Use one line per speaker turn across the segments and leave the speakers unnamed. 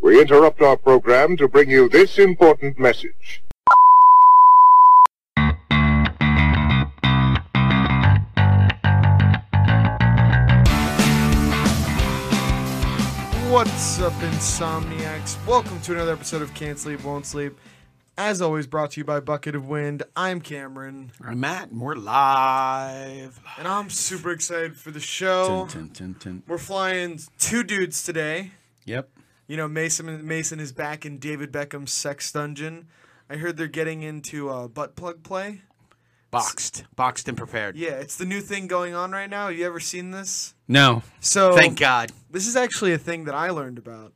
We interrupt our program to bring you this important message.
What's up, insomniacs? Welcome to another episode of Can't Sleep, Won't Sleep. As always, brought to you by Bucket of Wind. I'm Cameron,
I'm Matt, and we're live.
and I'm super excited for the show.
Tin, tin, tin, tin.
We're flying two dudes today.
Yep.
You know, Mason Mason is back in David Beckham's sex dungeon. I heard they're getting into uh, butt plug play.
Boxed. Boxed and prepared.
Yeah, it's the new thing going on right now. Have you ever seen this?
No.
So
Thank God.
this is actually a thing that I learned about.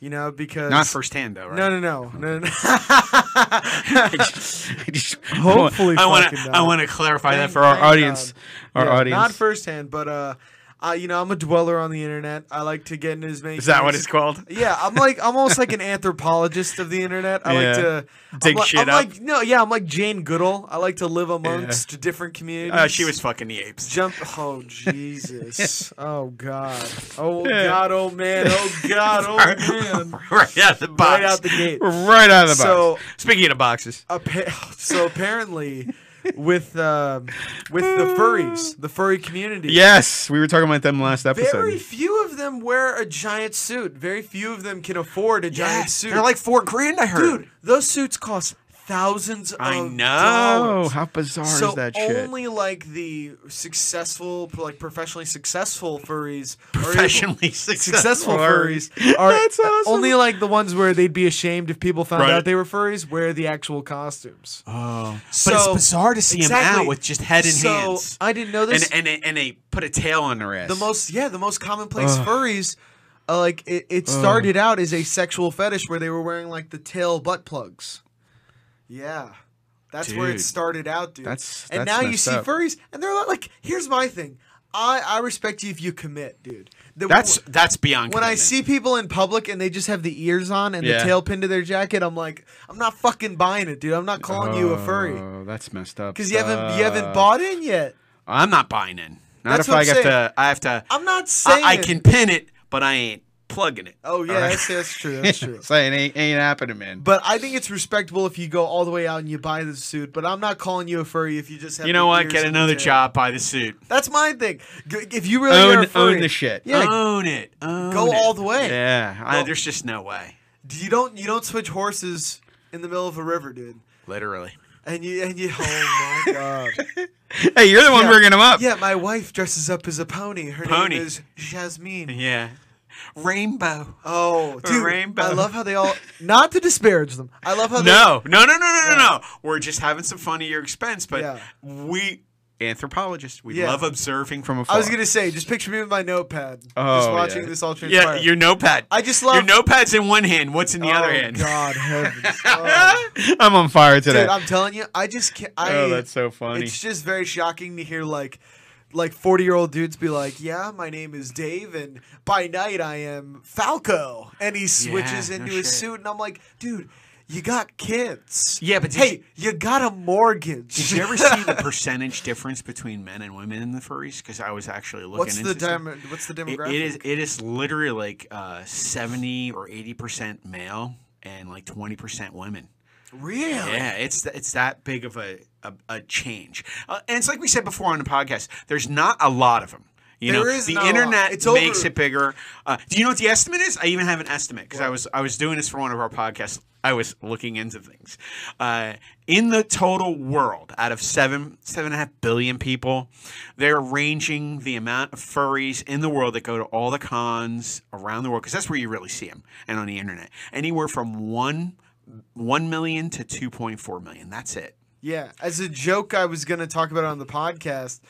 You know, because
Not firsthand, though, right?
No, no, no, no, no.
I just- I just-
Hopefully
I want
fucking
to.
not.
I want to clarify that
Thank-
for our
thank
audience. Our
Yeah,
audience.
Not firsthand, but uh, I, you know, I'm a dweller on the internet. I like to get in as many.
Is that what
things-
it's called?
Yeah, I'm like I'm almost like an anthropologist of the internet. I
Yeah.
like to
Dig
I'm like,
shit
I'm
up.
Like, no, yeah, I'm like Jane Goodall. I like to live amongst different communities.
Uh, she was fucking the apes.
jump. Oh Jesus! oh God! Oh God! Oh man! Oh God! Oh man!
right out the box.
Right out the gate.
Right out of the box.
So-
Speaking of boxes,
Appa- so apparently, with uh, with the furries, the furry community.
yes, we were talking about them last episode.
Very few of them wear a giant suit. Very few of them can afford a giant
Yes,
suit.
they're like four grand. I heard.
dude, those suits cost thousands.
I
of
know.
dollars.
Oh, How bizarre
so
is that shit?
only like the successful, like professionally successful furries, are able-
Professionally successful.
successful
Furries.
furries are
That's awesome.
only like the ones where they'd be ashamed if people found
Right.
out they were furries wear the actual costumes.
Oh,
So-
but it's bizarre to see him
exactly.
out with just head and
so
hands,
I didn't know this.
and and they, and they put a tail on their ass.
the most yeah the most commonplace furries uh, like it, it started out as a sexual fetish where they were wearing like the tail butt plugs yeah that's where it
Dude.
started out dude
That's-
and
that's
now you
messed
see
up.
furries and they're like here's my thing i i respect you if you commit dude The-
that's that's beyond.
when I
commitment.
see people in public and they just have the ears on and
Yeah.
the tail pinned to their jacket, I'm like, I'm not fucking buying it, dude. I'm not calling you a furry
Oh, that's messed up.
because you haven't you haven't
Uh,
bought in yet.
I'm not buying in. Not
That's
if
what
I
I'm
have
saying.
to. I have to.
I'm not
I,
saying
I can pin it, but I ain't plugging it.
Oh yeah, that's, that's true. That's true.
Saying ain't ain't happening, man.
But I think it's respectable if you go all the way out and you buy the suit. But I'm not calling you a furry if you just have.
you know
the
what?
ears
Get
and the
another
tail.
job. Buy the suit.
That's my thing. G- If you really are a furry,
shit.
Yeah.
Own it. Own
go
it.
all the way.
Yeah. I,
Go-
there's just no way.
You don't you don't switch horses in the middle of a river, dude.
Literally.
And you and you. Oh my god.
Hey, you're the one
Yeah.
bringing them up.
Yeah, my wife dresses up as a pony. Her
Pony.
name is Jasmine.
Yeah. Rainbow.
Oh, dude,
rainbow.
I love how they all. Not to disparage them. I love how they
No, no, no, no, no, no, no. We're just having some fun at your expense, but
Yeah.
we anthropologists, we
Yeah.
love observing from afar.
I was gonna say, just picture me with my notepad, just
Oh,
watching
yeah.
this all transpire.
yeah, your notepad.
I just
your
love
notepad's in one hand. What's in the other
Oh,
hand?
God heavens. Oh.
I'm on fire
Dude,
today.
I'm telling you, I just can't. I,
oh, that's so funny.
It's just very shocking to hear like, like forty year old dudes be like, "Yeah, my name is Dave, and by night I am Falco," and he switches
no
into his
shit.
suit, and I'm like, "Dude, you got kids."
Yeah, but did
hey, you, got a mortgage.
Did you ever see the percentage difference between men and women in the furries? Because I was actually looking
what's
into
the
some-
dem- What's the
It-
demographic?
it is it is literally like uh, seventy or eighty percent male and like twenty percent women.
really.
Yeah, it's th- it's that big of a a, a change, uh, and it's like we said before on the podcast. There's not a lot of them. You
There
know,
is
the
not a lot.
internet
It's
makes
over.
it bigger. Uh, do you know what the estimate is? I even have an estimate because I was I was doing this for one of our podcasts. I was looking into things. Uh, in the total world, out of seven seven and a half billion people, they're ranging the amount of furries in the world that go to all the cons around the world because that's where you really see them and on the internet. Anywhere from one 1 million to 2.4 million. That's it.
Yeah. As a joke, I was gonna talk about it on the podcast,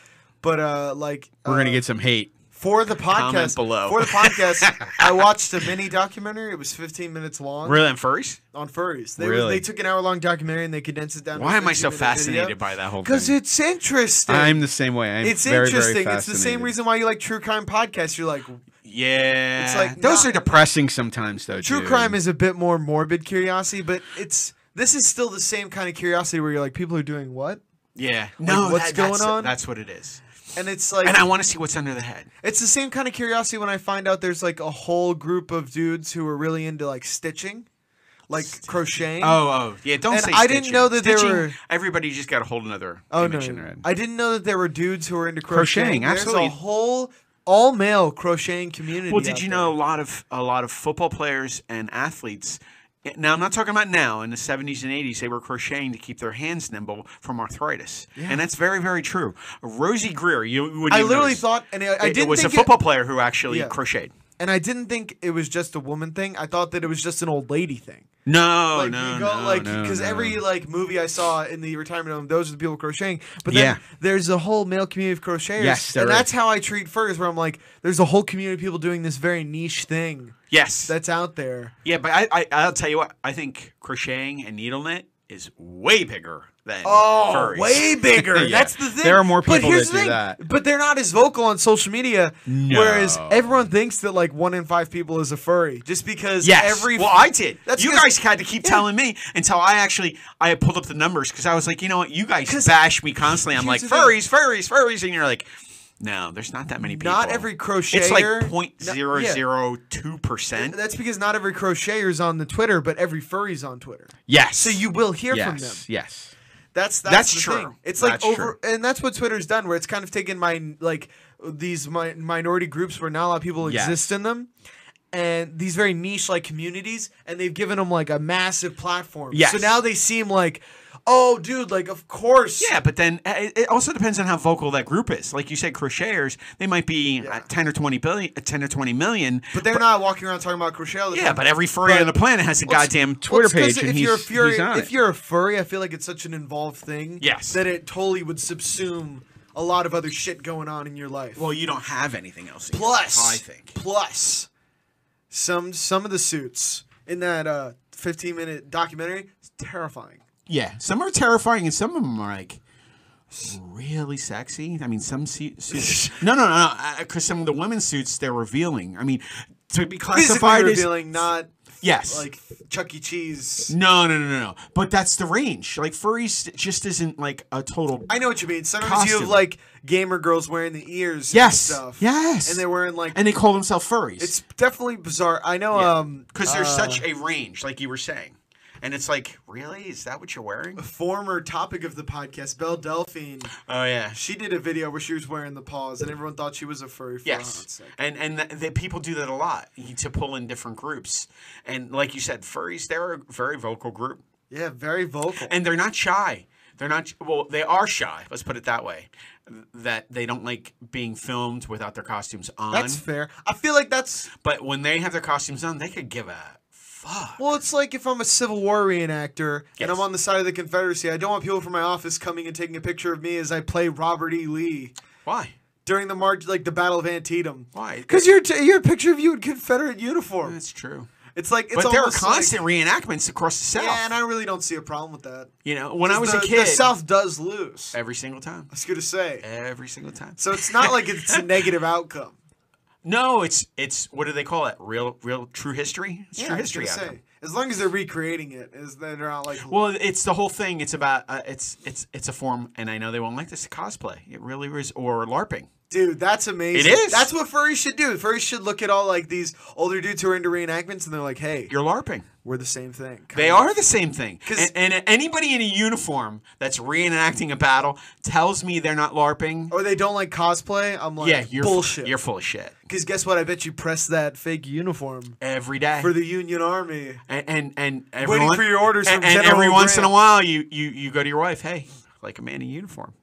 but uh, like
We're
uh,
gonna get some hate.
for the podcast
Comment below.
for the podcast i watched a mini documentary it was 15 minutes long
Really, on furries?
on furries they,
Really?
they took an hour long documentary and they condensed it down
Why am I so fascinated by that whole
because
thing?
it's interesting
I'm the same way. I'm
it's
very,
interesting
Very
it's the same
fascinated.
reason why you like true crime podcasts you're like
yeah.
It's like
those
not-
are depressing.
Pressing sometimes though.
true
dude.
crime is a bit more morbid curiosity but it's this is still the same kind of curiosity where you're like people are doing what
Yeah. No,
what's
that- that's-
going on?
That's what it is.
and it's like
And I want to see what's under the head.
it's the same kind of curiosity when I find out there's like a whole group of dudes who are really into like stitching, like crocheting.
Oh, oh, yeah. Don't
And
say.
I didn't
stitching.
know that there
Stitching,
were-
Everybody just got a whole another
Oh,
image in
no.
their head.
I didn't know that there were dudes who were into crocheting.
Crocheting, absolutely.
There's a whole all male crocheting community.
Well, did
out
you
there.
know a lot of a lot of football players and athletes? eh, Now I'm not talking about now. In the 70s and 80s, they were crocheting to keep their hands nimble from arthritis, and that's very, very true. Rosie Greer, you would.
I literally thought, and I, I
it,
didn't
it was a
think it-
football player who actually
Yeah.
crocheted.
and I didn't think it was just a woman thing. I thought that it was just an old lady thing.
No,
like
Oh, no,
you go
no,
like
no,
because
no.
every like movie I saw in the retirement home, those are the people crocheting. But then
Yeah.
there's a whole male community of crocheters.
Yes, there
and that's
is.
how I treat furs, where I'm like, there's a whole community of people doing this very niche thing
yes,
that's out there.
yeah. But I, I, I'll tell you what. I think crocheting and needle knit is way bigger than
Oh,
furries.
way bigger.
Yeah.
That's the thing.
There are more
But
people
here's
that
the
do
thing.
that.
But they're not as vocal on social media. Whereas
No.
everyone thinks that like one in five people is a furry, just because
Yes.
every
well, I did.
That's
you
'cause-
guys had to keep telling me until I actually I pulled up the numbers because I was like, you know what, you guys bash me constantly. I'm like
Here's the thing.
furries, furries, furries, and you're like, no, there's not that many people.
Not every crocheter.
It's like point
No-
zero
yeah.
zero two percent.
That's because not every crocheter's on the Twitter, but every furry's on Twitter.
Yes.
So you will hear
yes,
from them.
Yes.
That's that's,
That's
the
true.
Thing. It's like
That's
over, and that's what Twitter's done, where it's kind of taken my like these mi- minority groups where not a lot of people
Yes.
exist in them, and these very niche like communities, and they've given them like a massive platform.
Yes.
So now they seem like, oh, dude, like of course.
Yeah, but then uh, it it also depends on how vocal that group is. Like you said, crocheters, they might be uh, ten or twenty billion, uh, ten or twenty million.
But they're not walking around talking about crochet. all the
yeah,
time.
but every furry
But-
on the planet has a
Well, it's-
goddamn.
Twitter
it's 'cause
page, and
If you're a
he's-
furry,
he's on
if
it.
you're a furry, I feel like it's such an involved thing.
Yes.
That it totally would subsume a lot of other shit going on in your life.
well, you don't have anything else. in your
plus,
life, I think.
plus some some of the suits in that uh 15 minute documentary it's terrifying.
Yeah, some are terrifying, and some of them are like really sexy. I mean, some su- suits. no, no, no, because some of the women's suits they're revealing. I mean, to
Physically
be classified as
revealing, not
yes,
like Chuck E. Cheese.
no, no, no, no, no. But that's the range. Like furries just isn't like a total.
I know what you mean. Sometimes you
Costume.
have like gamer girls wearing the ears.
Yes,
And stuff,
yes.
And they're wearing like.
and they call themselves furries.
it's definitely bizarre. I know. Um.
because there's
uh,
such a range, like you were saying, and it's like, really, is that what you're wearing?
former topic of the podcast, Belle Delphine,
Oh yeah,
she did a video where she was wearing the paws, and everyone thought she was a furry. For a hot
Yes,
second.
and and th- the people do that a lot y- to pull in different groups, and like you said, furries they're a very vocal group,
Yeah, very vocal.
and they're not shy. They're not well. They are shy. Let's put it that way. th- That they don't like being filmed without their costumes on.
that's fair. I feel like that's
but when they have their costumes on, they could give a fuck.
well. It's like if I'm a Civil War reenactor and
Yes.
I'm on the side of the Confederacy, I don't want people from my office coming and taking a picture of me as I play Robert E. Lee
Why?
during the march, like the Battle of Antietam.
Why?
Because you're t- you're a picture of you in Confederate uniform.
That's true.
It's like it's
But there are
almost like-
constant reenactments across the South.
yeah, and I really don't see a problem with that.
you know, when I was
the,
a
the
kid,
South does lose. I
every single time,
was gonna say.
every single time.
So it's not like it's a negative outcome.
No, it's it's what do they call it? Real, real, true history. It's true
I was
history.
gonna
out
say,
there.
As long as they're recreating it, is that they're not like
Well, it's the whole thing. It's about uh, it's it's it's a form, and I know they won't like this cosplay. It really is, or LARPing.
dude, that's amazing.
It is.
That's what furries should do. Furries should look at all like these older dudes who are into reenactments and they're like, hey,
You're LARPing.
we're the same thing.
They are the same thing.
'Cause-
And, and anybody in a uniform that's reenacting a battle tells me they're not LARPing.
Or they don't like cosplay. I'm like,
yeah, you're
Oh, bullshit.
You're full of shit
Because guess what? I bet you press that fake uniform
every day.
for the Union Army.
and and, and everyone,
for your orders
And,
from
and
General
every once in a
Grant.
while, you you you go to your wife. Hey, like a man in uniform.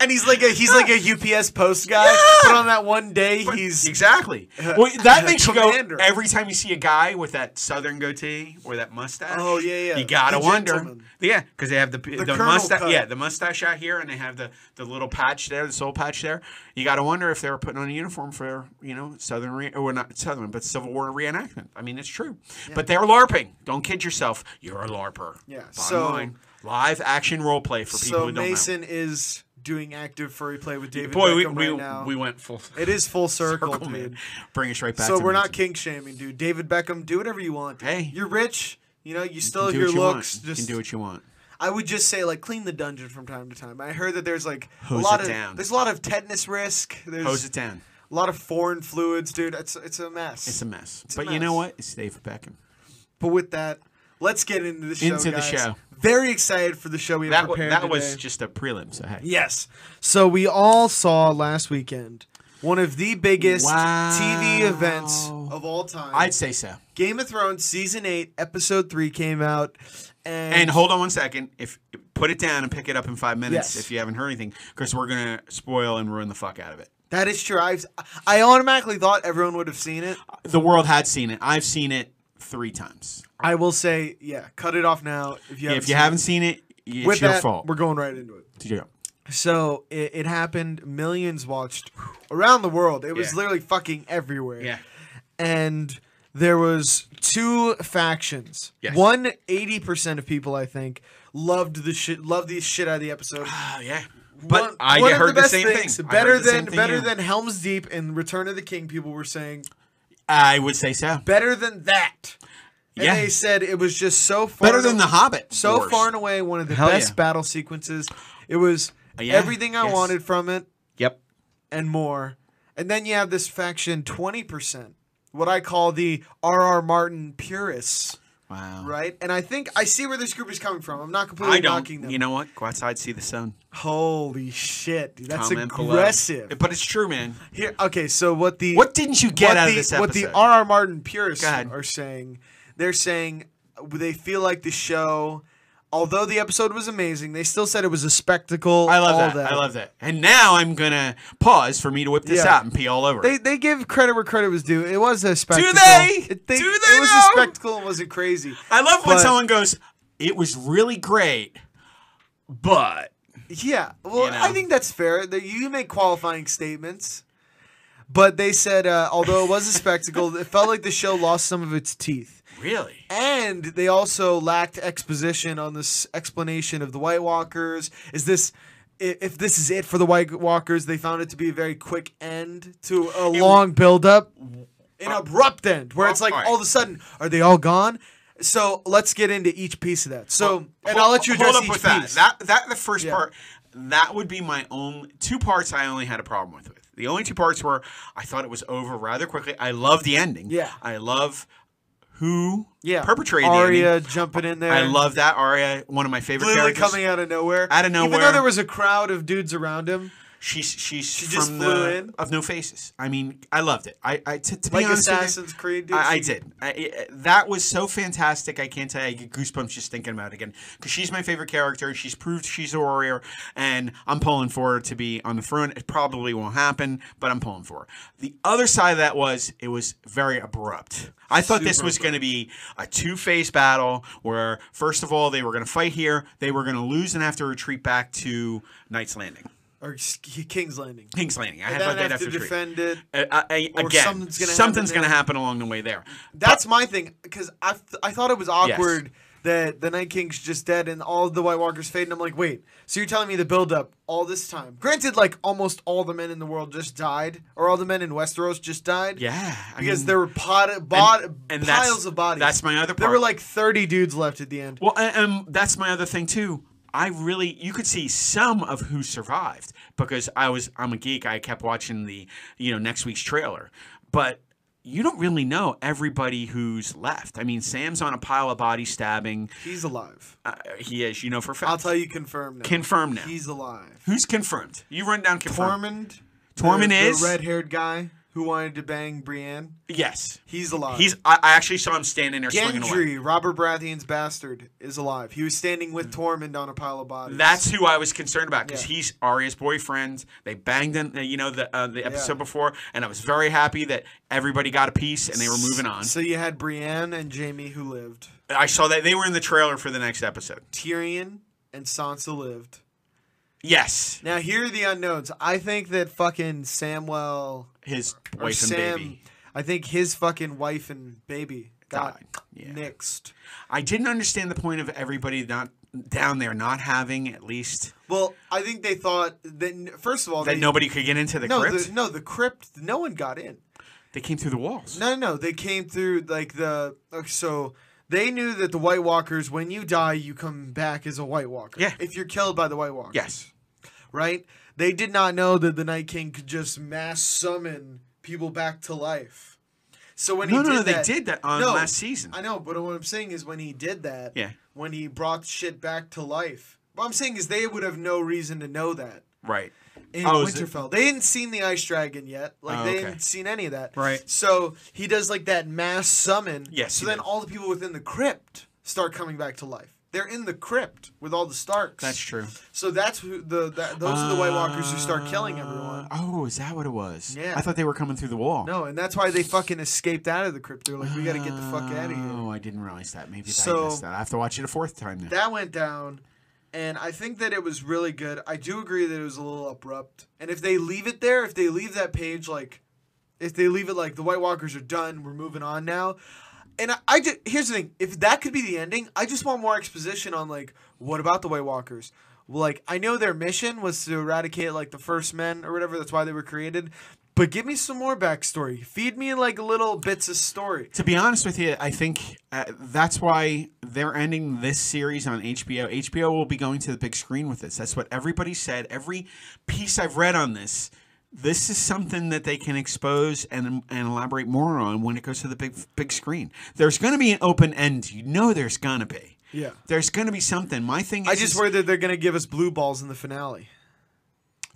and he's like a he's like a UPS post guy. But on that one day, he's
Exactly. Well, that makes you go
Commander.
every time you see a guy with that southern goatee or that mustache.
Oh, yeah, yeah.
You gotta
The
wonder.
gentleman.
Yeah, because they have the the,
colonel
mustache.
cut.
Yeah, the mustache out here, and they have the the little patch there, the soul patch there. You gotta wonder if they were putting on a uniform for you know southern re- or not southern, but Civil War reenactment. I mean, it's true. But they're larping. Don't kid yourself. You're a larper.
Yeah,
Bottom
so-
line, live action role play for people
so
who don't
Mason is doing active furry play with David
know. Boy,
Beckham
we
right
we,
now.
we went full.
it is full circle,
circle,
dude.
man. Bring us right back.
So
to
we're
Mason.
not kink shaming, dude. David Beckham, do whatever you want. dude.
Hey.
you're rich. You know, you still
do
have your
what you
looks.
want.
Just
you can do what you want.
I would just say like clean the dungeon from time to time. I heard that there's like
Hose
a lot
it
of
down.
there's a lot of tetanus risk. There's
Hose it down.
a lot of foreign fluids, dude. It's it's a mess.
It's a mess.
a
but you know
mess.
what? It's David Beckham.
but with that, let's get into the show.
Into the
guys.
show.
Very excited for the show we have
That, wa-
prepared
that was
today.
just a prelim. So hey.
Yes. So we all saw last weekend one of the biggest TV events
Wow.
of all time.
I'd say so.
Game of Thrones season 8 episode 3 came out and,
And hold on one second. If put it down and pick it up in five minutes
Yes.
if you haven't heard anything, because we're gonna spoil and ruin the fuck out of it.
that is true. I I automatically thought everyone would have seen it.
The world had seen it. I've seen it three times.
I will say, yeah, cut it off now if you haven't
if you
seen
haven't seen it,
it.
it's
With
your
that,
fault.
We're going right into it.
Yeah.
So it, it happened. Millions watched around the world. It was
Yeah.
literally fucking everywhere. and there was two factions.
Yes.
One, 80% of people, I think, loved the shit, loved the shit out of the episode.
Oh, yeah. But
One-
I
one of
heard the,
best
same
things,
thing. I heard
Better
the same
than
thing
better
you.
than Helm's Deep and Return of the King. People were saying
I would say so.
better than that. And
Yeah.
they said it was just so far
Better than
and-
the Hobbit.
so
wars.
far and away one of the
Hell
best
yeah.
battle sequences. It was
Uh, yeah,
everything I
yes.
wanted from it.
Yep.
and more. And then you have this faction 20%, what I call the R.R. Martin purists,
Wow.
right? And I think I see where this group is coming from. I'm not completely
I don't.
knocking them.
You know what? Go outside, see the sun.
Holy shit, dude. That's
Comment below.
aggressive.
But it's true, man.
Here, okay, so what the
What didn't you get
what
out
the,
of this
What the
episode?
R.R. Martin purists
Go ahead.
are saying, they're saying uh, they feel like the show, although the episode was amazing, they still said it was a spectacle.
I love
all
that. I love that. And now I'm gonna pause for me to whip this
Yeah.
out and pee all over.
They
it.
they give credit where credit was due. It was a spectacle.
they?
It, they,
Do
It
they
was
though?
a spectacle and wasn't crazy.
I love when
but-
someone goes, "It was really great," but
Yeah. Well,
You know.
I think that's fair. That You make qualifying statements. But they said, uh, although it was a spectacle, it felt like the show lost some of its teeth.
really,
And they also lacked exposition on this explanation of the White Walkers. Is this. i- If this is it for the White Walkers, they found it to be a very quick end to a long buildup, an abrupt end where it's
Well,
like
all right.
all of a sudden, are they all gone? So let's get into each piece of that. So, and I'll let you address
hold up
each
with
piece.
that. That that the first
Yeah.
part. That would be my own two parts. I only had a problem with. with. The only two parts were I thought it was over rather quickly. I love the ending.
Yeah.
I love who
yeah,
perpetrated the
Arya
ending.
jumping in there.
I love that Arya, one of my favorite
literally
characters.
coming out of nowhere.
Out of
Even though
nowhere.
there was a crowd of dudes around him,
She's she's she
just
from
flew
the,
in.
of no faces. I mean, I loved it. I I to, to be
like
honest with you,
Assassin's Creed. Dude,
I, I
she-
did. I, I- that was so fantastic. I can't tell you. I get goosebumps just thinking about it again because she's my favorite character. She's proved she's a warrior, and I'm pulling for her to be on the throne. It probably won't happen, but I'm pulling for her. The other side of that was it was very abrupt. I thought this was going to be a two phase battle where, first of all, they were going to fight here, they were going to lose, and have to retreat back to Knight's Landing.
Or s- King's Landing.
King's Landing. I
And
had
then
thought they'd
have
have
to
to retreat.
defend it.
Uh, I, I,
or
again,
something's
something's
gonna
going
happen
to happen,
there.
along the way there.
That's my thing because I, th- I thought it was awkward that the Night King's just dead and all the White Walkers fade, and I'm like, wait, so you're telling me the build up all this time? Granted, like almost all the men in the world just died, or all the men in Westeros just died.
Yeah, I
because
mean-
there were pot- bod-
and that's-
piles of bodies.
that's my other
There were
part.
like 30 dudes left at the end.
Well, and, and that's my other thing too. I really, you could see some of who survived because I was, I'm a geek. I kept watching the, you know, next week's trailer, but you don't really know everybody who's left. I mean, Sam's on a pile of body stabbing.
He's alive.
Uh, he is, you know, for a fact.
I'll tell you confirmed now.
Confirmed now.
He's alive.
Who's confirmed? You run down confirmed.
Tormund.
Tormund
the,
is?
the red-haired guy who wanted to bang Brienne.
Yes.
He's alive.
He's. I, I actually saw him standing there swinging away.
Gendry, Robert Baratheon's bastard, is alive. He was standing with Tormund on a pile of bodies.
Hmm. That's who I was concerned about because
Yeah.
he's Arya's boyfriend. They banged in, you know, the uh, the episode
Yeah.
before, and I was very happy that everybody got a piece and they were moving on.
so you had Brienne and Jamie who lived.
I saw that they were in the trailer for the next episode.
Tyrion and Sansa lived.
Yes,
Now here are the unknowns. I think that fucking Samwell
his
or
wife and
Sam,
baby.
I think his fucking wife and baby got
Died. Yeah.
nixed.
I didn't understand the point of everybody not down there not having at least
Well, I think they thought that first of all
that
they,
nobody could get into the
no
crypt.
The, no the crypt no one got in.
they came through the walls.
No, no, no. They came through like the okay, so They knew that the White Walkers, when you die, you come back as a White Walker.
Yeah.
If you're killed by the White Walker.
Yes.
Right? They did not know that the Night King could just mass summon people back to life. So when
No,
he
no,
did
no. They
that-
did that on
No,
last season.
I know, but what I'm saying is when he did that,
Yeah.
when he brought shit back to life. What I'm saying is they would have no reason to know that
Right.
in
Oh, is it-
Winterfell. They hadn't seen the Ice Dragon yet. Like
Oh,
they
okay.
hadn't seen any of that.
Right.
So he does like that mass summon.
Yes,
So
he
then
did.
all the people within the crypt start coming back to life. They're in the crypt with all the Starks.
That's true.
So that's who the that, those are the White Walkers who start killing everyone.
Uh, Oh, is that what it was?
Yeah.
I thought they were coming through the wall.
No, and that's why they fucking escaped out of the crypt. They're like, we got to get the fuck out of here.
Oh, I didn't realize that. Maybe I
So-
missed that. I have to watch it a fourth time then.
that went down and i think that it was really good i do agree that it was a little abrupt and if they leave it there if they leave that page like if they leave it like the white walkers are done we're moving on now and i, I ju- here's the thing if that could be the ending i just want more exposition on like what about the white walkers Well, like i know their mission was to eradicate like the first men or whatever that's why they were created but give me some more backstory feed me like little bits of story
to be honest with you, I think uh, that's why they're ending this series on HBO. HBO will be going to the big screen with this. That's what everybody said. Every piece I've read on this, this is something that they can expose and and elaborate more on when it goes to the big big screen. There's going to be an open end. You know, there's going to be.
Yeah.
There's going to be something. My thing is,
i just
is-
worry that they're gonna give us blue balls in the finale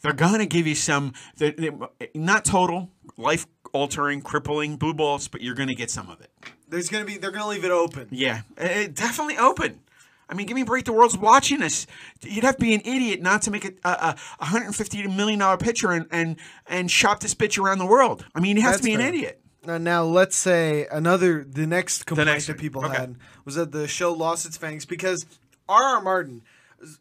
they're gonna give you some they're, they're- not total life altering crippling blue balls but you're gonna get some of it
There's gonna be they're gonna leave it open.
yeah Eh, eh, definitely open i mean give me a break the world's watching us you'd have to be an idiot not to make a, a, a 150 million dollar picture and, and and shop this bitch around the world i mean you have to
That's
be an
fair.
idiot
Now, now let's say another the next complaint
next
that
one.
people
Okay.
had was that the show lost its fangs because R.R. Martin,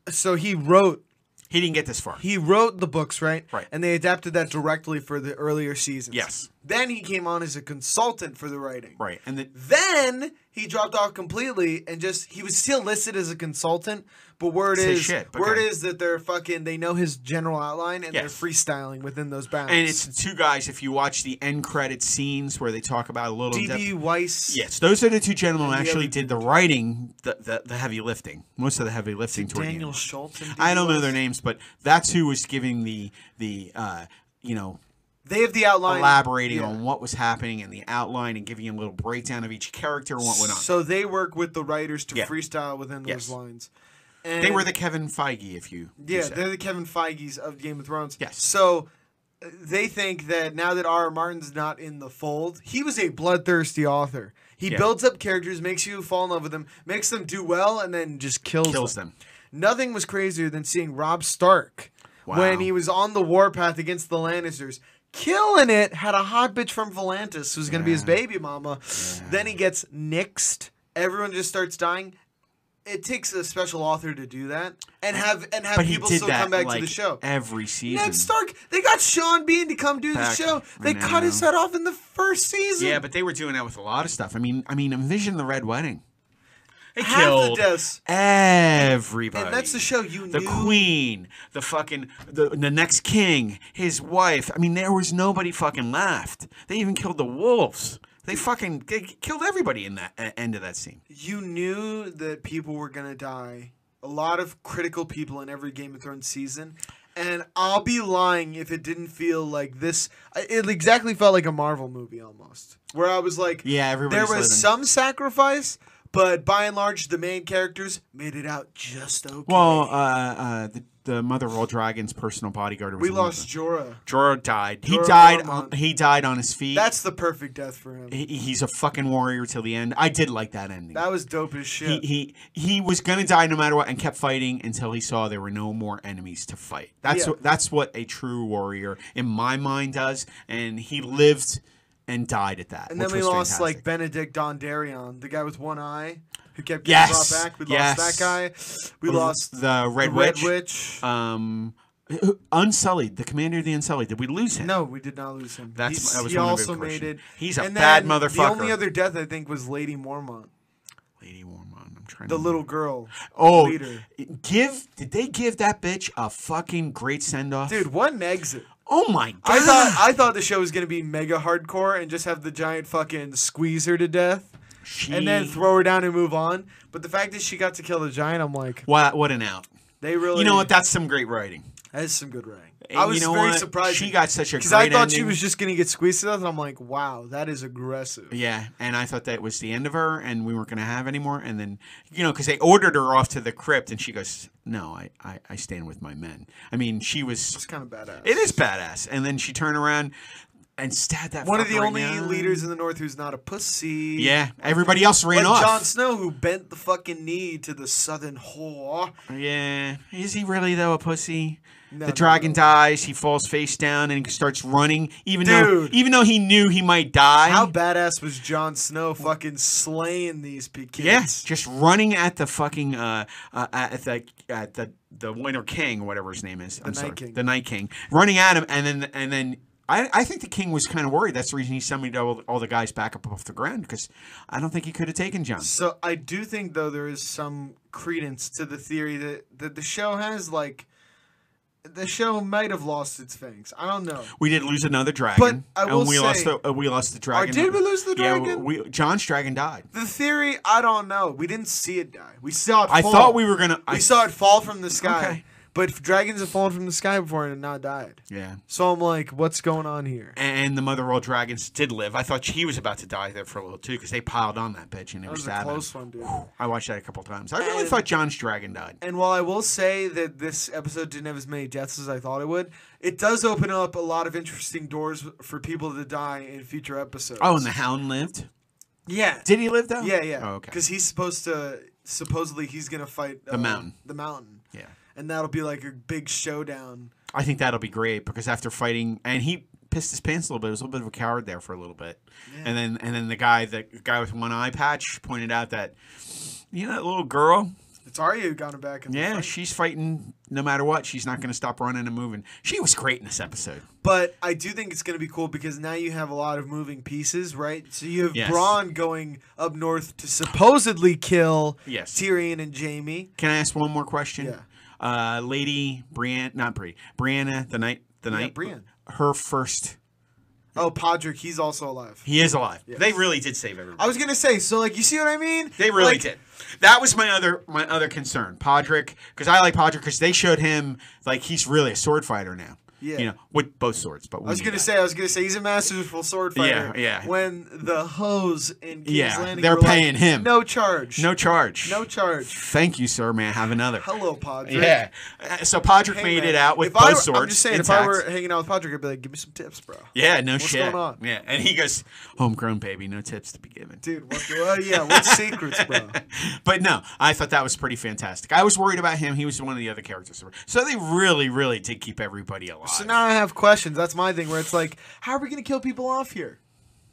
so he wrote
he didn't get this far
he wrote the books right,
Right.
and they adapted that directly for the earlier seasons.
Yes.
Then he came on as a consultant for the writing.
right and the,
Then he dropped off completely and just he was still listed as a consultant, but word
Say
is
shit, but
word
okay.
is that they're fucking they know his general outline and
Yes.
they're freestyling within those bounds.
and it's the two guys if you watch the end credit scenes where they talk about a little in depth-
DB Weiss.
Yes, those are the two gentlemen who
And the
actually
other
did the writing, the, the, the heavy lifting, most of the heavy lifting toward the
Daniel
end.
Schultz. and
I don't know
DB
their
Weiss.
names, but that's who was giving the the uh, you know
They have the outline.
elaborating
Yeah.
on what was happening and the outline and giving you a little breakdown of each character and what went on.
So they work with the writers to
Yeah.
freestyle within those
Yes.
lines. And
they were the Kevin Feige, if you
yeah,
say.
they're the Kevin Feige's of Game of Thrones.
Yes.
So uh, they think that now that R. R. Martin's not in the fold, he was a bloodthirsty author. He
Yeah.
builds up characters, makes you fall in love with them, makes them do well, and then just kills,
kills them.
Nothing was crazier than seeing Rob Stark
Wow.
when he was on the warpath against the Lannisters. Killing it, had a hot bitch from Volantis who's going to be his baby mama. Then he gets nixed. Everyone just starts dying. It takes a special author to do that and have and have
But he
people
did
still
that
come back
like
to the show.
every season.
Ned Stark, they got Sean Bean to come do
Back,
the show.
I
They cut his
know.
head off in the first season.
Yeah, but they were doing that with a lot of stuff. I mean, I mean, envision the Red Wedding. They
half
killed
the deaths.
everybody.
And that's the show you
the
knew.
queen, the fucking the, the next king, his wife. I mean, there was nobody fucking left. They even killed the wolves. They fucking they killed everybody in that uh, end of that scene.
you knew that people were gonna die. A lot of critical people in every Game of Thrones season, and I'll be lying if it didn't feel like this. It exactly felt like a Marvel movie almost, where I was like,
Yeah, everybody.
there was some sacrifice, but by and large, the main characters made it out just okay.
Well, uh, uh, the, the mother of all dragons' personal bodyguard. Was
we
one of
lost
them.
Jorah.
Jorah died. He
Jorah
died.
Mormont.
On, he died on his feet.
That's the perfect death for him.
he, he's a fucking warrior till the end. I did like that ending.
That was dope as shit.
he he he was gonna die no matter what and kept fighting until he saw there were no more enemies to fight. That's
Yeah.
what that's what a true warrior in my mind does, and he lived and died at that.
and then
which
we
was
lost
fantastic.
like Benedict Dondarion, the guy with one eye who kept getting
Yes!
brought back. We
Yes.
lost that guy. We lost
the Red
The
Witch,
Red Witch.
um, Unsullied, the commander of the Unsullied. Did we lose him?
no, we did not lose him.
That's-
He's-
that was
he
one of the
also
big
made
question.
it.
He's a
And
bad
then The
motherfucker.
only other death I think was Lady Mormont,
Lady Warmon. I'm trying.
the
to
little girl.
oh,
leader.
give did they give that bitch a fucking great send off,
Dude, what an exit!
Oh my god!
I thought I thought the show was gonna be mega hardcore and just have the giant fucking squeeze her to death. and then
She-
throw her down and move on. But the fact that she got to kill the giant, I'm like,
What what an out.
they really.
You know what? That's some great writing.
that is some good writing.
And
I
you
was
know
very
what?
surprised
She got such a
because I
great
thought she
ending.
was just gonna get squeezed to death, and I'm like, wow, that is aggressive.
Yeah, and I thought that was the end of her, and we weren't going to have anymore. And then, you know, because they ordered her off to the crypt, and she goes, "No, I, I, I stand with my men." I mean, she
It's
was.
kind of badass.
It is badass. And then she turned around and stabbed that.
one of the
fucker
only
in eye.
leaders in the north who's not a pussy.
Yeah, everybody else ran
Like
off.
Jon Snow, who bent the fucking knee to the southern whore.
Yeah, is he really though a pussy?
No,
the
no,
dragon
no.
dies. He falls face down and starts running, even
Dude.
though even though he knew he might die.
How badass was Jon Snow fucking slaying these pe- kids?
Yes, just running at the fucking uh, uh at the at the the Winter King, whatever his name is. The I'm
Night
sorry,
King.
the Night King, running at him, and then and then. I, I think the king was kind of worried. That's the reason he summoned all, all the guys back up off the ground because I don't think he could have taken John.
So I do think though there is some credence to the theory that, that the show has like the show might have lost its fangs. I don't know.
We did lose another dragon,
I will
and we lost
say- oh,
the uh, we lost the dragon.
did we lose the dragon?
Yeah, we, John's dragon died.
The theory, I don't know. We didn't see it die. We saw it.
I
fall.
thought we were gonna.
We
I
saw it fall from the sky.
Okay.
But dragons have fallen from the sky before and have not died.
Yeah.
So I'm like, what's going on here?
And the mother of all dragons did live. I thought she was about to die there for a little too because they piled on that bitch and it
That
was
was a
stabbing.
close one, dude.
I watched that a couple times. I really
And-
thought John's dragon died.
And while I will say that this episode didn't have as many deaths as I thought it would, it does open up a lot of interesting doors for people to die in future episodes.
Oh, and the hound lived.
yeah,
Did he live though?
yeah, yeah.
Oh, okay.
Because he's supposed to supposedly he's gonna fight the
mountain.
The mountain.
Yeah.
And that'll be like a big showdown.
I think that'll be great because after fighting, and he pissed his pants a little bit. He was a little bit of a coward there for a little bit, and then and then the guy the guy with one eye patch pointed out that you know that little girl.
It's Arya who got him back. In
Yeah,
The fight.
she's fighting no matter what. She's not going to stop running and moving. She was great in this episode.
But I do think it's gonna be cool because now you have a lot of moving pieces, right? So you have
Yes.
Braun going up north to supposedly kill
Yes.
Tyrion and Jamie.
Can I ask one more question?
Yeah.
Uh, Lady Brienne, not Brie, Brianna, the night, the night,
Brienne.
her first.
Oh, Podrick, he's also alive.
He is alive. They really did save everybody.
I was gonna say, so like you see what I mean?
They really
Like,
did. That was my other my other concern, Podrick, because I like Podrick because they showed him like he's really a sword fighter now.
Yeah.
You know, with both swords, but
I was gonna
to
say, I was gonna say, he's a masterful sword
Yeah,
fighter.
yeah.
When the hoes in King's
Yeah,
Landing,
they're
were like,
paying him.
no charge,
no charge.
no charge.
Thank you, sir. May I have another?
Hello, Podrick.
Yeah. Uh, So Podrick
Hey,
made
man.
it out with
if
both
I were,
swords.
I'm just saying, if
intact.
I were hanging out with Podrick, I'd be like, give me some tips, bro.
yeah, no shit.
going on?
Yeah, and he goes, "Homegrown baby, no tips to be given."
Dude, what? do- Oh yeah, what secrets, bro?
but no, I thought that was pretty fantastic. I was worried about him. He was one of the other characters. So they really, really did keep everybody alive.
So now I have questions. That's my thing, where it's like, how are we gonna kill people off here?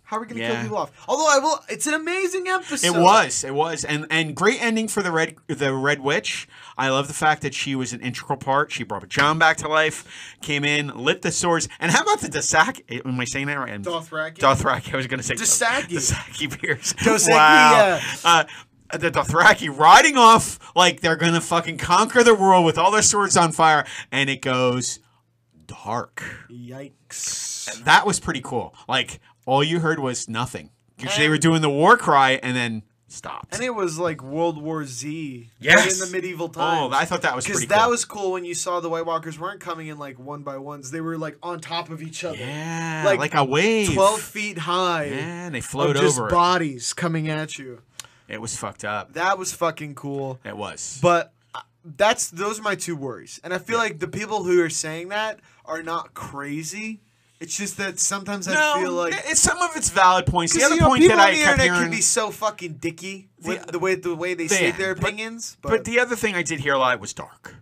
How are we gonna
Yeah.
kill people off? Although I will, it's an amazing episode.
it was, it was, and and great ending for the red the Red Witch. I love the fact that she was an integral part. She brought John back to life, came in, lit the swords, and how about the Dasaki? Am I saying that right? And-
Dothraki?
Dothraki. I was gonna say
Dasaki.
Dasaki Pierce.
Dasaki,
wow.
yeah.
Uh, the Dothraki riding off like they're gonna fucking conquer the world with all their swords on fire, and it goes dark
Yikes!
that was pretty cool. Like all you heard was nothing. 'Cause they were doing the war cry and then stopped.
And it was like World War Z. but
Yes.
In the medieval times.
oh, I thought that was
Because
pretty
that
cool.
was cool when you saw the White Walkers weren't coming in like one by ones. They were like on top of each other.
yeah,
like,
like, a wave.
12 feet high.
Yeah, and they
Of
flowed
just
over. it.
bodies coming at you.
it was fucked up.
That was fucking cool.
It was.
But uh, that's those are my two worries. And I feel like the people who are saying that are not crazy. It's just that sometimes I feel like
it's, some of its valid points.
'Cause,
The other
you know,
point
people
that I
on the
kept
internet
hearing,
can be so fucking dicky with
The-
the way the way they
Yeah,
state their
but-
opinions. But,
but the other thing I did hear a lot was dark.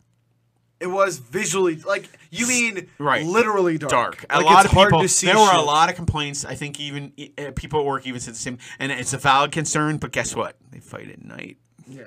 It was visually like you mean
Right.
literally dark.
dark. A
Like,
lot
it's
of people.
hard to see
there were a
shit.
lot of complaints. I think even uh, people at work even said the same. And it's a valid concern. But guess what? They fight at night.
Yeah,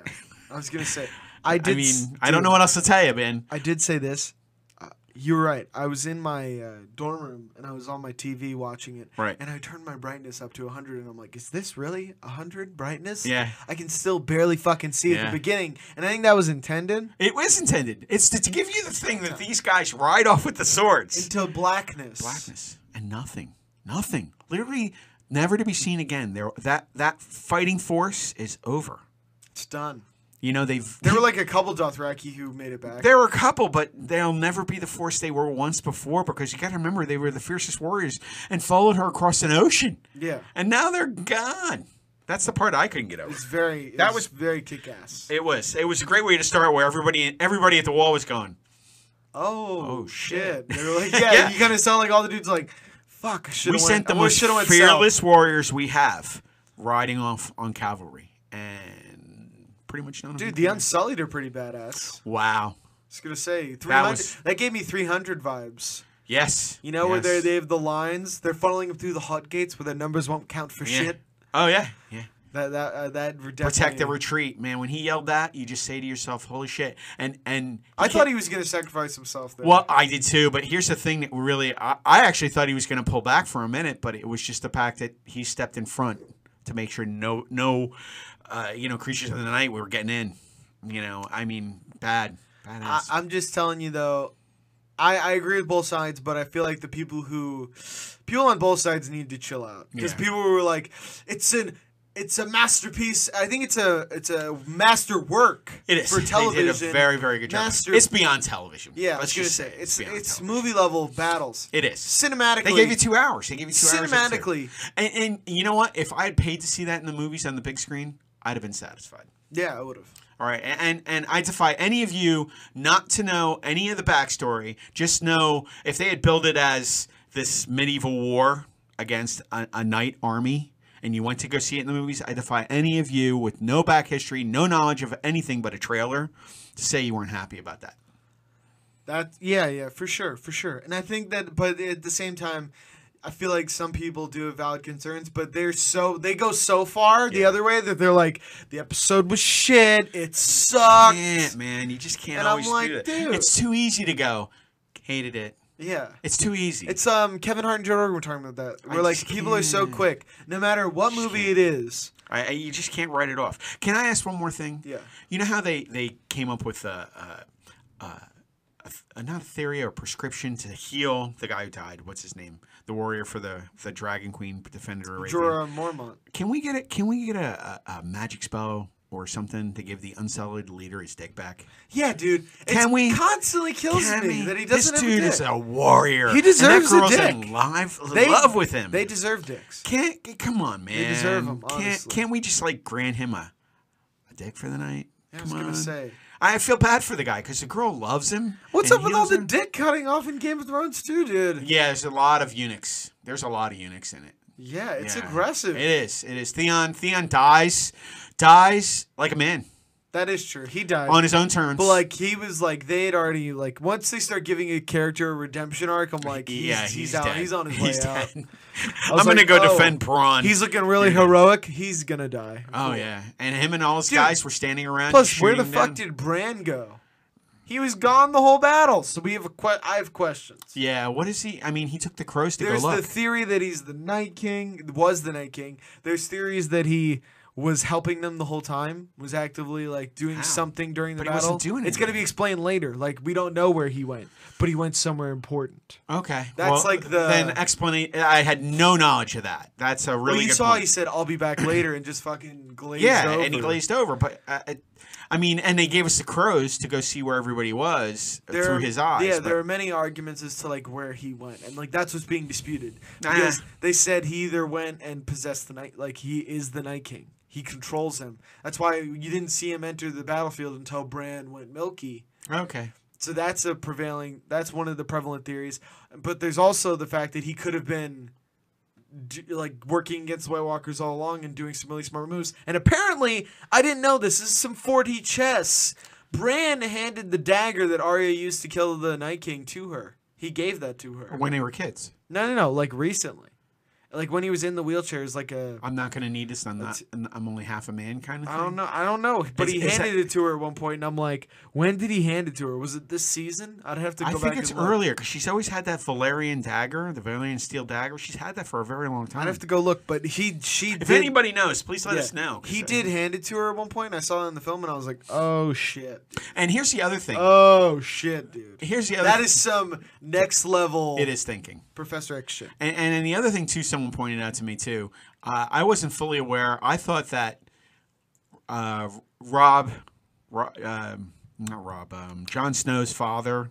I was gonna say. I
I
did.
mean,
s-
I don't know what else to tell you, man.
I did say this. Uh, you're right. I was in my uh, dorm room and I was on my TV watching it.
Right.
And I turned my brightness up to 100 and I'm like, is this really 100 brightness?
Yeah.
I can still barely fucking see at
Yeah.
the beginning. And I think that was intended
It was intended. It's to, to give you the thing that these guys ride off with the swords.
into blackness.
Blackness and nothing. Nothing. Literally never to be seen again. There, that that fighting force is over.
It's done.
You know, they've
There were like a couple Dothraki who made it back.
there were a couple, but they'll never be the force they were once before because you got to remember they were the fiercest warriors and followed her across an ocean.
Yeah.
And now they're gone. That's the part I couldn't get over.
It's very it
That
was very kick ass.
It was it was a great way to start where everybody everybody at the wall was going.
Oh,
Oh, shit.
They were like, yeah,
Yeah.
you kind of sound like all the dudes like, fuck, I should
We
have
sent the most
went
fearless warriors we have riding off on cavalry and pretty much none of
South. Dude,
them.
the Unsullied are pretty badass.
wow.
Just gonna say, 300,
That
that,
was-
gave me 300 vibes.
Yes.
You know where they
Yes.
they have the lines, they're funneling them through the hot gates where the numbers won't count for
Yeah.
shit.
Oh yeah. Yeah.
That that uh, that definitely-
Protect the retreat, man. When he yelled that, you just say to yourself, "Holy shit!" And and
I thought he was gonna sacrifice himself. There.
Well, I did too, but here's the thing that really I, I actually thought he was going to pull back for a minute, but it was just the fact that he stepped in front to make sure no no uh, you know creatures of the night were getting in. You know, I mean, bad.
I,
Badass.
I'm just telling you though, I, I agree with both sides, but I feel like the people who people on both sides need to chill out because
Yeah.
people were like, it's an it's a masterpiece. I think it's a it's a masterwork.
it is
for television.
They did a very very good job.
Master-
It's beyond television.
yeah, I
let's
was gonna
just
say it's
beyond
it's
television.
movie level battles.
It is.
Cinematically,
They gave you two hours. They gave you two hours. of it, too.
cinematically.
and, and you know what? If I had paid to see that in the movies on the big screen, I'd have been satisfied.
Yeah, I would have.
All right, and, and and I defy any of you not to know any of the backstory. Just know if they had billed it as this medieval war against a, a knight army, and you went to go see it in the movies, I defy any of you with no back history, no knowledge of anything but a trailer, to say you weren't happy about that.
That yeah, yeah, for sure, for sure. And I think that but at the same time, I feel like some people do have valid concerns, but they're so they go so far the
Yeah.
other way that they're like, the episode was shit, it sucked. Yeah.
Can't, man, you just can't
And I'm
always
like,
do that.
dude.
It's too easy to go. Hated it. It's too easy.
It's um Kevin Hart and Joe Rogan were talking about that. We're like
just
people are so quick, no matter what movie it is.
I, I- you just can't write it off. Can I ask one more thing?
Yeah.
You know how they they came up with a, a, a, a not a theory or a prescription to heal the guy who died. What's his name? The warrior for the the dragon queen defender. Arabian.
Jorah Mormont.
Can we get it? Can we get a, a, a magic spell or something to give the unsullied leader his dick back?
Yeah, dude.
Can
it
we-
constantly kills
Can
me
we?
that he doesn't
This
have
dude
a dick.
is a warrior.
He
and that
deserves a
girl's in
dick.
live
They-
love with him.
They deserve dicks.
Can't c- come on, man.
deserve 'em,
Can't
honestly.
can't we just like grant him a, a dick for the night?
I
come
was gonna
on.
say.
I feel bad for the guy because the girl loves him.
What's
and
up with all
heals
the
him.
dick cutting off in Game of Thrones too, dude?
Yeah, there's a lot of eunuchs. There's a lot of eunuchs in it.
Yeah, it's
Yeah.
aggressive.
It is. It is. Theon. Theon dies, dies like a man
that is true. He died.
on his own terms.
but like he was like they had already like once they start giving a character a redemption arc, I'm like he's,
yeah,
he's, out.
dead.
He's on his way out.
dead.
was
I'm gonna
like,
go
oh,
defend Braun.
He's looking really heroic. He's gonna die.
Oh yeah, and him and all his
Dude.
guys were standing around.
Plus, where the
shooting
fuck
them.
did Bran go? He was gone the whole battle. So we have a que- I have questions.
Yeah, what is he? I mean, he took the crows to
There's
go look.
the theory that he's the Night King, was the Night King. There's theories that he was helping them the whole time, was actively like doing
How?
something during the
But he
battle.
wasn't doing
it's gonna
anything.
be explained later. Like we don't know where he went, but he went somewhere important.
Okay,
That's
well,
like the-
then explanation. I had no knowledge of that. That's a really
well, you
good
saw
point.
he said, "I'll be back later," and just fucking glazed
yeah,
over.
and he glazed over. But uh, I- I mean, and they gave us the crows to go see where everybody was
There
through
are-
his eyes.
Yeah,
but-
there are many arguments as to like where he went, and like that's what's being disputed
Nah.
because they said he either went and possessed the night, like he is the Night King. He controls him. That's why you didn't see him enter the battlefield until Bran went Milky.
okay.
So that's a prevailing. That's one of the prevalent theories. But there's also the fact that he could have been, d like working against the White Walkers all along and doing some really smart moves. And apparently, I didn't know this. This is some 4D chess. Bran handed the dagger that Arya used to kill the Night King to her. He gave that to her.
When they were kids,
No, no, no. Like recently, like when he was in the wheelchair, is like a.
I'm not going to need this. I'm not. I'm only half a man, kind of. Thing.
I don't know. I don't know. But
Is-
he
is that-
handed it to her at one point, and I'm like, when did he hand it to her? Was it this season? I'd have to go
I
back.
think it's
and look.
earlier because she's always had that Valerian dagger, the Valerian steel dagger. She's had that for a very long
I'd
time.
have to go look, but he she
if
did,
anybody knows, please let
yeah,
us know. 'cause
He
I-
did hand it to her at one point. I saw it in the film, and I was like, "Oh shit!
And here's the other thing.
Oh shit, dude!
here's the other.
That is some next level."
It is thinking.
Professor X shit.
And, and then the other thing too, some someone pointed out to me too. Uh, I wasn't fully aware. I thought that uh, Rob, Ro- um, not Rob, um, Jon Snow's father,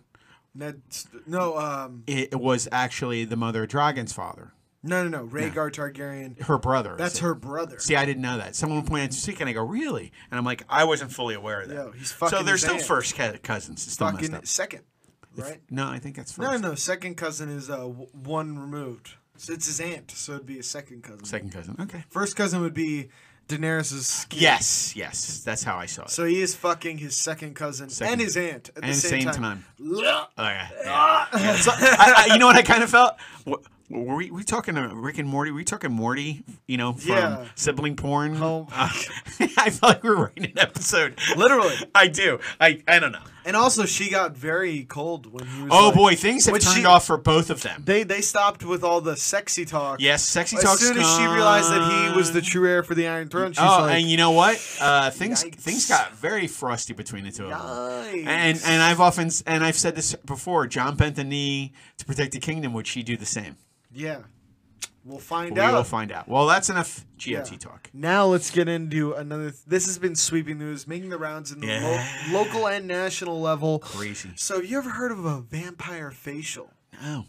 Ned, no, um,
it, it was actually the mother of Dragon's father,
no, no, no. Rhaegar Targaryen.
her brother.
That's her brother.
See, I didn't know that. Someone pointed out to me, and I go, "Really?" And I'm like, "I wasn't fully aware of that."
Yo, he's fucking
so they're
his
still
aunt.
first ca- cousins. It's still messed
Fucking
up.
second, right?
No, I think that's first.
No, no, second cousin is uh, w- one removed. So it's his aunt, so it'd be a second cousin.
Second cousin. Okay.
First cousin would be Daenerys's. kid.
Yes, yes, that's how I saw it.
So he is fucking his second cousin
Second.
and his aunt at the
And
same,
same
time.
time.
Blah.
Oh, yeah, yeah, yeah. So, I, I, you know what I kind of felt? Wh- Were we, we talking to Rick and Morty? Were we talking Morty, you know, from
Yeah.
sibling porn?
Oh my
Uh, I felt like we were writing an episode.
Literally.
I do. I, I don't know.
And also, she got very cold when he was.
Oh,
like-
boy, things have
when
turned
she-
off for both of them.
They they stopped with all the sexy talk.
Yes, sexy talk.
As soon as she realized that he was the true heir for the Iron Throne, she's
Oh,
like,
and you know what? Uh, things
Yikes.
things got very frosty between the two of them.
Yikes.
And and I've often s- and I've said this before. John bent the knee to protect the kingdom. Would she do the same?
"Yeah, we'll find
We
out."
will find out. Well, that's enough GOT
Yeah.
talk.
Now let's get into another. Th- this has been sweeping news, making the rounds in the
Yeah.
lo- local and national level.
Crazy.
So, you ever heard of a vampire facial?
Oh,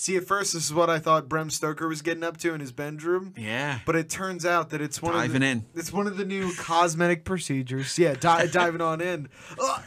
See, at first, this is what I thought Brem Stoker was getting up to in his bedroom.
yeah.
But it turns out that it's one of
Diving
the,
in.
It's one of the new cosmetic procedures. Yeah, di- diving on in. Ugh.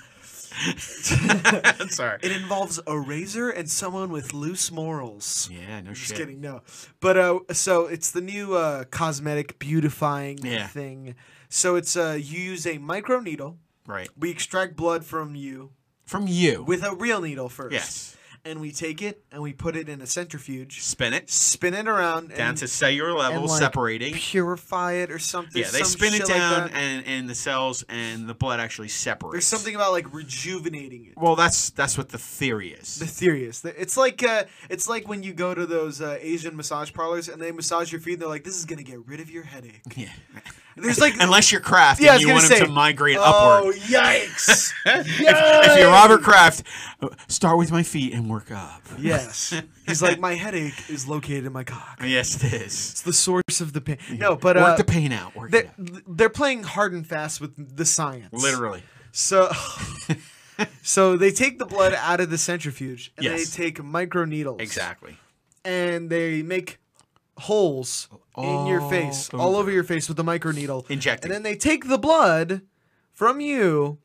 Sorry.
It involves a razor and someone with loose morals.
Yeah, no
Just
shit.
kidding, no. But uh, so it's the new uh, cosmetic beautifying
Yeah.
thing. So it's uh, you use a micro needle.
Right.
We extract blood from you
From you.
with a real needle first.
Yes.
And we take it and we put it in a centrifuge,
spin it
spin it around,
down
and,
to cellular level,
and, like,
separating.
purify it or something.
Yeah, they
some
spin it
shit like
down,
that.
and and the cells and the blood actually separates.
There's something about like rejuvenating it.
Well, that's that's what the theory is.
The theory is that it's like uh, it's like when you go to those uh, Asian massage parlors and they massage your feet. and They're like, "This is gonna get rid of your headache."
yeah.
There's like
Unless you're Kraft
Yeah, I
and
was
you
gonna
want
say.
him to migrate
Oh
upward.
yikes!
If you're Robert Kraft, uh, start with my feet and work up.
yes, he's like my headache is located in my cock.
Yes, it is.
It's the source of the pain. No, but
work
uh,
the pain out. Work it
they're,
out.
they're playing hard and fast with the science.
Literally.
So, so they take the blood out of the centrifuge and
Yes.
they take micro needles
Exactly.
and they make holes in your
All
face, all over your face with the micro needle.
Injecting.
And then they take the blood from you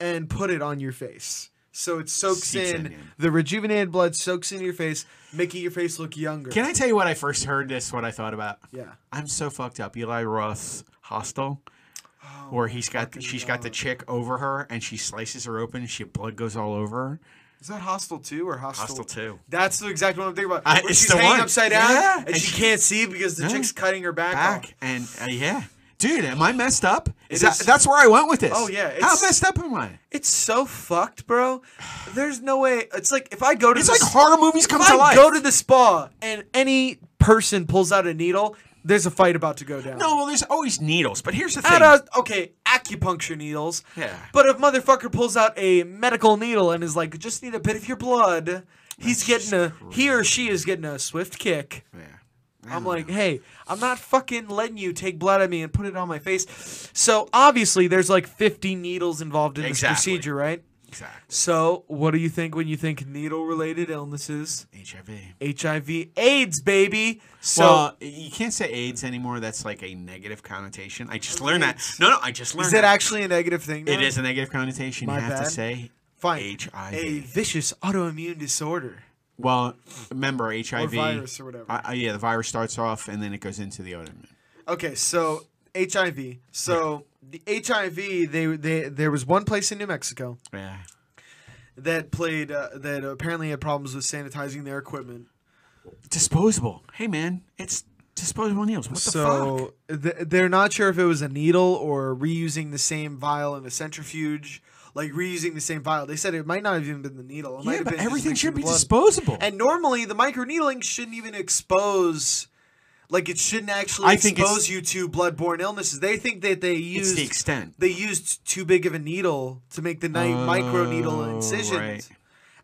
and put it on your face. So it soaks
Seeps
in,
in, yeah.
the rejuvenated blood soaks into your face, making your face look younger.
Can I tell you what I first heard this, what I thought about?
yeah.
I'm so fucked up. Eli Roth's Hostel,
Oh,
where he's got the, she's got the chick over her and she slices her open. She blood goes all over. her.
Is that Hostile 2 or Hostile?
Hostile 2.
That's the exact one I'm thinking about.
I-
where
it's
she's
the
hanging
one.
upside down
Yeah,
and,
and
she
she-
can't see because the
No.
chick's cutting her back, off.
Back and uh, yeah, dude, am I messed up? Is
It
that
is-
that's where I went with this?
Oh, yeah,
how
it's-
messed up am I?
It's so fucked, bro. There's no way. It's like if I go to
It's
the
like
s-
horror movies come
If
to
I
life.
go to the spa and any person pulls out a needle, there's a fight about to go down.
no, well, there's always needles, but here's the thing.
Not a- okay, acupuncture needles.
Yeah.
But if motherfucker pulls out a medical needle and is like, just need a bit of your blood, he's getting a he or she is getting a swift kick.
yeah.
I'm like, hey, I'm not fucking letting you take blood at me and put it on my face. So obviously, there's like 50 needles involved in
Exactly.
this procedure, right?
Exactly.
So, what do you think when you think needle-related illnesses?
HIV.
HIV, AIDS, baby. So,
well, you can't say AIDS anymore. That's like a negative connotation. I just learned that. No, no, I just learned
is it
that.
actually a negative thing? now?
It is a negative connotation.
My
you have
bad.
to say
Fine.
HIV.
A vicious autoimmune disorder.
Well, remember HIV.
virus or whatever.
I- I- yeah, the virus starts off and then it goes into the autoimmune.
Okay, so HIV. So the HIV, they they there was one place in New Mexico
Yeah.
that played uh, that apparently had problems with sanitizing their equipment.
Disposable. Hey, man, it's disposable needles. What the fuck?
so th- they're not sure if it was a needle or reusing the same vial in a centrifuge, like reusing the same vial. They said it might not have even been the needle. It might
Yeah,
have
but
been just
everything
mixing
should be
blood.
disposable.
And normally, the microneedling shouldn't even expose. Like it shouldn't actually
I think it's-
expose you to bloodborne illnesses. They think that they
it's
used
the extent.
they used too big of a needle to make the night micro needle
Oh,
incisions,
right.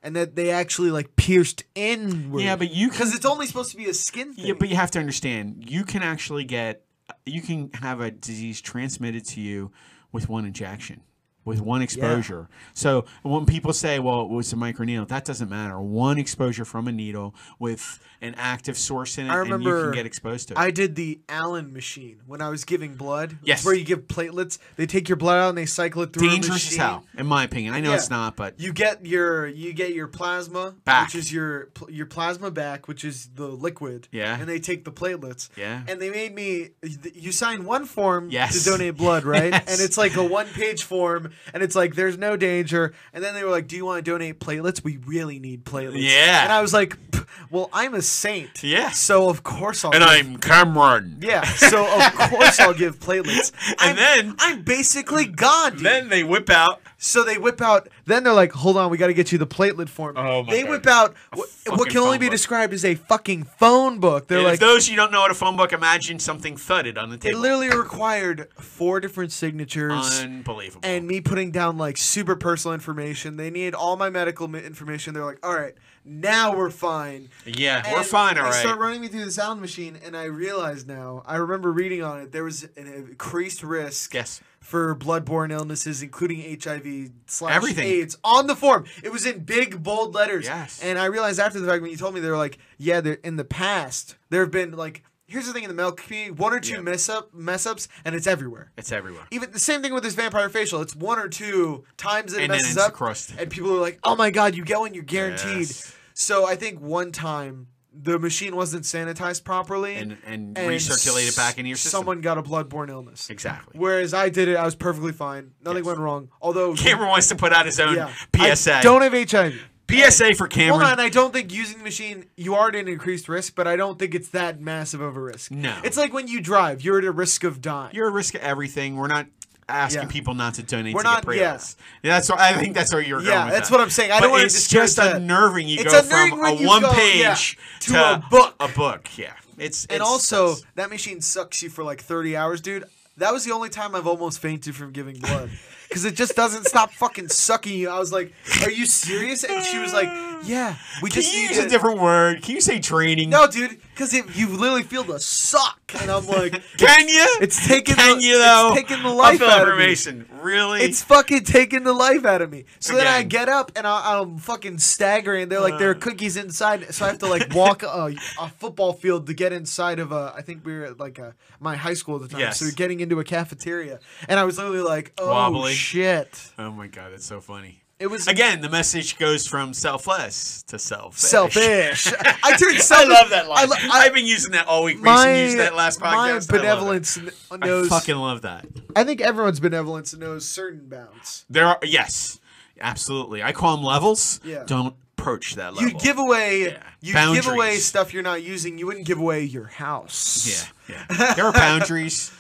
and that they actually like pierced inward.
Yeah, but you
because it's only supposed to be a skin thing.
Yeah, but you have to understand, you can actually get, you can have a disease transmitted to you with one injection, with one exposure. So when people say, well, it was a microneedle, that doesn't matter. One exposure from a needle with an active source in it,
I
and you
remember
can get exposed to it.
I did the Allen machine when I was giving blood. It's
Yes.
where you give platelets. They take your blood out and they cycle it through. a
Dangerous as
machine.
hell, in my opinion. I know
Yeah.
it's not, but
You get your you get your plasma
Back.
which is your pl- your plasma back, which is the liquid.
Yeah.
And they take the platelets.
Yeah.
And they made me. You sign one form
Yes.
to donate blood, right?
Yes.
And it's like a one page form, and it's like there's no danger. And then they were like, "Do you want to donate platelets? We really need platelets."
Yeah.
And I was like, "Pff, "Well, I'm a saint.
Yeah.
So of course I'll. give
Cameron.
yeah, so of course I'll give platelets. I'm-
then-
I'm basically God.
Then they whip out
so they whip out. Then they're like, "Hold on, we got to get you the platelet form."
Oh my
they
God.
whip out what,
fucking
what can only
phone
be
book.
described as a fucking phone book. They're
If
like,
those you don't know what a phone book, imagine something thudded on the
it
table.
literally required four different signatures.
Unbelievable.
and me putting down like super personal information. They need all my medical mi- information. They're like, all right, now we're fine.
yeah, we're
And
fine, all
They
right.
start running me through the sound machine, and I realize now. I remember reading on it there was an increased risk
Yes.
for bloodborne illnesses, including HIV slash
Everything.
AIDS, on the form. It was in big bold letters.
Yes.
And I realized after the fact when you told me they were like, yeah, there- in the past there have been like. Here's the thing in the medical community: one or two
Yeah.
mess up mess ups, and it's everywhere
It's everywhere.
even the same thing with this vampire facial. It's one or two times that it
And then
messes
it's
up,
crust.
and people are like, "Oh my god, you get one, you're guaranteed."
Yes.
So I think one time the machine wasn't sanitized properly,
And, and,
and
recirculate it back into your
s-
system.
Someone got a bloodborne illness.
exactly.
Whereas I did it, I was perfectly fine. Nothing
Yes.
went wrong. Although
Cameron wants to put out his own
yeah, I
PSA.
don't have HIV.
PSA for
Hold
Cameron.
on, I don't think using the machine you are at an increased risk, but I don't think it's that massive of a risk.
No.
it's like when you drive, you're at a risk of dying.
You're at risk of everything. We're not asking
Yeah. people
people not to donate
We're
to
to get not-
get
yeah. platelets.
That's what, I think that's where you're going
Yeah,
with
that's
that.
what I'm saying. I
But
don't want to
it's just
discourage that.
unnerving. You
It's
go
unnerving
from
when
a
you
one
go, yeah,
page
to a book.
A book, yeah. It's,
and
it's-
also
it's-
that machine sucks you for like 30 hours dude that was the only time i've almost fainted from giving blood because it just doesn't stop fucking sucking you i was like are you serious and she was like yeah we
Can
just
you
need
use a
to-"
different word? Can you say training?
no dude because you literally feel the suck and i'm like
Can you?
It's taking
Can
the-
you though?
it's taking the life
I feel
out of me.
information. Really?
it's fucking taking the life out of me. So then I
Again. Uh.
get up and I, I'm fucking staggering. They're like, there are cookies inside, so I have to like walk a, a football field to get inside of a. I think we were at like a my high school at the time,
Yes.
so we're getting into a cafeteria, and I was literally like, oh
Wobbly.
shit,
oh my god, that's so funny.
it was
Again, the message goes from selfless to selfish.
selfish. I turned
I
selfish.
love that line. I
I lo- I-
have been using that all week.
my
Mason used that last podcast.
my
I love it.
benevolence kn-
I,
knows. I,
fucking love that.
think everyone's benevolence knows certain bounds.
There are yes, absolutely. I call them levels.
Yeah.
Don't approach that level.
You give away,
Yeah.
you
Boundaries.
give away stuff you're not using. You wouldn't give away your house.
Yeah, yeah. there are boundaries.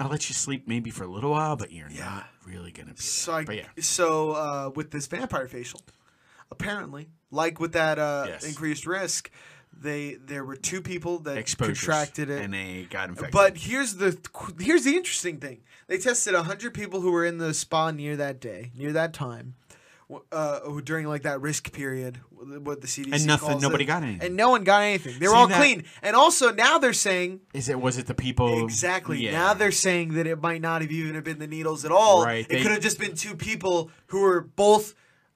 I'll let you sleep maybe for a little while, but you're not really gonna be.
So,
there.
I,
but yeah,
so uh, with this vampire facial, apparently, like with that uh,
Yes.
increased risk, they there were two people that
exposure
contracted it.
and they got infected.
but here's the here's the interesting thing. They tested 100 people who were in the spa near that day, near that time, w- uh, who- during like that risk period, wh- what the CDC
And nothing-
calls
nobody
it.
got anything.
and no one got anything. They were
See,
all
that-
clean. And also now they're saying
is it was it the people
Exactly.
Yeah.
Now they're saying that it might not have even have been the needles at all.
Right,
It
they-
could have just been two people who were both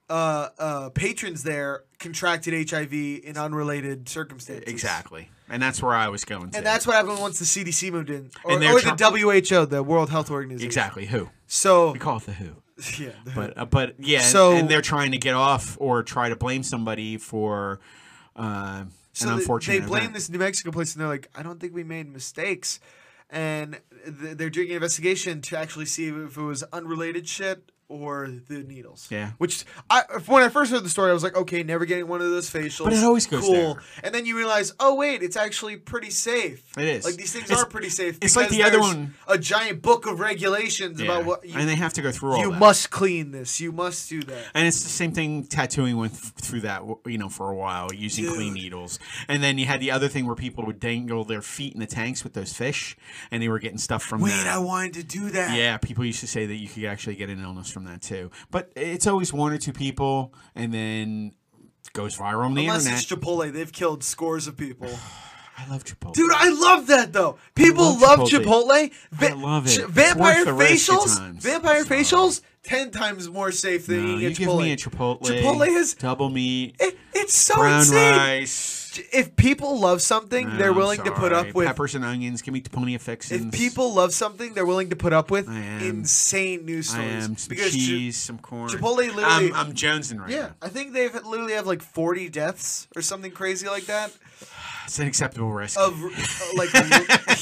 uh, uh, patrons there contracted HIV in unrelated circumstances.
exactly, and that's where I was going. To.
And that's what happened once the CDC moved in, or,
And they're
or
try-
the WHO, the World Health Organization.
exactly who
So
we call it the who.
yeah, the-
But uh, but yeah, and-
So-
and they're trying to get off or try to blame somebody for uh,
so
an
they-
unfortunate.
they blame
event.
this New Mexico place, and they're like, I don't think we made mistakes. And th- they're doing an investigation to actually see if it was unrelated shit or the needles.
Yeah.
Which I when I first heard the story, I was like, okay, never getting one of those facials.
But it always goes there.
And then you realize, oh wait, it's actually pretty safe.
It is.
Like these things
It's-
are pretty safe.
it's like
because
the other
there's
one-
A giant book of regulations
Yeah.
about what you,
and they have to go through all
you
that.
must clean this. You must do that.
And it's the same thing tattooing went th- through that, w- you know, for a while using clean
Dude.
needles. And then you had the other thing where people would dangle their feet in the tanks with those fish, and they were getting stuff from
Wait,
that.
I wanted to do that.
yeah, people used to say that you could actually get an illness from that too. But it's always one or two people, and then goes viral on the
Unless
internet.
it's Chipotle, they've killed scores of people.
I love Chipotle.
Dude, I love that though. People love
love
Chipotle. Va-
I love it.
ch-
It's worth
vampire
the risk at
facials.
times.
Vampire
So-
facials. Ten times more safe than
No,
eating
you
at
give
Chipotle.
me a Chipotle.
Chipotle is
double meat,
it, it's so
brown
insane.
rice.
If people love something,
No,
they're
I'm
willing to put
sorry.
up with.
peppers and onions. Give me pony fixins.
If people love something, they're willing to put up with
I am-
insane news
I
stories.
am some
Chi-
cheese, some corn.
Chipotle literally-
I'm, I'm jonesing right
yeah,
now.
I think they've literally have like forty deaths or something crazy like that
It's an acceptable risk.
of uh, like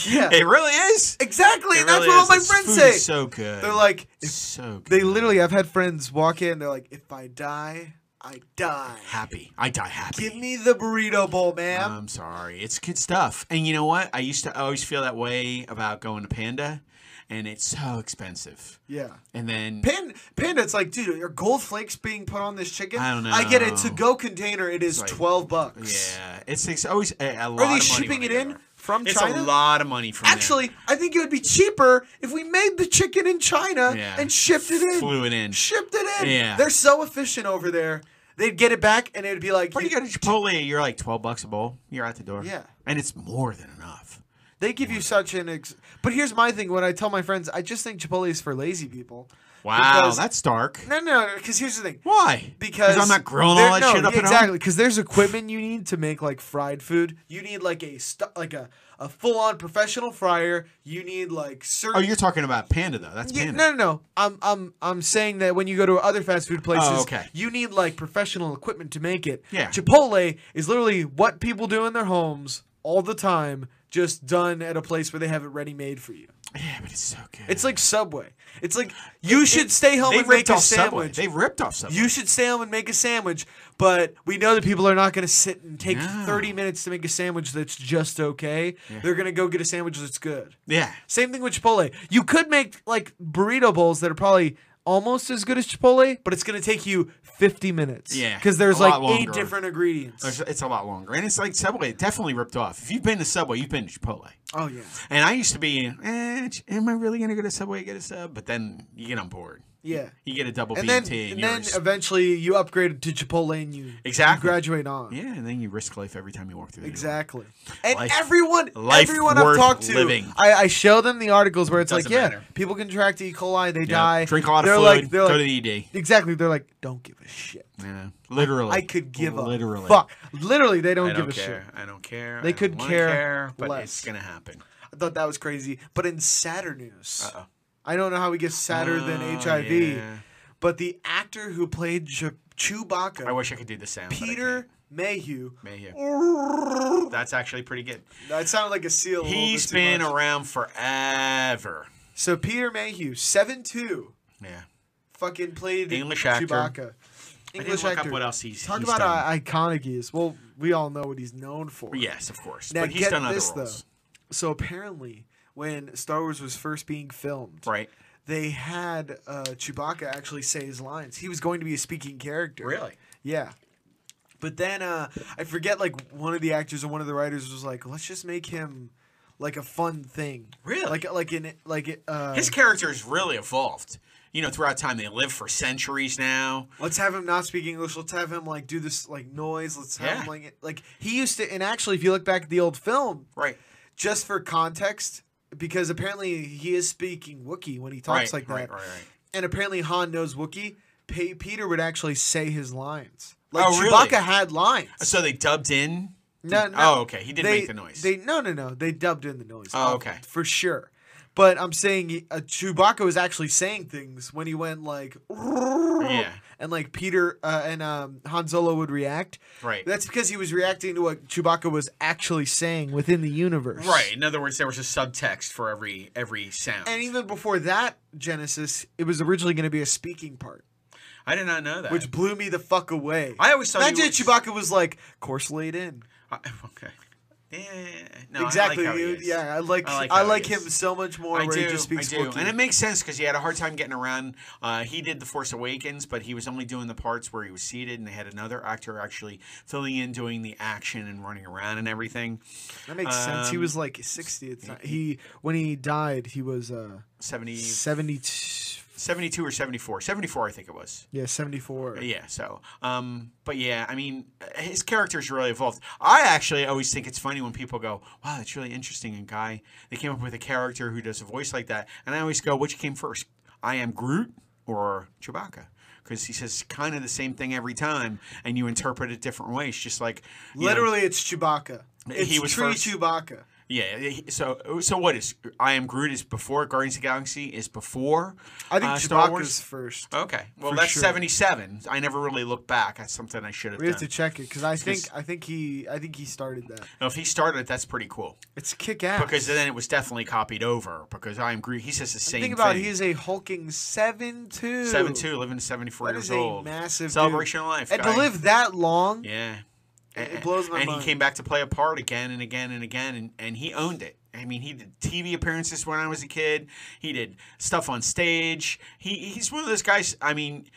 yeah.
it really is.
Exactly,
It
and that's
really
what all
is.
my
This
friends
food
say.
is so good.
They're like,
It's
if,
so good.
they literally. I've had friends walk in. They're like, if I die, I die.
happy. I die happy.
Give me the burrito bowl, ma'am.
I'm sorry. It's good stuff. And you know what? I used to always feel that way about going to Panda, and it's so expensive.
yeah.
And then
Pan, Panda, it's like, dude, are gold flakes being put on this chicken?
I don't
I get a
know.
to-go container. It is
like-
twelve bucks.
yeah, it's, it's always a,
Are they
a lot. of money when
shipping
I
it
go
in
there.
from
It's
China?
a lot of money from there.
Actually, I think it would be cheaper if we made the chicken in China
Yeah.
and shipped it in.
Flew it in.
Shipped it in.
Yeah.
They're so efficient over there. They'd get it back, and it'd be like,
But you go to Chipotle, you're like twelve bucks a bowl. You're out the door.
Yeah.
and it's more than enough.
They give you such an ex. But here's my thing: when I tell my friends, I just think Chipotle is for lazy people.
Wow,
Because-
that's dark.
No, no, because here's the thing.
Why?
Because
I'm not growing
there-
all that
no,
shit up
yeah,
at
exactly. Because there's equipment you need to make like fried food. You need like a stu- like a, a full on professional fryer. You need like certain.
home. Oh, you're talking about Panda though. That's
Yeah,
Panda.
no, no, no. I'm, I'm, I'm saying that when you go to other fast food places,
Oh, okay.
you need like professional equipment to make it.
Yeah.
Chipotle is literally what people do in their homes all the time, just done at a place where they have it ready made for you.
Yeah, but it's so good.
It's like Subway. It's like you should stay home
they
and make
ripped
a
off Subway.
sandwich.
They ripped off Subway.
You should stay home and make a sandwich, but we know that people are not going to sit and take
No.
30 minutes to make a sandwich that's just okay. They're going to go get a sandwich that's good.
yeah.
Same thing with Chipotle. You could make like burrito bowls that are probably almost as good as Chipotle, but it's going to take you 50 minutes.
Yeah,
Because there's
a
like
lot
eight
longer.
different ingredients.
It's, it's a lot longer, and it's like Subway. It definitely ripped off. If you've been to Subway, you've been to Chipotle.
Oh, yeah.
And I used to be, eh, ch- am I really gonna go to Subway and get a sub? But then you get on board.
Yeah.
You get a double
And
BT,
then,
and,
and
you're
then
s-
eventually you upgrade to Chipotle and you, you
exactly.
graduate on.
yeah, and then you risk life every time you walk through. the door.
Exactly. And
Life-
everyone,
life
everyone I've
worth
talked to,
living.
I, I show them the articles where it's
Doesn't
like, yeah,
matter.
people contract E. coli, they
Yep.
die.
Drink a lot of
they're
fluid.
Like, they're
go
like,
to the ED.
exactly. They're like, don't give a shit.
Yeah, literally.
I could give
literally.
a fuck. Literally, they don't,
I don't
give a
care.
shit.
I don't care.
They
I don't
could
wanna
care
but
less.
it's gonna happen.
I thought that was crazy. But in sadder news,
Uh-oh.
I don't know how we get sadder than
Oh,
HIV,
yeah.
but the actor who played Ch- Chewbacca,
I wish I could do the sound. but I
Peter Mayhew,
can't. Mayhew. That's actually pretty good.
that sounded like a seal. a little
He's
bit too
been
much.
around forever.
So Peter Mayhew, seven two.
Yeah.
fucking played
English actor.
Chewbacca.
I
English
didn't look
actor.
up what else he's
Talk
he's
about uh,
done.
how iconic he is. Well, we all know what he's known for.
yes, of course.
Now
but he's
get
done other
this
roles.
though. So apparently, when Star Wars was first being filmed,
Right.
they had uh, Chewbacca actually say his lines. He was going to be a speaking character.
Really?
Yeah. But then uh, I forget like one of the actors or one of the writers was like, let's just make him like a fun thing.
Really?
Like like in like uh,
His character's really evolved. You know, throughout time they live for centuries now.
Let's have him not speak English. Let's have him like do this like noise. Let's have him
Yeah.
like like he used to. And actually, if you look back at the old film,
Right.
just for context, because apparently he is speaking Wookiee when he talks
right,
like that,
right, right, right.
and apparently Han knows Wookiee. Pa- Peter would actually say his lines. Like
Oh, really?
Chewbacca had lines.
So they dubbed in.
No, no.
Oh, okay. He did
they,
make the noise.
They no, no, no. They dubbed in the noise.
Oh,
um,
okay.
for sure. But I'm saying uh, Chewbacca was actually saying things when he went like,
Yeah.
and like Peter uh, and um, Han Solo would react.
Right.
That's because he was reacting to what Chewbacca was actually saying within the universe.
Right. In other words, there was a subtext for every every sound.
And even before that Genesis, it was originally going to be a speaking part,
I did not know that.
which blew me the fuck away.
I always thought you
imagine
were-
if Chewbacca was like course laid in.
I- okay. Yeah, yeah, yeah. No, I like
exactly.
how he
dude.
is.
yeah, I like
I like
I
how he
like him
is.
so much more
I
where
do,
he just speaks
I do,
Wookiee.
and it makes sense because he had a hard time getting around. Uh, he did the Force Awakens, but he was only doing the parts where he was seated, and they had another actor actually filling in, doing the action and running around and everything.
That makes sense. He
Um,
was like 60 at the time. He when he died, he was uh
70,
72
72 or 74. 74, I think it was.
Yeah, 74.
Yeah, so, um, but yeah, I mean, his character's really evolved. I actually always think it's funny when people go, wow, that's really interesting. A guy, they came up with a character who does a voice like that. And I always go, which came first? I am Groot or Chewbacca? Because he says kind of the same thing every time, and you interpret it different ways. Just like you know-
Literally, it's Chewbacca. It's
He was
tree
first.
Chewbacca.
yeah. yeah, he- So, so what is I am Groot is before Guardians of the Galaxy is before.
I think
uh, Star
Chewbacca's
Wars.
first.
Okay, well
for
that's
sure.
seventy-seven. I never really looked back. That's something I should have
We have to
done.
check it because I think
'cause-
I think he I think he started that.
Now, if he started it, that's pretty cool
It's kick ass.
because then it was definitely copied over. Because I am Groot, he says the same
think about
thing.
it, he is a hulking seven two.
seven two, living to seventy-four
That
years
is a
old.
massive
celebration of life.
dude. and
guy.
to live that long.
Yeah.
It- it
A-
blows my
and
mind.
he came back to play a part again and again and again, and, and he owned it. I mean, he did TV appearances when I was a kid. He did stuff on stage. He he's one of those guys. I mean,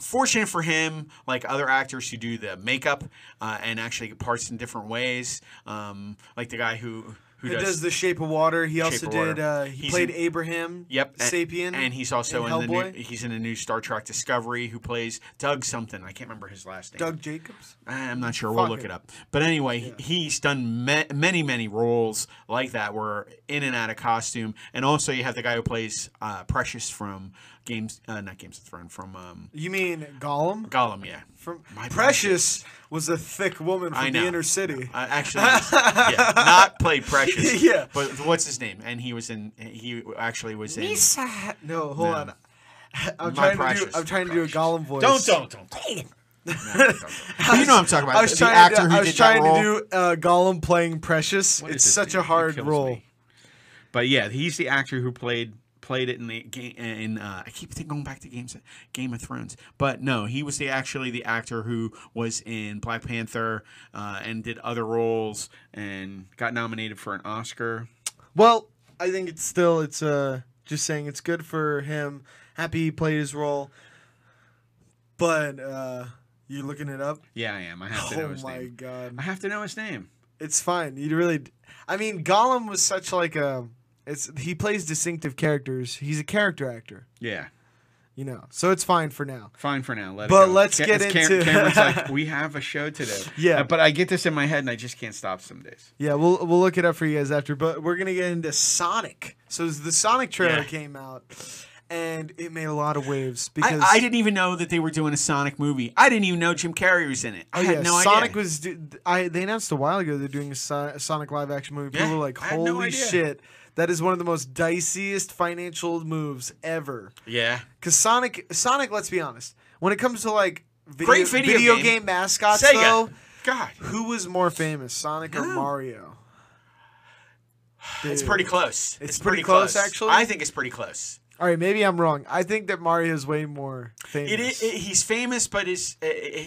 fortunate for him, like other actors who do the makeup uh, and actually get parts in different ways. Um, like the guy who who
He
does,
does The Shape of Water. He also
of
did.
Water.
Uh, he
He's
played
in-
Abraham.
Yep, and-
Sapien.
and, he's also
and
in the new,
Hellboy.
he's in a new Star Trek Discovery who plays Doug something. I can't remember his last name.
Doug Jacobs.
I- Eh, I'm not sure. We'll
Fuck
look
it.
it up. But anyway, he- he's done ma- many, many roles like that, where in and out of costume. And also, you have the guy who plays uh, Precious from Games, uh, not Games of Thrones, from um,
You mean Gollum?
Gollum. Yeah,
From
My
Precious was a thick woman
I
from the
know.
inner city.
uh, actually, yeah, not play Precious.
Yeah.
but what's his name? And he was in. He actually was in.
Misa. No, hold on. I'm
My
trying to
precious,
do. I'm
my
trying to do a
precious.
Gollum voice.
don't don't. you know what I'm talking about.
I was
the
trying
actor
to.
who
I was
did
trying
that role.
to do uh, Gollum playing Precious.
What is
it's
this
such
dude?
a
He
hard
kills
role.
me. But yeah, he's the actor who played played it in the game.
Ga- in uh, I keep thinking- going back to games Game of Thrones, but no, he was the actually the actor who was in Black Panther uh, and did other roles
and got nominated for an Oscar.
Well, I think it's still. It's uh, just saying it's good for him. Happy he played his role. But uh, you looking it up?
Yeah, I am. I have to know
Oh
his
my
name.
god,
I have to know his name.
it's fine. You really. I mean, Gollum was such like a. It's he plays distinctive characters. He's a character actor.
Yeah,
You know, so it's fine for now.
fine for now. Let
But
it go.
let's
Ca-
get
it's Cam-
into-
Cameron's like, we have a show today.
Yeah.
Uh, but I get this in my head and I just can't stop some days.
Yeah, we'll we'll look it up for you guys after, but we're gonna get into Sonic. So the Sonic trailer
Yeah.
came out, and it made a lot of waves
I,
because
I didn't even know that they were doing a Sonic movie. I didn't even know Jim Carrey was in it. I
Oh,
had
yeah,
no
Sonic
idea.
was. Do- I they announced a while ago they're doing a, so- a Sonic live action movie. People
Yeah,
were like,
I had no
"Holy
idea."
shit!" That is one of the most diciest financial moves ever.
yeah,
Because Sonic, Sonic, let's be honest, when it comes to like video,
Great video
game.
game.
mascots,
Sega.
though,
God,
who was more famous, Sonic or
No.
Mario?
it's
Dude.
pretty close.
It's pretty close, actually.
I think it's pretty close.
All right, maybe I'm wrong. I think that Mario's way more famous.
It is. It, he's famous, but eh, his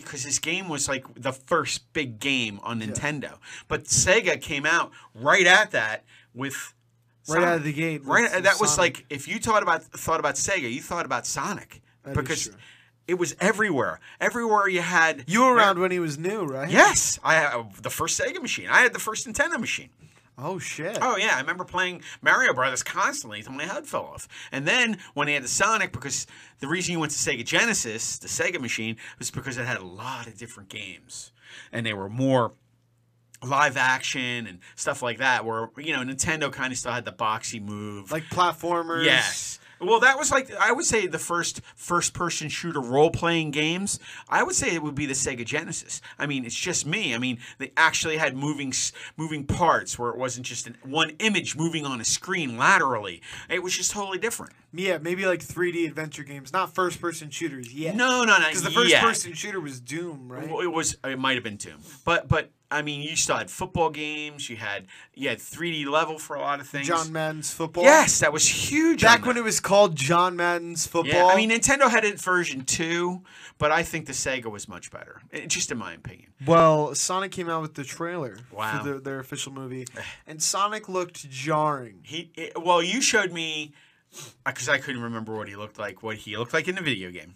because his game was like the first big game on Nintendo. But Sega came out right at that with
Right out of the gate,
Right, eh,
with- with
that was
Sonic.
like if you thought about thought about Sega, you thought about Sonic
That is
because
true.
it was everywhere. Everywhere you had
You were around when he was new, right?
Yes, I had uh, the first Sega machine. I had the first Nintendo machine.
Oh shit.
Oh yeah, I remember playing Mario Brothers constantly until my head fell off. And then when they had the Sonic, because the reason you went to Sega Genesis, the Sega machine, was because it had a lot of different games, and they were more live action and stuff like that. Where you know Nintendo kind of still had the boxy move,
Like platformers.
Yes. Well, that was like I would say the first first-person shooter role-playing games. I would say it would be the Sega Genesis. I mean, it's just me. I mean, they actually had moving s- moving parts where it wasn't just an, one image moving on a screen laterally. It was just totally different.
Yeah, maybe like 3D adventure games, not first person shooters yet.
No, no, no.
Because the first
yeah.
person shooter was Doom, right?
Well, it was it might have been Doom, but but I mean, you still had football games. You had you had 3D level for a lot of things.
John Madden's football.
yes, that was huge.
Back
on
when
that.
it was called John Madden's football.
Yeah, I mean Nintendo had it version two, but I think the Sega was much better. It, just in my opinion.
well, Sonic came out with the trailer
Wow. Eh.
for their, their official movie, and Sonic looked jarring.
He it- well, you showed me because I couldn't remember what he looked like. What he looked like in the video game.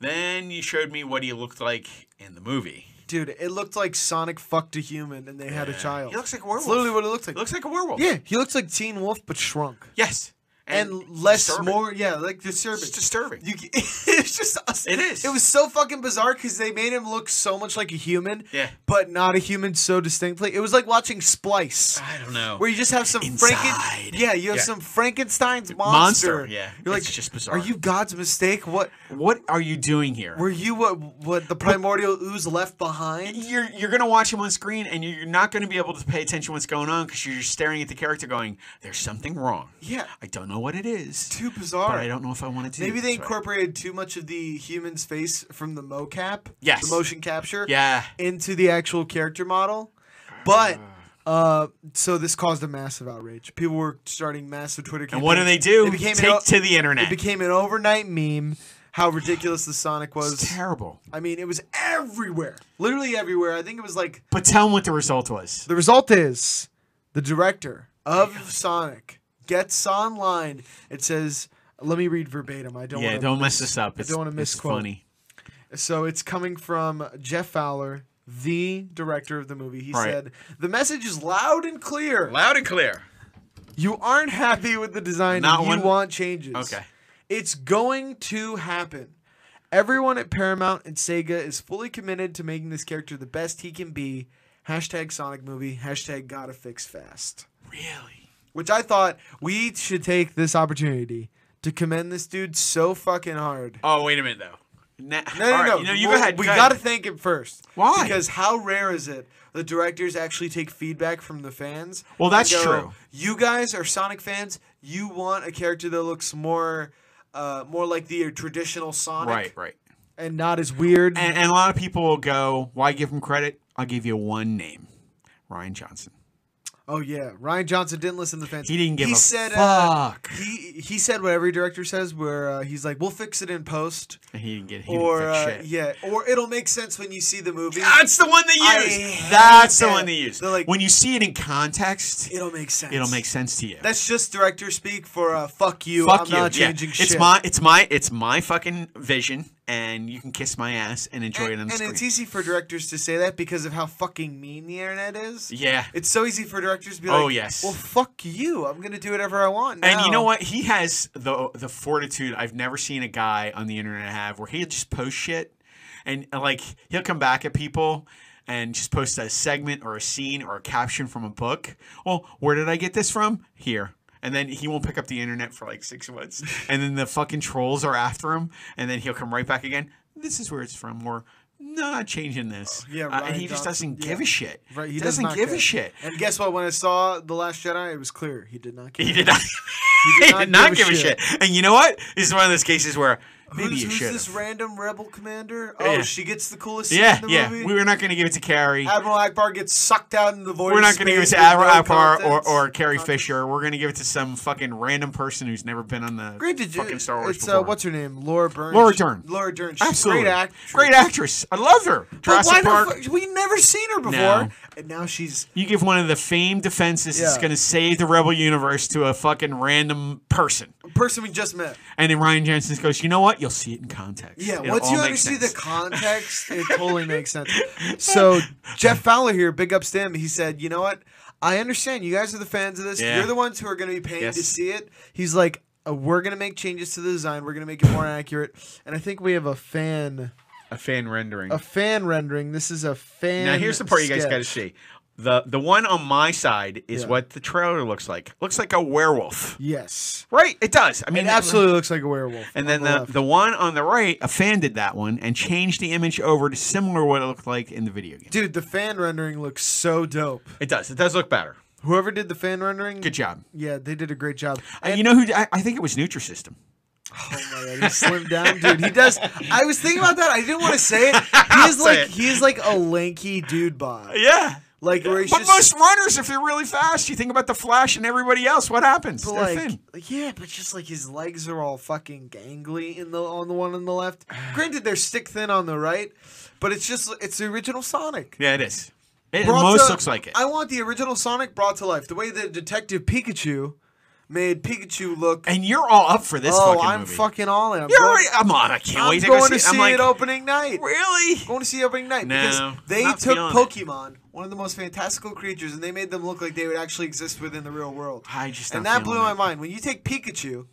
Then you showed me what he looked like in the movie.
Dude, it looked like Sonic fucked a human and they had a child.
He looks like a
That's
werewolf.
literally what it looks like.
He looks like a werewolf.
yeah, he looks like Teen Wolf but shrunk.
Yes.
and, less
disturbing.
more. Yeah, like disturbing.
It's disturbing.
You, ca- it's just us-
It is.
It was so fucking bizarre because they made him look so much like a human,
Yeah.
but not a human so distinctly. It was like watching Splice,
I don't know.
where you just have some
Inside.
Franken. Yeah, you have
Yeah.
some Frankenstein's monster.
Monster, yeah.
you're like
It's just bizarre.
Are you God's mistake? What
what are you doing here?
were you? What what the primordial ooze left behind?
you're you're gonna watch him on screen and you're not gonna be able to pay attention what's going on because you're just staring at the character going, "There's something wrong.
Yeah,
I don't know what it is,
too bizarre.
but I don't know if I want it to." do
Maybe
it
they
this way."
incorporated too much of the human's face from the mocap,
Yes.
the motion capture,
Yeah,
into the actual character model. But
Ah.
uh, so this caused a massive outrage. People were starting massive Twitter campaigns.
and what do they do?
It became
Take
an, o-
to the internet.
it became an overnight meme. How ridiculous the Sonic
it's
was.
terrible.
I mean, it was everywhere, literally everywhere. I think it was like
But tell him what the result was.
the result is the director of Sonic gets online. It says, let me read verbatim. I don't
yeah,
want to
don't mess this up. It's,
don't wanna
it's
misquote.
funny.
So it's coming from Jeff Fowler, the director of the movie. He
Right.
said, The message is loud and clear.
Loud and clear.
You aren't happy with the design
Not
and you
one-
want changes.
Okay.
It's going to happen. Everyone at Paramount and Sega is fully committed to making this character the best he can be. Hashtag Sonic movie. Hashtag gotta fix fast.
Really?
Which I thought we should take this opportunity to commend this dude so fucking hard.
Oh, wait a minute though.
Na-
No, no,
all right,
no.
You know, you
Well,
go ahead.
We
go
got to
ahead.
thank him first.
Why?
Because how rare is it the directors actually take feedback from the fans?
Well,
and
that's
go,
true.
You guys are Sonic fans. You want a character that looks more, uh, more like the traditional Sonic,
Right, right.
and not as weird.
And, and a lot of people will go, "Why give him credit? I'll give you one name, Ryan Johnson."
oh yeah, Ryan Johnson didn't listen to the fans.
He didn't give
He
a
said,
fuck.
Uh, he he said what every director says, where uh, he's like, "We'll fix it in post,"
And he didn't get he
or
didn't fix
uh,
shit.
yeah, or it'll make sense when you see the movie.
That's the one
I
they used.
hate
That's the
that.
one they use.
They're like,
when you see it in context,
it'll make sense.
it'll make sense to you.
That's just director speak for uh, fuck you.
Fuck
I'm
you.
not
yeah.
changing shit.
It's my it's my it's my fucking vision and you can kiss my ass and enjoy
and,
it on
and
the screen.
it's easy for directors to say that because of how fucking mean the internet is.
yeah.
It's so easy for directors to be like,
Oh, yes.
well, fuck you. I'm gonna do whatever I want."
And you
now."
know what? He has the the fortitude I've never seen a guy on the internet have where he'll just post shit and like he'll come back at people and just post a segment or a scene or a caption from a book. Well, where did I get this from? Here. And then he won't pick up the internet for like six months. And then the fucking trolls are after him. And then he'll come right back again. This is where it's from. Or no, not changing this.
Yeah,
Uh, and
Ryan
he just
Johnson-
doesn't give a shit.
Right, he does
doesn't
not
give a
care.
shit.
And guess what? When I saw The Last Jedi, it was clear he did not. Care.
He did not.
He
He did not give a shit. And you know what? This is one of those cases where maybe
Who's,
you
who's
should.
this random rebel commander? Oh,
Yeah.
she gets the coolest. Scene
Yeah,
in the
yeah.
Movie?
We were not going to give it to Carrie.
Admiral Akbar gets sucked out in the void.
We're
of
not going to give it
space
to
with
Admiral
no
Akbar or,
contents.
or Carrie
Contents.
Fisher. We're going to give it to some fucking random person who's never been on the
Granted,
fucking Star Wars
it's
before.
uh, what's her name, Laura Dern.
Laura
She-
Dern.
Laura Dern. She's
Absolutely.
great actress.
Great actress. I love her.
But
Jurassic
why the
Park.
fuck- we never seen her before,
No.
and now she's
you give one of the famed defenses that's
Yeah.
going to save the Rebel universe to a fucking random person.
a person we just met.
And then Ryan Jensen goes, you know what? You'll see it in context.
Yeah,
It'll
once
all
you
make
understand
sense."
the context, it totally makes sense. So Jeff Fowler here, big ups to him. He said, "You know what? I understand. You guys are the fans of this.
Yeah.
You're the ones who are going to be paying to
Yes.
see it." He's like, "Uh, "We're going to make changes to the design. We're going to make it more accurate." And I think we have a fan,
A fan rendering.
a fan rendering. This is a fan.
Now here's the part you guys
sketch.
got to see. The the one on my side is
Yeah.
what the trailer looks like. Looks like a werewolf.
Yes,
Right? It does. I mean,
it absolutely looks like a werewolf.
And then
on
the,
left.
the one on the right, a fan did that one and changed the image over to similar what it looked like in the video game.
Dude, the fan rendering looks so dope.
It does. It does look better.
Whoever did the fan rendering,
Good job.
yeah, they did a great job.
Uh, you know who? d- I, I think it was Nutrisystem.
Oh my god, he slimmed down, dude. He does. I was thinking about that. I didn't want to say it. He is
Say
like
it.
he is like a lanky dude bod,
Yeah.
like where he's
But
just
most runners, if they're really fast, you think about the Flash and everybody else. What happens?
but
They're
like
thin.
yeah, but just like his legs are all fucking gangly in the on the one on the left. Granted, they're stick thin on the right, but it's just it's the original Sonic.
Yeah, it is. It
Brought
most
to-
looks like it.
I want the original Sonic brought to life the way that Detective Pikachu made Pikachu look.
And you're all up for this
oh,
fucking
I'm
movie.
fucking all in. I'm
You're
going,
already, I'm on. I can't
I'm
wait to go
going
see,
to see
I'm like,
it opening night.
Really?
Going to see opening night
No,
because they
not
took
feeling it.
Pokemon, one of the most fantastical creatures, and they made them look like they would actually exist within the real world.
I just
and
not
that blew
feeling
my
it.
mind. When you take Pikachu,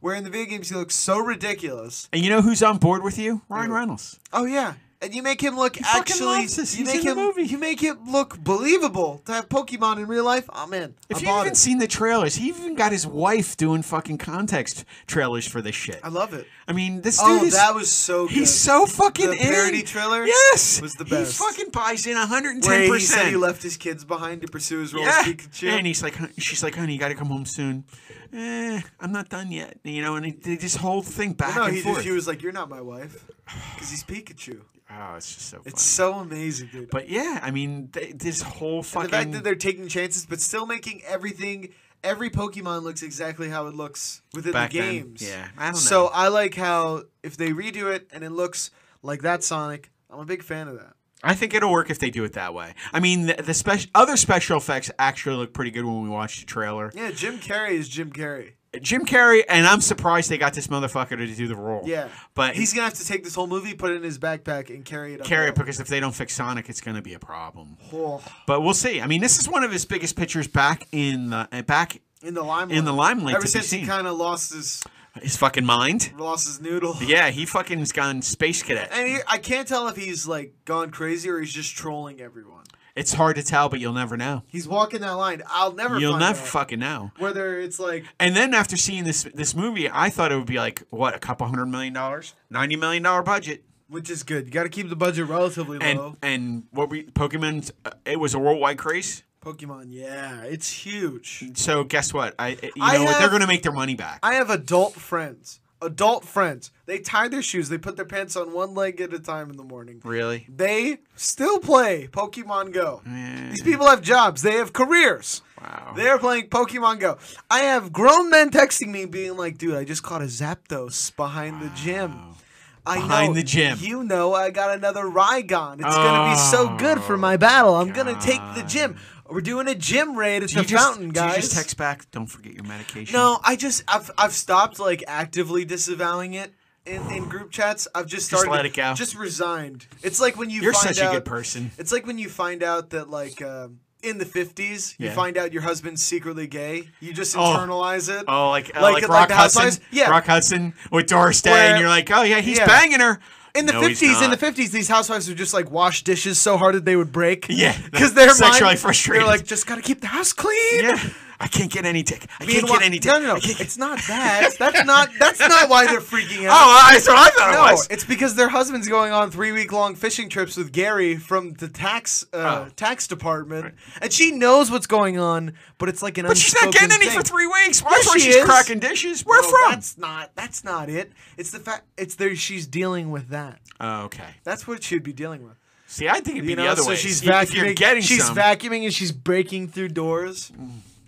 where in the video games he looks so ridiculous.
And you know who's on board with you? Ryan
Who?
Reynolds.
Oh yeah. And you make him look
fucking
actually.
loves this.
You
He's
make
in the
him.
movie.
You make it look believable to have Pokemon in real life. Oh man,
If
I
you
bought
haven't
it.
seen the trailers, he even got his wife doing fucking context trailers for this shit.
I love it.
I mean, this dude
Oh,
is.
that was so.
He's
good.
so fucking
The
in.
parody trailer
Yes,
was the best.
He fucking buys in 110.
Where he said
percent
he left his kids behind to pursue his role
Yeah.
as Pikachu.
And he's like, "Hon- she's like, honey, you got to come home soon. Eh, I'm not done yet. You know, and he, they just whole thing back
no,
and
he
forth.
just he was like, "You're not my wife," because he's Pikachu.
oh, it's just so. Funny.
It's so amazing, dude.
but yeah, I mean, th- this whole
And
fucking.
the fact that they're taking chances, but still making everything, every Pokemon looks exactly how it looks within
Back
the
then,
games.
yeah. I don't
So
know.
I like how if they redo it and it looks like that Sonic, I'm a big fan of that.
I think it'll work if they do it that way. I mean, the, the special other special effects actually look pretty good when we watch the trailer.
Yeah, Jim Carrey is Jim Carrey.
Jim Carrey, and I'm surprised they got this motherfucker to do the role.
Yeah,
but
he's
he's
gonna have to take this whole movie, put it in his backpack, and carry it. up
Carrey
there.
because if they don't fix Sonic, it's going to be a problem.
Oh,
But we'll see. I mean, this is one of his biggest pictures back in the uh, back
in the limelight.
in the limelight
Ever
to be
since he
seen.
kind of lost his
His fucking mind.
lost his noodle.
Yeah, he fucking's gone space cadet.
And he, I can't tell if he's like gone crazy or he's just trolling everyone.
It's hard to tell, but you'll never know.
He's walking that line. I'll never.
You'll
find
never
out
fucking know.
whether it's like
And then after seeing this this movie, I thought it would be like what a couple hundred million dollars, ninety million dollar budget,
which is good. You got to keep the budget relatively
and
low.
and what we Pokemon, uh, it was a worldwide craze.
Pokemon, yeah, it's huge.
So guess what? I you know
I
what? They're
have-
gonna make their money back.
I have adult friends. Adult friends. They tie their shoes. They put their pants on one leg at a time in the morning.
really?
They still play Pokemon Go.
Yeah.
These people have jobs. They have careers.
Wow.
They're playing Pokemon Go. I have grown men texting me being like, dude, I just caught a Zapdos behind the gym. I
Behind
know-
the gym.
You know, I got another Rygon. It's going to be so good for
Oh,
my battle. I'm going to take the gym. We're doing a gym raid at
Do
the
you just-
fountain,
do
guys.
you just text back? Don't forget your medication.
No, I just I've I've stopped like actively disavowing it in, in group chats. I've just
Just
started
let it go.
Just resigned. It's like when you
you're
find
such
out,
a good person.
It's like when you find out that like um, in the fifties you
Yeah.
find out your husband's secretly gay. You just
Oh.
internalize it.
Oh, like uh,
Like-
like,
like
Rock
the
Hudson,
Housewives? Yeah.
Rock Hudson with Doris Day,
Where-
and you're like, oh yeah, he's
Yeah.
banging her.
In the
No, he's
fifties, in
not.
the fifties, these housewives would just like wash dishes so hard that they would break.
Yeah,
because they're
sexually
mind-
frustrated.
They're like, just gotta keep the house clean.
yeah, I can't get any dick. I can't
Meanwhile-
get any dick.
no, no, no.
I can't-
It's not that. That's not. That's not why they're freaking out.
Oh, I, so I thought it
No,
was.
it's because their husband's going on three week long fishing trips with Gary from the tax uh,
Oh.
tax department, and she knows what's going on, but it's like an.
But she's not getting any for three weeks. Why
Yes,
thought
she
she's
is.
cracking dishes? Where
no,
from?
That's not. That's not it. It's the fact. It's there. She's dealing with that.
Oh, okay.
That's what she'd be dealing with.
See, I think it'd be
You know,
the other
so
way.
she's
If-
vacuuming.
if you're getting
she's
some,
vacuuming and she's breaking through doors.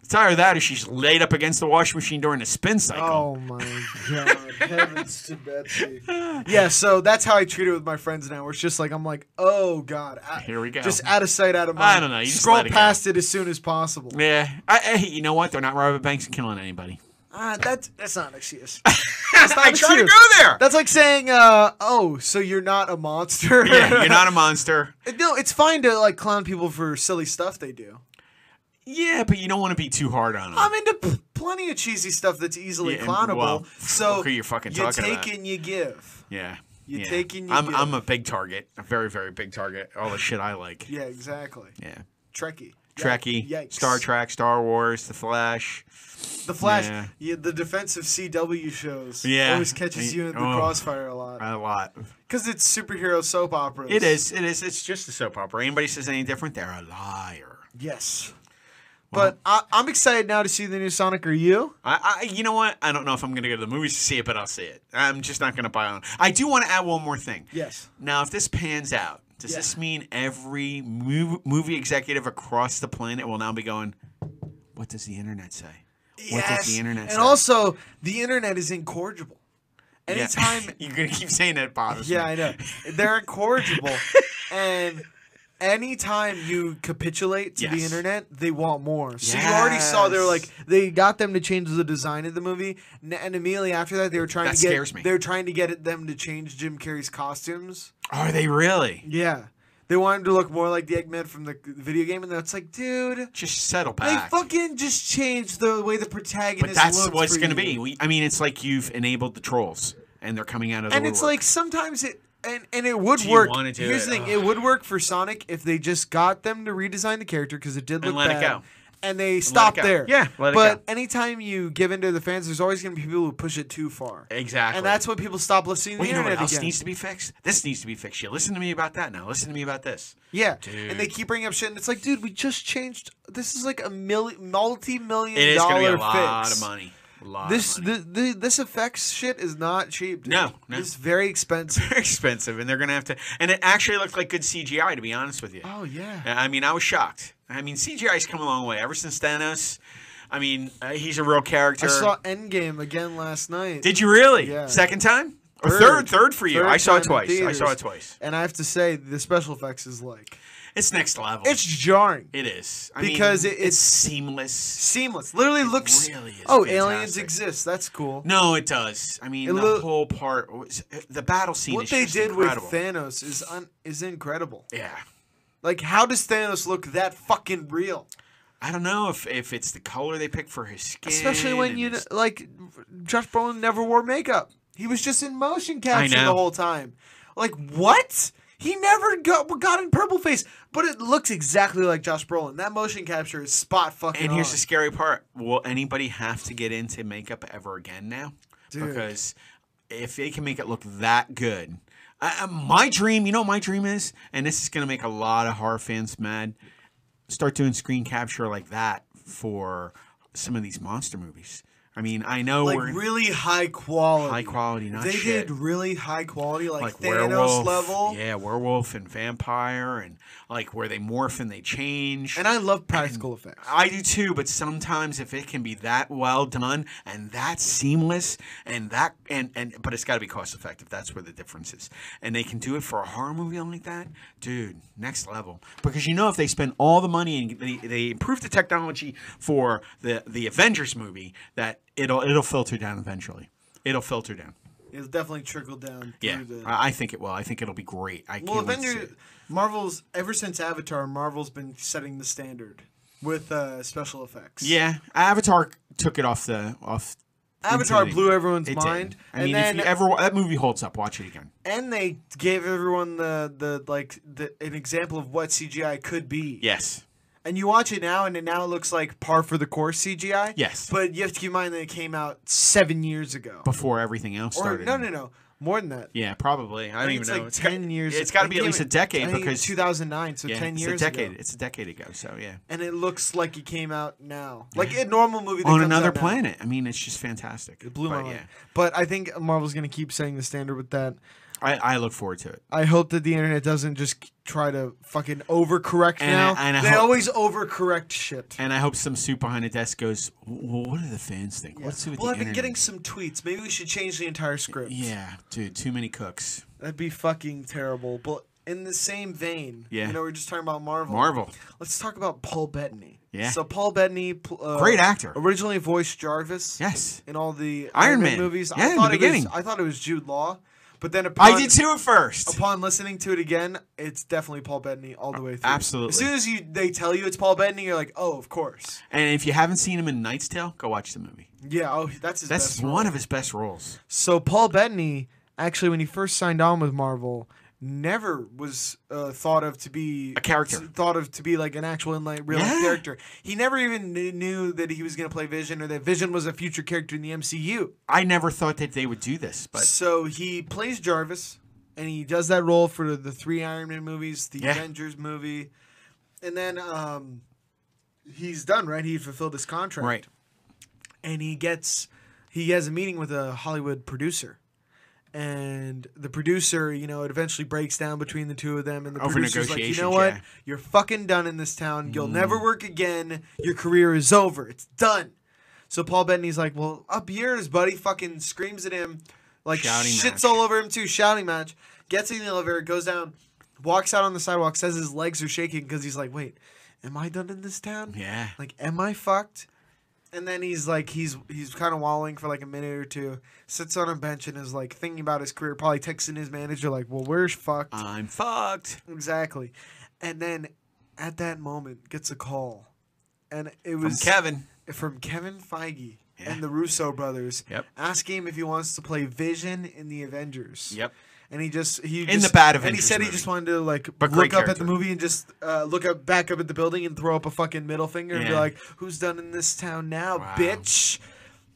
it's either that or she's laid up against the washing machine during a spin cycle.
Oh my god! Heavens to Betsy. Yeah, so that's how I treat it with my friends now. Where it's just like I'm like, oh god, I-
Here we go.
Just out of sight, out of
I
mind.
don't know, you just
Scroll
let it go.
past it as soon as possible.
Yeah. I, hey, you know what? They're not Robert Banks killing anybody.
Ah, that's that's not an excuse.
That's
not
I try to
true.
go there.
That's like saying, uh, oh, so you're not a monster.
yeah, you're not a monster.
no, it's fine to like clown people for silly stuff they do.
Yeah, but you don't want to be too hard on them.
I'm into p- plenty of cheesy stuff that's easily
Yeah, and-
clownable.
well,
so
look who you're fucking
you
talking
take
about.
and you give.
yeah.
you
yeah.
take and you
I'm
give.
I'm a big target. A very very big target. All the shit I like.
Yeah, exactly.
Yeah.
Trekkie.
Trekkie,
Yikes.
Star Trek, Star Wars, The Flash.
The Flash,
Yeah.
yeah. the defensive CW shows,
Yeah.
always catches you in the
Oh.
crossfire a lot
A lot.
because it's superhero soap operas.
It is. It is. It's just a soap opera. Anybody says any different, they're a liar.
yes. But I, I'm excited now to see the new Sonic. Are you?
I, I, you know what? I don't know if I'm going to go to the movies to see it, but I'll see it. I'm just not going to buy on. I do want to add one more thing.
Yes.
Now, if this pans out, does this mean every mov- movie executive across the planet will now be going, "What does the internet say? What does the internet
and
say?"
also the internet is incorrigible.
Yeah.
Anytime,
you're going to keep saying that it bothers
yeah,
me.
I know they're incorrigible, and anytime you capitulate to the
Yes.
internet, they want more. So you already saw they're like they got them to change the design of the movie, n- and immediately after that they were trying
That
to get
scares me.
they were trying to get it- them to change Jim Carrey's costumes.
Are they really?
Yeah, they want him to look more like the Eggman from the video game, and that's like, dude,
Just settle
they
back.
fucking just changed the way the protagonist.
but that's
looks
what it's
for
going to
you.
be. We, I mean, it's like you've enabled the trolls, and they're coming out of the
and it's
woodwork.
like sometimes it and, and it would
Do you
work.
wanna do
Here's the
it?
thing: it would work for Sonic if they just got them to redesign the character because it did look
And let it
bad,
go.
and they stopped
go.
there.
Yeah, let it
but anytime you give in to the fans, there's always going to be people who push it too far,
exactly.
and that's what people stop listening to
well,
the
you know what
internet
else
again.
needs to be fixed? This needs to be fixed. You listen to me about that now. Listen to me about this.
yeah,
Dude.
and they keep bringing up shit, and it's like, dude, we just changed. This is like a milli- multi-million
It is
dollar
going to be a lot
fix.
of money. A lot
This
of money.
the, the, this effects shit is not cheap. Dude.
No, no.
it's very expensive.
They're expensive, and they're going to have to. And it actually looked like good CGI, to be honest with you.
Oh yeah.
I mean, I was shocked. I mean, CGI's come a long way ever since Thanos. I mean, uh, he's a real character.
I saw Endgame again last night.
Did you really?
Yeah.
Second time? Or
Third.
third, third, for you.
Third
I saw
time
it
in
twice. I saw
theaters.
it twice.
And I have to say, the special effects is like
It's next level.
it's jarring,
it is I
because
mean,
it-
it's
it's-
seamless.
seamless. Literally looks.
really is
oh,
fantastic.
aliens exist. That's cool.
No, it does. I mean,
It
the
loo-
whole part, was, the battle scene.
what
is
they
just
did
incredible.
with Thanos is un- is incredible.
yeah.
Like, how does Thanos look that fucking real?
I don't know if, if it's the color they pick for his skin,
Especially when
and
you know,
his-
like, Josh Brolin never wore makeup. He was just in motion capture the
know.
whole time. Like, what? He never got got in purple face, but it looks exactly like Josh Brolin. That motion capture is spot fucking.
And here's
on.
the scary part: Will anybody have to get into makeup ever again now?
Dude.
Because if they can make it look that good, I, I- my dream, you know, what my dream is, and this is gonna make a lot of horror fans mad. Start doing screen capture like that for some of these monster movies. I mean, I know
like
we're
really high quality.
high quality, not
They
shit.
did really high quality, like,
like
Thanos
werewolf
level.
yeah, werewolf and vampire, and like where they morph and they change.
And I love practical effects.
I do too, but sometimes if it can be that well done and that seamless and that and and but it's got to be cost effective. That's where the difference is. And they can do it for a horror movie like that, dude. Next level. Because you know if they spend all the money and they, they improve the technology for the the Avengers movie, that it'll it'll filter down eventually. It'll filter down.
It'll definitely trickle down.
Yeah,
Through the,
I I think it will. I think it'll be great. I
well,
can't wait to see
Avengers,
it.
Marvel's ever since Avatar, Marvel's been setting the standard with uh, special effects.
Yeah, Avatar took it off the off.
Avatar
into the-
blew everyone's
It did.
mind,
I
and
mean,
then
if you ever that movie holds up, watch it again.
and they gave everyone the the like the, an example of what CGI could be.
Yes.
And you watch it now, and it now looks like par for the course CGI.
Yes.
But you have to keep in mind that it came out seven years ago.
Before everything else
Or
started.
no, no, no, more than that.
Yeah, probably. I don't
think
even
it's
know.
like
It's got-
ten years.
It's got to
it
be at
came
least a
in- I
decade
think
because
2009, so
yeah,
ten years.
It's a decade.
ago.
It's a decade ago. So yeah.
and it looks like it came out now, like a normal movie that
On
comes
another
out now.
planet. I mean, it's just fantastic. It
Blew my
but,
mind.
Yeah.
But I think Marvel's gonna keep setting the standard with that.
I, I look forward to it.
I hope that the internet doesn't just try to fucking overcorrect
And I-
now.
and I
they
hope-
always overcorrect shit.
And I hope some suit behind a desk goes, well, what do the fans think? Let's see what
well,
the
I've been
internet
getting some tweets. Maybe we should change the entire script.
Yeah, dude, too many cooks.
That'd be fucking terrible. But in the same vein,
Yeah.
you know, we're just talking about Marvel.
Marvel.
Let's talk about Paul Bettany.
Yeah.
So Paul Bettany, pl- uh,
Great actor.
originally voiced Jarvis.
Yes.
In all the
Iron
Iron Man,
Man.
movies.
Yeah,
I
in
thought
the
it was-
beginning.
I thought it was Jude Law, but then upon,
I did too at first.
upon listening to it again, it's definitely Paul Bettany all the way through.
absolutely.
As soon as you they tell you it's Paul Bettany, you're like, oh, of course.
And if you haven't seen him in Knight's Tale, go watch the movie.
Yeah. Oh, that's his.
That's
best
one of his best roles.
So Paul Bettany, actually, when he first signed on with Marvel, never was uh, thought of to be
A character.
Thought of to be like an actual in like real life
Yeah.
character. He never even knew, knew that he was going to play Vision or that Vision was a future character in the MCU.
I never thought that they would do this, but
So he plays Jarvis, and he does that role for the three Iron Man movies, the
Yeah.
Avengers movie, and then um, he's done. Right, he fulfilled his contract
right.
and he gets he has a meeting with a Hollywood producer. And the producer, you know, it eventually breaks down between the two of them. And the
Over
producer's like, you know
negotiations,
what?
yeah. Mm.
You're fucking done in this town. You'll never work again. Your career is over. It's done. So Paul Bettany's like, well, up yours, buddy. Fucking screams at him. Like,
Shouting
shits
match.
all over him, too. Shouting match. Gets in the elevator, goes down. walks out on the sidewalk, says his legs are shaking because he's like, wait, am I done in this town?
Yeah.
Like, am I fucked? And then he's like, he's he's kind of wallowing for like a minute or two, sits on a bench and is like thinking about his career, probably texting his manager like, well, we're fucked.
I'm fucked.
exactly. And then at that moment gets a call. And it
From
was
Kevin.
from Kevin Feige
Yeah.
and the Russo brothers
Yep.
asking him if he wants to play Vision in the Avengers.
Yep.
And he just he
the
just-
bad
And he
Avengers
said he
movie.
just wanted to like
But
look
great
up at the
character.
movie and just uh, look up back up at the building and throw up a fucking middle finger and be
Yeah.
like, "Who's done in this town now,
Wow.
bitch?"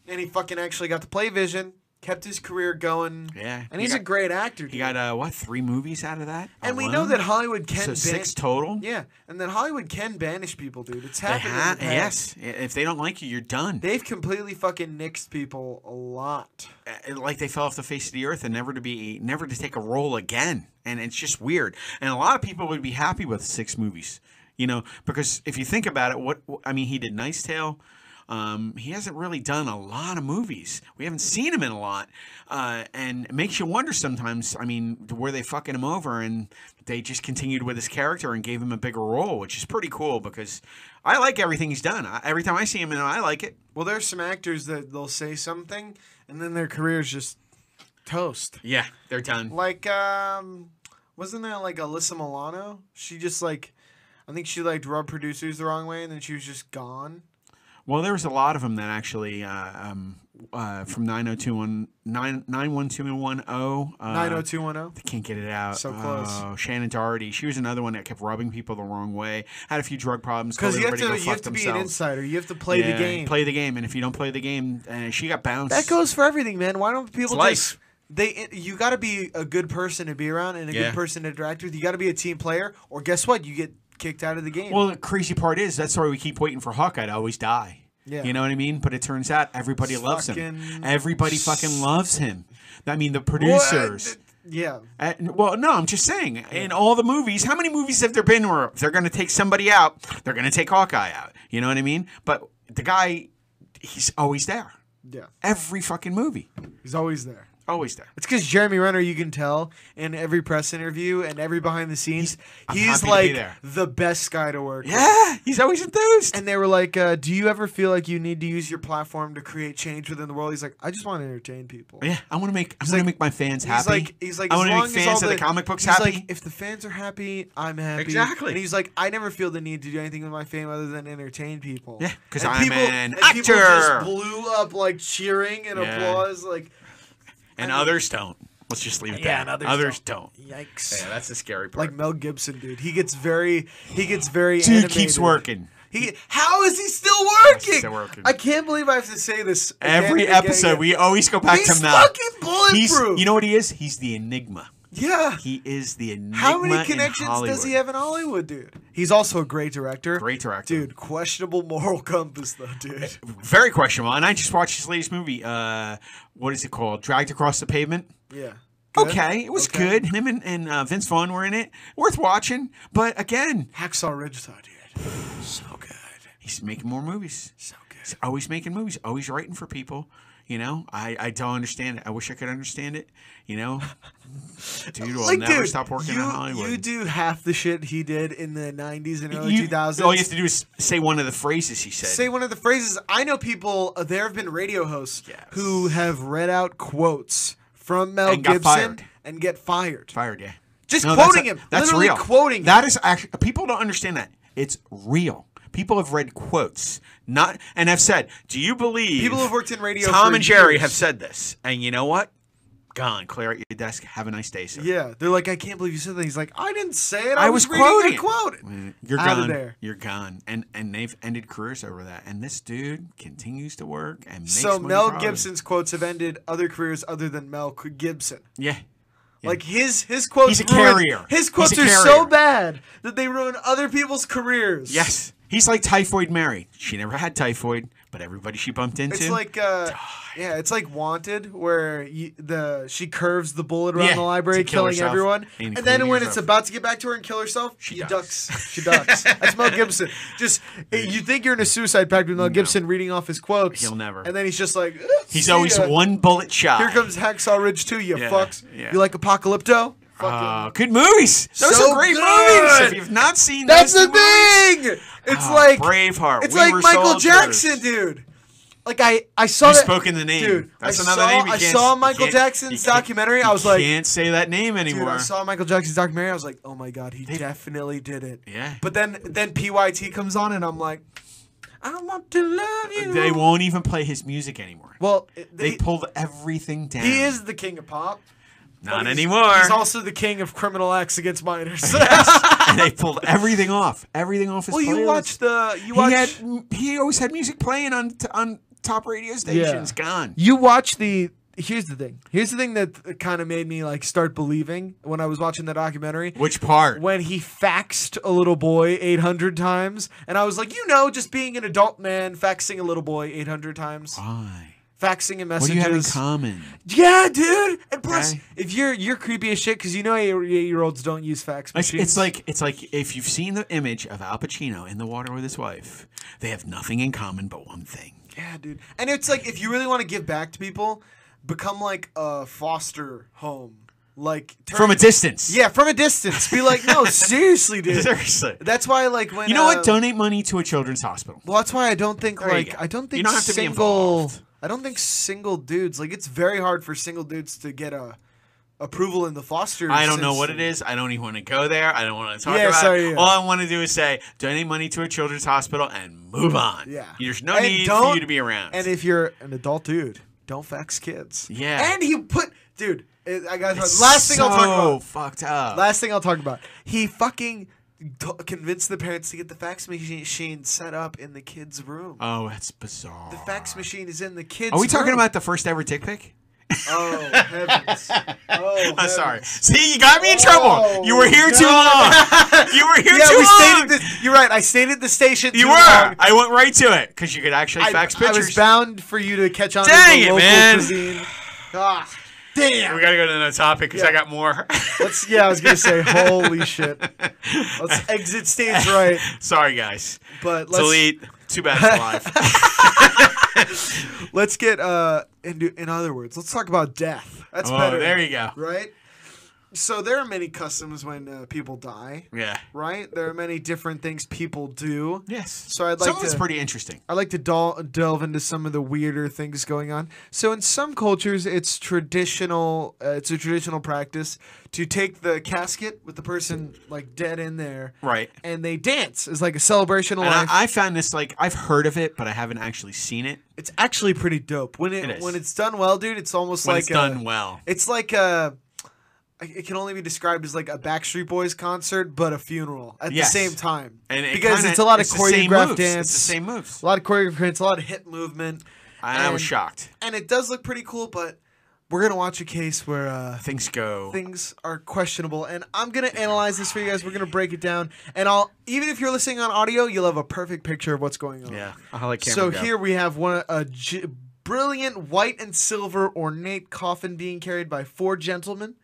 And he fucking actually got to play Vision, kept his career going.
Yeah.
And
He
he's a
got-
great actor.
He
dude.
got uh, what three movies out of that?
and we
alone?
know that Hollywood can
so
ban-
six total.
Yeah, and that Hollywood can banish people, dude. It's
They
happened. in
ha-
the past.
yes. I- If they don't like you, you're done.
They've completely fucking nixed people a lot.
Uh, like they fell off the face of the earth and never to be never to take a role again. And it's just weird. And a lot of people would be happy with six movies, you know, because if you think about it, what what- I mean, he did Nice Tale. Um, he hasn't really done a lot of movies. We haven't seen him in a lot, uh, and it makes you wonder sometimes. I mean, were they fucking him over, and they just continued with his character and gave him a bigger role, which is pretty cool because I like everything he's done. I, every time I see him, and I like it.
Well, there's some actors that they'll say something and then their career's just toast.
Yeah, they're done.
Like, um, wasn't there like Alyssa Milano? She just like, I think she like rubbed producers the wrong way and then she was just gone.
Well, there was a lot of them that actually uh, um, uh, from 90210, 9- 91210. Uh,
90210.
Can't get it out.
So close.
Oh, Shannon Doherty. She was another one that kept rubbing people the wrong way. Had a few drug problems. told
Because you have to,
everybody
you
go
have
fuck
to be an
themselves.
insider. You have to play
Yeah,
the game.
Play the game, and if you don't play the game, uh, she got bounced.
that goes for everything, man. Why don't people
life.
just they? It, you got to be a good person to be around and a
Yeah.
good person to interact with. You got to be a team player, or guess what? You get kicked out of the game.
Well, the crazy part is that's why we keep waiting for Hawkeye to always die.
Yeah.
You know what I mean? But it turns out everybody loves
Fucking-
him. Everybody fucking loves him. I mean, the producers.
yeah.
Uh, n- well, no, I'm just saying. In all the movies, how many movies have there been where if they're going to take somebody out? They're going to take Hawkeye out. You know what I mean? But the guy, he's always there.
Yeah,
Every fucking movie,
he's always there.
always there.
It's because Jeremy Renner, you can tell in every press interview and every behind the scenes,
I'm
he's,
happy to be
like
there.
the best guy to work. with.
Yeah, he's always enthused.
And they were like, uh, "Do you ever feel like you need to use your platform to create change within the world?" He's like, "I just want to entertain people."
Oh, yeah, I want to make I want to make my fans
He's
happy.
like, he's like,
I
as
want to
long
make
as
fans
all
of the comic books
he's
happy.
Like, if the fans are happy, I'm happy.
Exactly.
And he's like, I never feel the need to do anything with my fame other than entertain people.
Yeah, 'cause
And
I'm an
and People just
actor.
blew up like cheering and
Yeah.
applause. Like,
and others don't. Let's just leave it
Yeah,
there.
and others
don't.
yikes.
Yeah, that's the scary part.
Like Mel Gibson, dude. He gets very, he gets very.
Dude
animated.
keeps working.
He, how is he still working?
He's still working.
I can't believe I have to say this again
Every
and again and
episode,
again.
we always go back
He's
to Mel.
fucking bulletproof.
He's, you know what he is? He's the enigma.
yeah.
He is the enigma.
How many
in
connections does he
Hollywood.
have in Hollywood, dude? He's also a great director.
Great director.
Dude, questionable moral compass, though, dude.
Very questionable. And I just watched his latest movie. Uh, what is it called? Dragged Across the Pavement.
Yeah.
Okay, it was
Okay.
good. Him and, and uh, Vince Vaughn were in it. Worth watching. But again,
Hacksaw Ridge, though, dude. So good.
he's making more movies.
So good.
He's always making movies. Always writing for people. You know, I, I don't understand it. I wish I could understand it. You know, dude, I'll never stop working
you,
in Hollywood.
you do half the shit he did in the 90s and early
You- oh,
2000s.
all you have to do is say one of the phrases he said.
Say one of the phrases. I know people, uh, there have been radio hosts
Yes.
who have read out quotes from Mel
And got
Gibson
fired.
and get fired.
Fired, yeah.
Just
that's
quoting
not-
him. Literally quoting him.
That is actually people don't understand that. It's real. People have read quotes, not and have said, "Do you believe?"
People who've worked in radio
Tom
for
and Jerry
years.
have said this, and you know what? Gone. Clear out your desk. Have a nice day, sir.
Yeah, they're like, I can't believe you said that. He's like, I didn't say it.
I
I, was,
was
reading
quoting
quoting.
it."
quote.
You're
Outta
gone.
there.
You're gone. And and they've ended careers over that. And this dude continues to work and makes
So
money
Mel
for others.
Gibson's quotes have ended other careers other than Mel C- Gibson.
Yeah.
Like his his quotes.
He's a
ruin-
carrier. He's
His quotes
a
are so
carrier.
bad that they ruin other people's careers.
Yes. He's like Typhoid Mary. She never had typhoid, but everybody she bumped into.
It's like uh, yeah, it's like Wanted, where you, the she curves the bullet around
Yeah,
the library,
to kill
killing
herself,
everyone, and
including
then when it's
herself.
about to get back to her and kill herself, she,
ducks.
ducks. She ducks. That's Mel Gibson. Just you think you're in a suicide pact with Mel Gibson reading off his quotes.
He'll never.
And then he's just like,
He's
"See
always
ya.
one bullet shot.
Here comes Hacksaw Ridge 2, you
Yeah,
fucks.
yeah.
You like Apocalypto? fucking.
Uh, good movies. Those
So
are great
good!
movies. If you've not seen
That's
those
the thing. It's
Ah,
like
Braveheart.
It's
We
like
Were
Michael
Soldiers.
Jackson, dude. Like I, I saw
You
that.
spoke in the name.
Dude,
That's
I
another
saw,
name. You
I
can't-
saw
you
Michael
can't- you
Jackson's
can't-
documentary.
you
I was like,
can't say that name anymore.
dude, I saw Michael Jackson's documentary. I was like, oh my god, he definitely did it.
Yeah.
But then, then PYT comes on, and I'm like, I want to love you.
they won't even play his music anymore.
Well, it-
they
he-
pulled everything down.
He is the king of pop. but
not
he's-
anymore.
He's also the king of criminal acts against minors.
and they pulled everything off. Everything off his
well, you
playlist.
watch the you
He
watch
had. He always had music playing on on top radio stations. Gone.
you watch the here's the thing here's the thing that kind of made me like start believing when i was watching the documentary
Which part?
when he faxed a little boy 800 times and i was like you know just being an adult man faxing a little boy 800 times
Why?
faxing a
What
message
do you have in common?
yeah dude and plus
Okay.
if you're you're creepy as shit because you know eight year olds don't use fax
It's,
machines
it's like it's like if you've seen the image of Al Pacino in the water with his wife, they have nothing in common but one thing.
yeah dude and it's like if you really want to give back to people become like a foster home like turn
From a distance.
Yeah, from a distance. Be like, no, seriously, dude.
Seriously.
That's why, like, when
You know
uh,
what? Donate money to a children's hospital.
Well, that's why I don't think
There you
like
go.
I don't
You
think
don't have to be
single.
involved.
I don't think single dudes like it's very hard for single dudes to get a approval in the foster.
I don't know
system.
what it is. I don't even want to go there. I don't want to talk
Yeah,
about
sorry,
it.
yeah.
All I want to do is say donate money to a children's hospital and move on.
Yeah.
There's no
And
need
don't-
for you to be around.
And if you're an adult dude, don't fax kids.
Yeah.
And he put, dude. It, I got
It's
last thing I'll talk
so
about.
fucked up.
Last thing I'll talk about. He fucking t- convinced the parents to get the fax machine set up in the kids' room.
oh, that's bizarre.
the fax machine is in the kids.
Are we talking
room.
about the first ever dick pic?
Oh heavens! Oh,
I'm sorry.
heavens.
See, you got me in trouble.
Oh,
you were here too long. you were here
Yeah,
too
we
long.
stayed at the, You're right. I stayed at the station.
you
too
were.
long.
I went right to it because you could actually
I,
fax
I
pictures.
was bound for you to catch on
Dang
to
it,
the local
man.
cuisine. Ah,
we
damn.
gotta go to another topic because I got more.
Let's, yeah, I was gonna say, holy shit. Let's exit stage right,
Sorry, guys.
but let's
Delete. Too bad it's live.
let's get uh into in other words, let's talk about death. That's
oh,
better.
there you go.
Right. So there are many customs when uh, people die.
Yeah.
Right. There are many different things people do.
Yes.
So I'd like
Some of it's
to-
pretty interesting.
I like to del- delve into some of the weirder things going on. So in some cultures, it's traditional. Uh, it's a traditional practice to take the casket with the person like dead in there,
Right.
and they dance as like a celebration of
And
life.
I, I found this like I've heard of it, but I haven't actually seen it.
it's actually pretty dope when it,
It is.
when it's done well, dude. It's almost
When
like uh,
it's done
A,
well.
it's like a. It can only be described as like a Backstreet Boys concert, but a funeral at
Yes.
the same time.
And it
because
kinda-
it's a lot of
the same
choreographed
moves.
dance,
It's the same moves.
a lot of choreographed dance, a lot of hip movement.
And I was
and-
shocked.
and it does look pretty cool, but we're gonna watch a case where uh,
Things go.
things are questionable, and I'm gonna analyze this for you guys. We're gonna break it down, and I'll even if you're listening on audio, you'll have a perfect picture of what's going on.
yeah. I like camera
So
go.
here we have one a j- brilliant white and silver ornate coffin being carried by four gentlemen.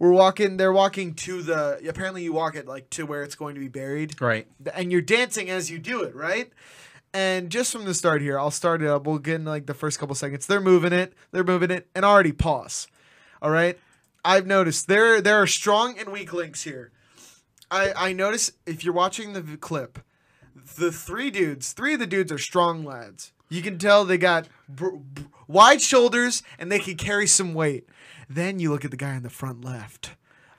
We're walking. They're walking to the. Apparently, you walk it like to where it's going to be buried
Right.
and you're dancing as you do it, right? And just from the start here, I'll start it up. We'll get in like the first couple seconds. They're moving it, they're moving it, and already pause. All right. I've noticed there there are strong and weak links here. I I notice if you're watching the v- clip, the three dudes, three of the dudes are strong lads. You can tell they got br- br- wide shoulders and they can carry some weight. Then you look at the guy in the front left.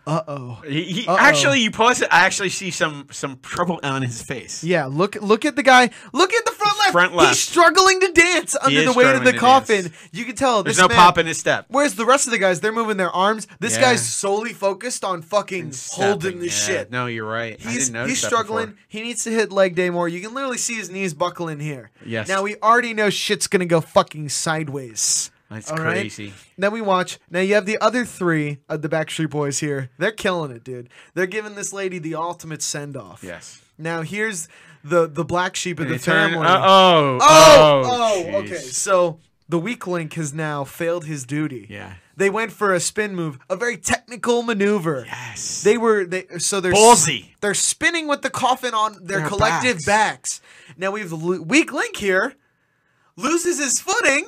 Uh oh.
He, he,
Uh-oh.
actually, you pause it. I actually see some some trouble on his face.
Yeah, look look at the guy. Look at the front left.
Front
He's
left.
struggling to dance under
is
the weight of
struggling
the
to
coffin.
dance.
You can tell
There's
this
no
man-
pop in his step.
Whereas the rest of the guys, they're moving their arms. This
Yeah.
guy's solely focused on fucking holding
Stepping,
this
yeah.
shit.
No, you're right. I
He's,
didn't notice
he's
that
struggling. He needs to hit leg day more. You can literally see his knees buckling here.
Yes.
Now we already know shit's gonna go fucking sideways.
That's
All right?
crazy.
Then we watch. Now you have the other three of the Backstreet Boys here. They're killing it, dude. They're giving this lady the ultimate send off.
Yes.
Now here's the the black sheep of the
They turn-
family.
uh, oh.
oh, oh,
jeez.
okay. So the weak link has now failed his duty.
Yeah.
They went for a spin move, a very technical maneuver.
Yes.
They were they so they're
Ballsy.
They're spinning with the coffin on their,
Their
collective
backs.
backs. Now we have the lo- weak link here loses his footing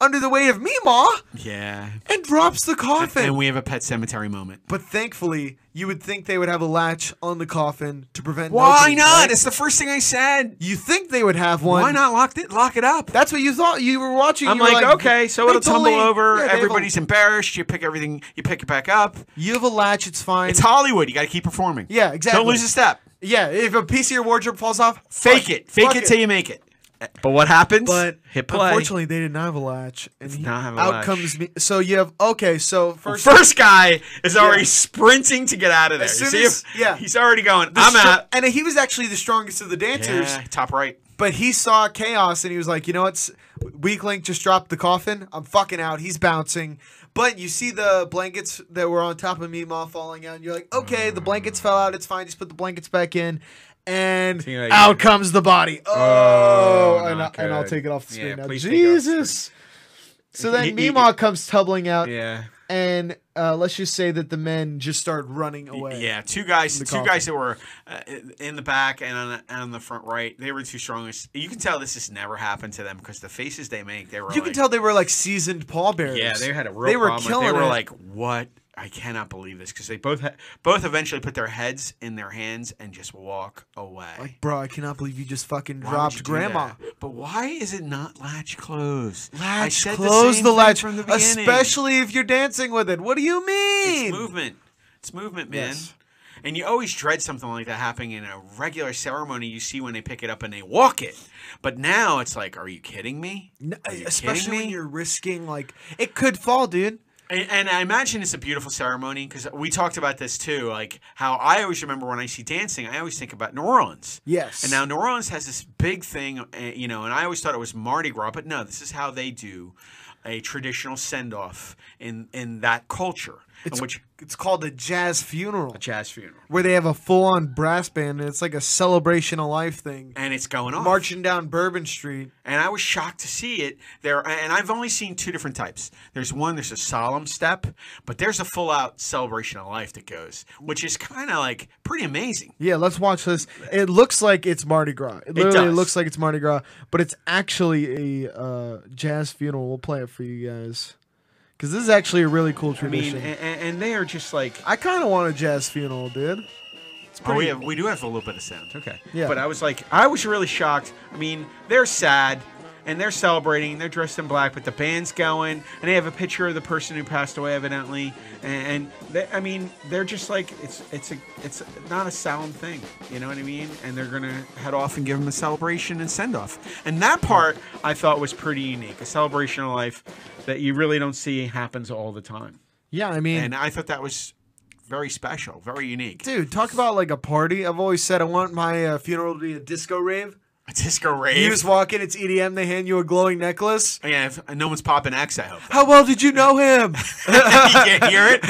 under the weight of Meemaw
Yeah.
and drops the coffin.
And we have a pet cemetery moment.
but thankfully, you would think they would have a latch on the coffin to prevent. an
Why
opening,
not?
right?
It's the first thing I said.
You think they would have one?
Why not lock it? Lock it up.
That's what you thought. You were watching.
I'm
you were
like, okay, so
they
it'll tumble
totally-
over.
yeah, they have a-
Everybody's embarrassed. You pick everything. You pick it back up.
you have a latch. It's fine.
It's Hollywood. You got to keep performing.
Yeah, exactly.
Don't lose a step.
yeah, if a piece of your wardrobe falls off,
Fake
fuck
it. Fake
fuck
it till you make it. But what happens?
But
Hit play.
unfortunately, they did not have a latch, and he-
not have a
out
latch.
comes me. So you have okay. So first,
first guy is already
Yeah.
sprinting to get out of there.
As
You
soon
see
as-
him?
yeah.
he's already going. I'm
str-
out.
and he was actually the strongest of the dancers.
Yeah, top right.
But he saw chaos and he was like, you know what? Weak Link just dropped the coffin. I'm fucking out. He's bouncing. But you see the blankets that were on top of Meemaw falling out, and you're like, okay, the blankets fell out. It's fine. Just put the blankets back in. And
See you later.
out comes the body. Oh,
Oh,
and, I,
not
and I'll
good.
take it off the
Yeah,
screen now.
please take it off the screen.
Jesus. So then
Y- y-
Meemaw comes tumbling out,
Yeah.
and uh, let's just say that the men just start running away.
Yeah, two guys, two
coffin.
guys that were uh, in the back and on the, and on the front right. They were two strongest. You can tell this has never happened to them because the faces they make, they were.
You
like-
can tell they were like seasoned pallbearers.
Yeah, they had a real
They were
problem with-
killing
They were
it.
like, "What? I cannot believe this." Because they both ha- both eventually put their heads in their hands and just walk away.
Like, bro, I cannot believe you just fucking
Why would you
dropped
do
grandma.
that? But why is it not latch closed? I
Latch,
said
close
same
the,
thing
latch,
from the beginning.
especially if you're dancing with it. What do you mean?
It's movement. It's movement, man.
Yes.
And you always dread something like that happening in a regular ceremony. You see when they pick it up and they walk it, but now it's like, are you kidding me?
N- uh,
Are you kidding
especially
me?
when you're risking like it could fall, dude.
And, and I imagine it's a beautiful ceremony because we talked about this too. Like how I always remember when I see dancing, I always think about New Orleans.
Yes.
And now New Orleans has this big thing, uh, you know, and I always thought it was Mardi Gras, but no, this is how they do a traditional send off in in that culture, in which
it's called a jazz funeral,
Jazz funeral.
where they have a full-on brass band and it's like a celebration of life thing,
and it's going on.
marching down Bourbon Street.
and I was shocked to see it there. And I've only seen two different types. There's one, there's a solemn step, but there's a full out celebration of life that goes, which is kind of like pretty amazing.
Yeah, let's watch this. It looks like it's Mardi Gras. It literally
does.
looks like it's Mardi Gras, but it's actually a uh, jazz funeral. We'll play it for you guys because this is actually a really cool
I mean,
tradition. I,
eh.
and, and they are just like
kind of want a jazz funeral, dude.
Oh, we, have, we do have a little bit of sound.
okay.
Yeah.
But I was like, I was really shocked. I mean, they're sad. And they're celebrating. They're dressed in black, but the band's going, and they have a picture of the person who passed away, evidently. And, and they, I mean, they're just like it's it's a it's not a sound thing, you know what I mean? And they're gonna head off and give them a celebration and send off. And that part I thought was pretty unique—a celebration of life that you really don't see happens all the time.
Yeah, I mean,
And I thought that was very special, very unique.
dude, talk about like a party. I've always said I want my uh, funeral to be a disco rave.
A disco rave.
You just walk in, it's EDM. They hand you a glowing necklace.
yeah, if, and no one's popping X, I hope.
How well did you know him?
you can't hear it.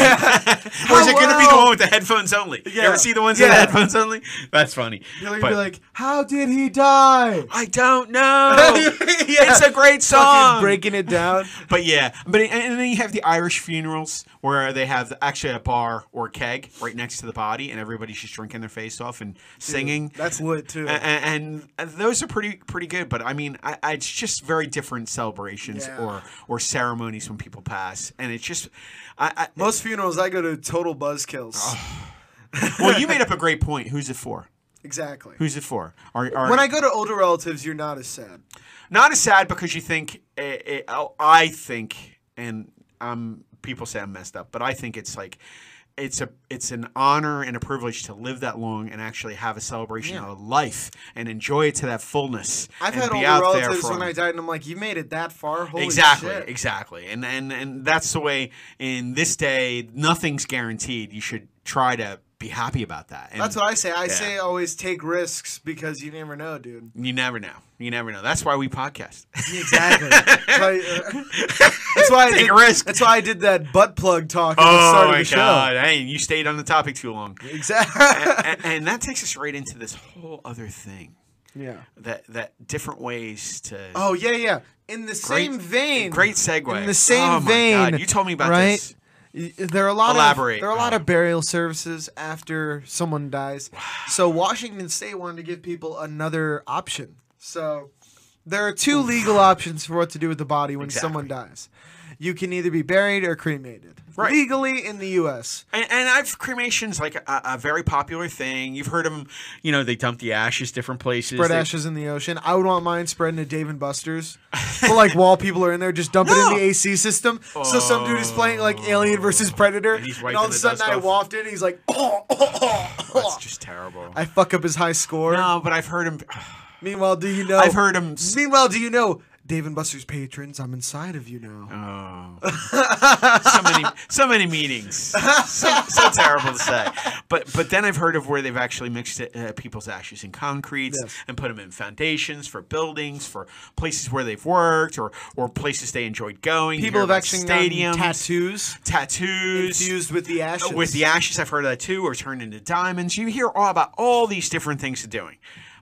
or is it going to be the
Hello.
one with the headphones only? You
Yeah.
ever see the ones with
Yeah.
the headphones only? That's funny.
You're gonna
But-
be like, how did he die?
I don't know. It's a great
Fucking
song.
breaking it down.
But yeah, but and- and then you have the Irish funerals where they have actually a bar or keg right next to the body, and everybody's just drinking their face off and singing.
That's lit too.
A- a- and, and those are pretty pretty good. But I mean, I, I, it's just very different celebrations
Yeah.
or or ceremonies when people pass, and it's just, I, I
Most funerals I go to total buzzkills.
Ah. well, you made up a great point. Who's it for?
Exactly.
Who's it for? Are, are,
When I go to older relatives, you're not as sad.
not as sad because you think eh, eh, oh, I think and um people say I'm messed up, but I think it's like it's a it's an honor and a privilege to live that long and actually have a celebration of life and enjoy it to that fullness.
I've
and
had
be
older
out there
relatives
for
when I
'em.
died, and I'm like, you made it that far. Holy
exactly,
shit.
exactly, and and and that's the way in this day nothing's guaranteed. You should try to be happy about that. And
That's what I say. I say always take risks because you never know, dude.
you never know. You never know. That's why we podcast.
Exactly. that's why, uh, that's why I
Take
did,
a risk.
That's why I did that butt plug talk at the
oh
start of
my
the show.
god! Hey, you stayed on the topic too long.
Exactly.
and, and that takes us right into this whole other thing
yeah.
that that different ways to
Oh yeah, yeah. In the
Great-
same vein.
great segue
In the same
oh my
vein.
God, you told me about
right?
this
Y- There are a lot
Elaborate.
of there are a lot
Oh.
of burial services after someone dies. So Washington State wanted to give people another option. So There are two legal options for what to do with the body when
Exactly.
someone dies. You can either be buried or cremated.
Right.
Legally in the U.S.
And, and I've cremation's like a, a very popular thing. You've heard of them. You know, they dump the ashes different places.
Spread
They-
ashes in the ocean. I would want mine spread into Dave and Buster's. but like while people are in there, just dump it in
No.
the AC system. So some dude is playing like Alien versus Predator, and,
he's
all
wiping
of a
the
sudden
dust
I
off.
wafted. and he's like,
That's just terrible.
I fuck up his high score.
no, but I've heard him.
Meanwhile, do you know?
I've heard him.
Meanwhile, do you know Dave and Buster's patrons? I'm inside of you now.
Oh. so many, so many meetings. So, so terrible to say. But but then I've heard of where they've actually mixed uh, people's ashes in concrete
Yes.
and put them in foundations for buildings, for places where they've worked, or or places they enjoyed going. You
People
hear
have
about
actually
stadiums,
gotten tattoos
tattoos.
infused with the ashes.
With the ashes, I've heard of that too, or turned into diamonds. You hear all about all these different things they're doing.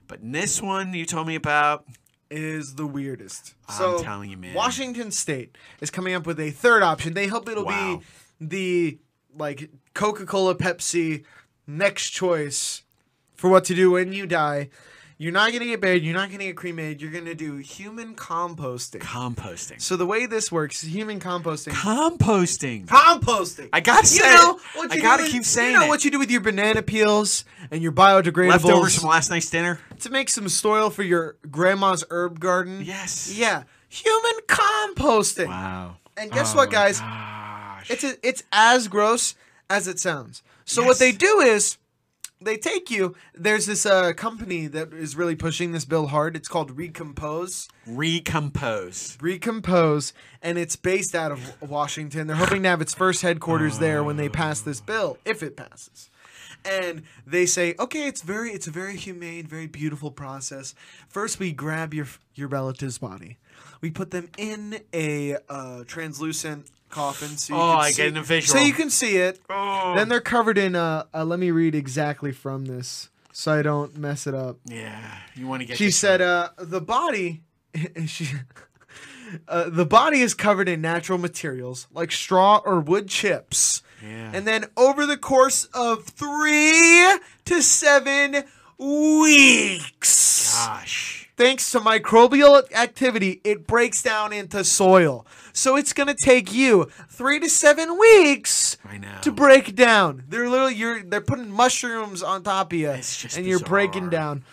But this one you told me about,
is the weirdest. I'm
telling you, man.
Washington State is coming up with a third option. They hope it'll
Wow.
be the like Coca-Cola, Pepsi next choice for what to do when you die. You're not gonna get buried. You're not gonna get cremated. You're gonna do human composting.
composting.
so the way this works, human composting.
Composting.
composting.
I gotta say
you know
it.
what
I
you do
gotta
with-
keep saying
You know
it.
what you do with your banana peels and your biodegradables.
Leftovers from last night's dinner.
to make some soil for your grandma's herb garden.
Yes.
Yeah. Human composting.
Wow. Oh
And guess what, guys?
Gosh.
It's a, it's as gross as it sounds. So what
Yes.
they do is they take you. There's this uh, company that is really pushing this bill hard. It's called Recompose.
Recompose.
Recompose, and it's based out of Washington. They're hoping to have its first headquarters there when they pass this bill, if it passes. And they say, okay, it's very, it's a very humane, very beautiful process. First, we grab your your relative's body, we put them in a uh, translucent coffin, so you
Oh,
can
I
see,
get a visual.
so you can see it.
Oh.
Then they're covered in. Uh, uh, let me read exactly from this, so I don't mess it up.
yeah. You want to get
She
this
said,
right.
uh, "The body, she, uh, the body is covered in natural materials like straw or wood chips,
Yeah.
uh, and then over the course of three to seven weeks,
Gosh.
thanks to microbial activity, it breaks down into soil. So it's gonna take you three to seven weeks."
I know.
to break down. They're literally you're they're putting mushrooms on top of you,
It's just
and you're breaking
bizarre.
down.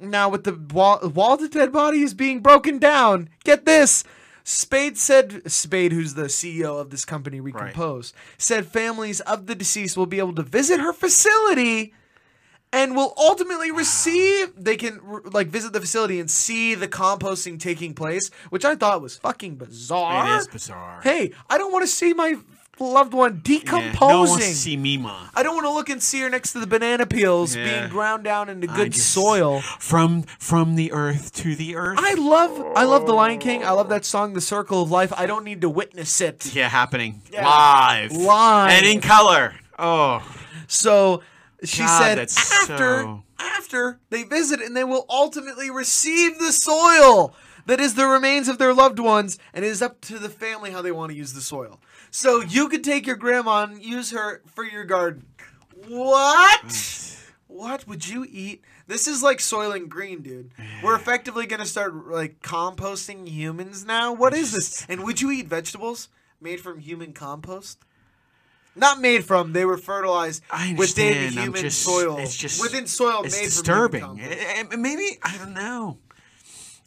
Now with the wall, while the dead body is being broken down, get this. Spade said Spade, who's the CEO of this company, Recompose, said families of the deceased will be able to visit her facility and will ultimately receive they can r- like visit the facility and see the composting taking place, which I thought was fucking bizarre.
It is bizarre.
Hey, I don't want to see my loved one
Yeah,
decomposing.
No one wants to see Mima.
I don't want to look and see her next to the banana peels
Yeah.
being ground down into
I
good
just-
soil.
From from the earth to the earth.
I love I love The Lion King. I love that song The Circle of Life. I don't need to witness it.
yeah, happening live,
Live.
and in color. Oh,
So she
God,
said
that's
after
so-
after they visit and they will ultimately receive the soil that is the remains of their loved ones and it is up to the family how they want to use the soil. So you could take your grandma and use her for your garden. What?
Mm.
What would you eat? This is like soiling green, dude. We're effectively gonna start like composting humans now. What is this? And would you eat vegetables made from human compost? Not made from. They were fertilized
I
within
understand, I'm
human
just-
soil.
it's just-
within soil
it's
Oh, made
disturbing.
from human compost.
Eh, eh, maybe I don't know.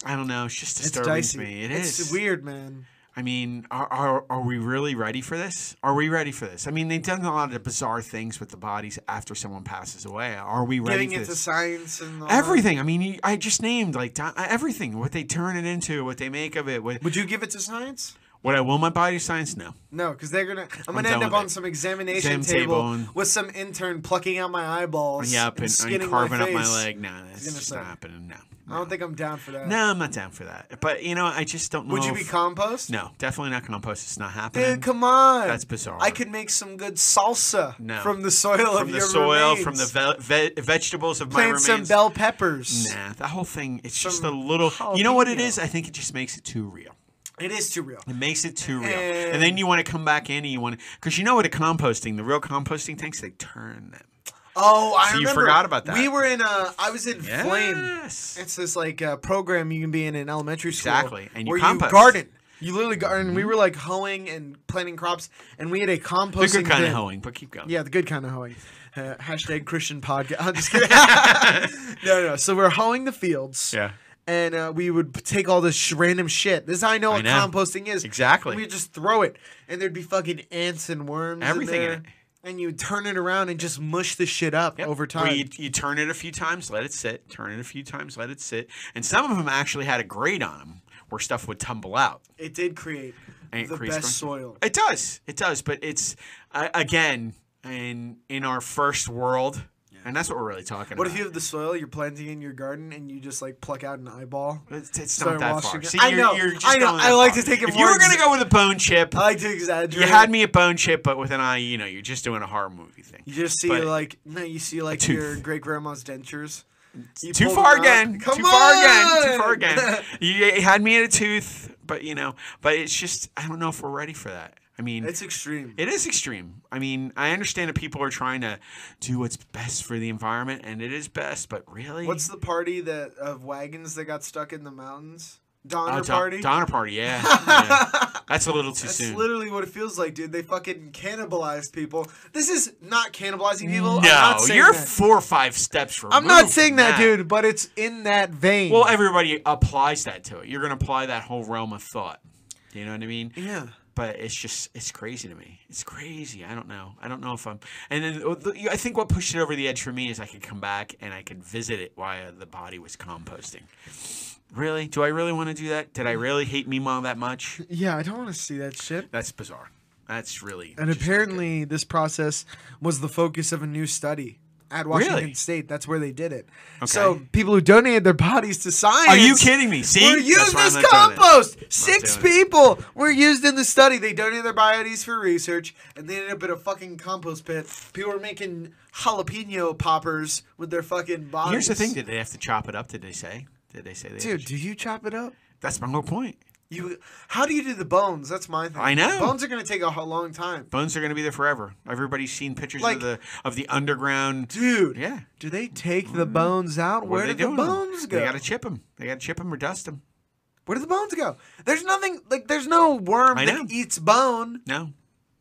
I don't know. It's just
It's
disturbing
dicey.
to me. It
it's
is.
weird, man.
I mean, are, are are we really ready for this? Are we ready for this? I mean, they've done a lot of bizarre things with the bodies after someone passes away. Are we ready
Getting
for
into
this?
science and all that.
Everything. I mean, you- I just named like di- everything. What they turn it into, what they make of it. What,
Would you give it to science?
what I will my body science? No.
No, because they're gonna. I'm, gonna
done
end up
with
on
it.
some examination
Exam
table,
table and-
with some intern plucking out my eyeballs.
Yep,
and,
and, and
skinning
carving
my
up my
face.
leg. No, that's
gonna
just
say.
not happening. No.
I don't think I'm down for that.
No, I'm not down for that. But you know, I just don't know.
Would you
if-
be compost?
No, definitely not compost. It's not happening.
Dude, come on.
That's bizarre.
I could make some good salsa
No.
from the soil of
from the
your
soil,
remains.
from the ve- ve- vegetables of my
Plant
remains.
some bell peppers.
Nah, the whole thing, it's just a
Some
little. You know what it
jalapeno.
is? I think it just makes it too real.
It is too real.
It makes it too real.
Eh.
And, then you want to come back in and you want to. Because you know what a composting, the real composting tanks, they turn them.
Oh, I
So you
remember.
forgot about that.
We were in. Uh, I was in Flame.
Yes.
It's this like uh, program you can be in in elementary school.
Exactly, and you
where
compost. Mm-hmm.
you garden. You literally garden. We were like hoeing and planting crops, and we had a
The
composting.
good kind
bin.
of hoeing, but keep going.
Yeah, the good kind of hoeing. Uh, hashtag Christian podcast. I'm just kidding. no, no. So we're hoeing the fields.
Yeah.
And uh, we would p- take all this sh- random shit. This is how I know
I
what
know.
composting is.
Exactly.
We just throw it, and there'd be fucking ants and worms. in,
Everything in
there,
it.
And you would turn it around and just mush the shit up
Yep.
over
Where
time.
you, you turn it a few times, let it sit. Turn it a few times, let it sit. And some of them actually had a grate on them where stuff would tumble out.
It did create
And it
the
creates
best
growth.
soil.
It does. It does. But it's uh, again in in our first world, and that's what we're really talking
What
about.
if you have the soil you're planting in your garden and you just like pluck out an eyeball?
It's, it's
Sorry,
not that
Walsh,
far.
you're- I know, I know,
going that
I like
far.
to take it
If you were
more
gonna
exa-
go with a bone chip,
I like to exaggerate.
you had me at bone chip, but with an eye, you know, you're just doing a horror movie thing.
You just see
But-
like no, you see like
tooth.
your great grandma's dentures. You
too
pull
far
them out.
again.
Come
too far again. Too
on!
far again. you had me at a tooth, but you know, but it's just I don't know if we're ready for that. I mean,
it's extreme.
It is extreme. I mean, I understand that people are trying to do what's best for the environment, and it is best, but really,
What's the party that of wagons that got stuck in the mountains? Donner
uh, Don-
party.
Donner party, yeah. yeah. That's a little too
That's
soon.
literally what it feels like, dude. They fucking cannibalized people. This is not cannibalizing people. I'm
no,
not saying
you're
that.
four or five steps removed.
I'm not
from
saying that, dude, but it's in that vein.
Well, everybody applies that to it. You're going to apply that whole realm of thought. You know what I mean?
yeah.
But it's just, it's crazy to me. It's crazy. I don't know. I don't know if I'm. And then uh, the- I think what pushed it over the edge for me is I could come back and I could visit it while the body was composting. Really? Do I really want to do that? Did I really hate Mimo that much?
Yeah, I don't want to see that shit.
That's bizarre. That's really.
And
just not
apparently, this process was the focus of a new study at Washington State. That's where they did it. So
Okay.
people who donated their bodies to science.
Are you kidding me? See,
Were
That's
used
why I'm
as
not doing it.
compost. Six
doing
people were used in the study. They donated their bodies for research, and they ended up in a fucking compost pit. People were making jalapeno poppers with their fucking bodies.
Here's the thing: Did they have to chop it up? Did they say? Did they say they? had to
dude.
ch-
Do you chop it up?
that's my whole point.
You, how do you do the bones? That's my thing.
I know.
bones are gonna take a h- long time,
Bones are going to be there forever. Everybody's seen pictures
Like-
of the of the underground.
dude.
Yeah.
Do they take the bones out?
What
Where do
are they
the
doing? with 'em?
bones go?
They got to chip them. They got to chip them or dust them.
Where do the bones go? There's nothing like there's no worm
I know.
that eats bone.
No.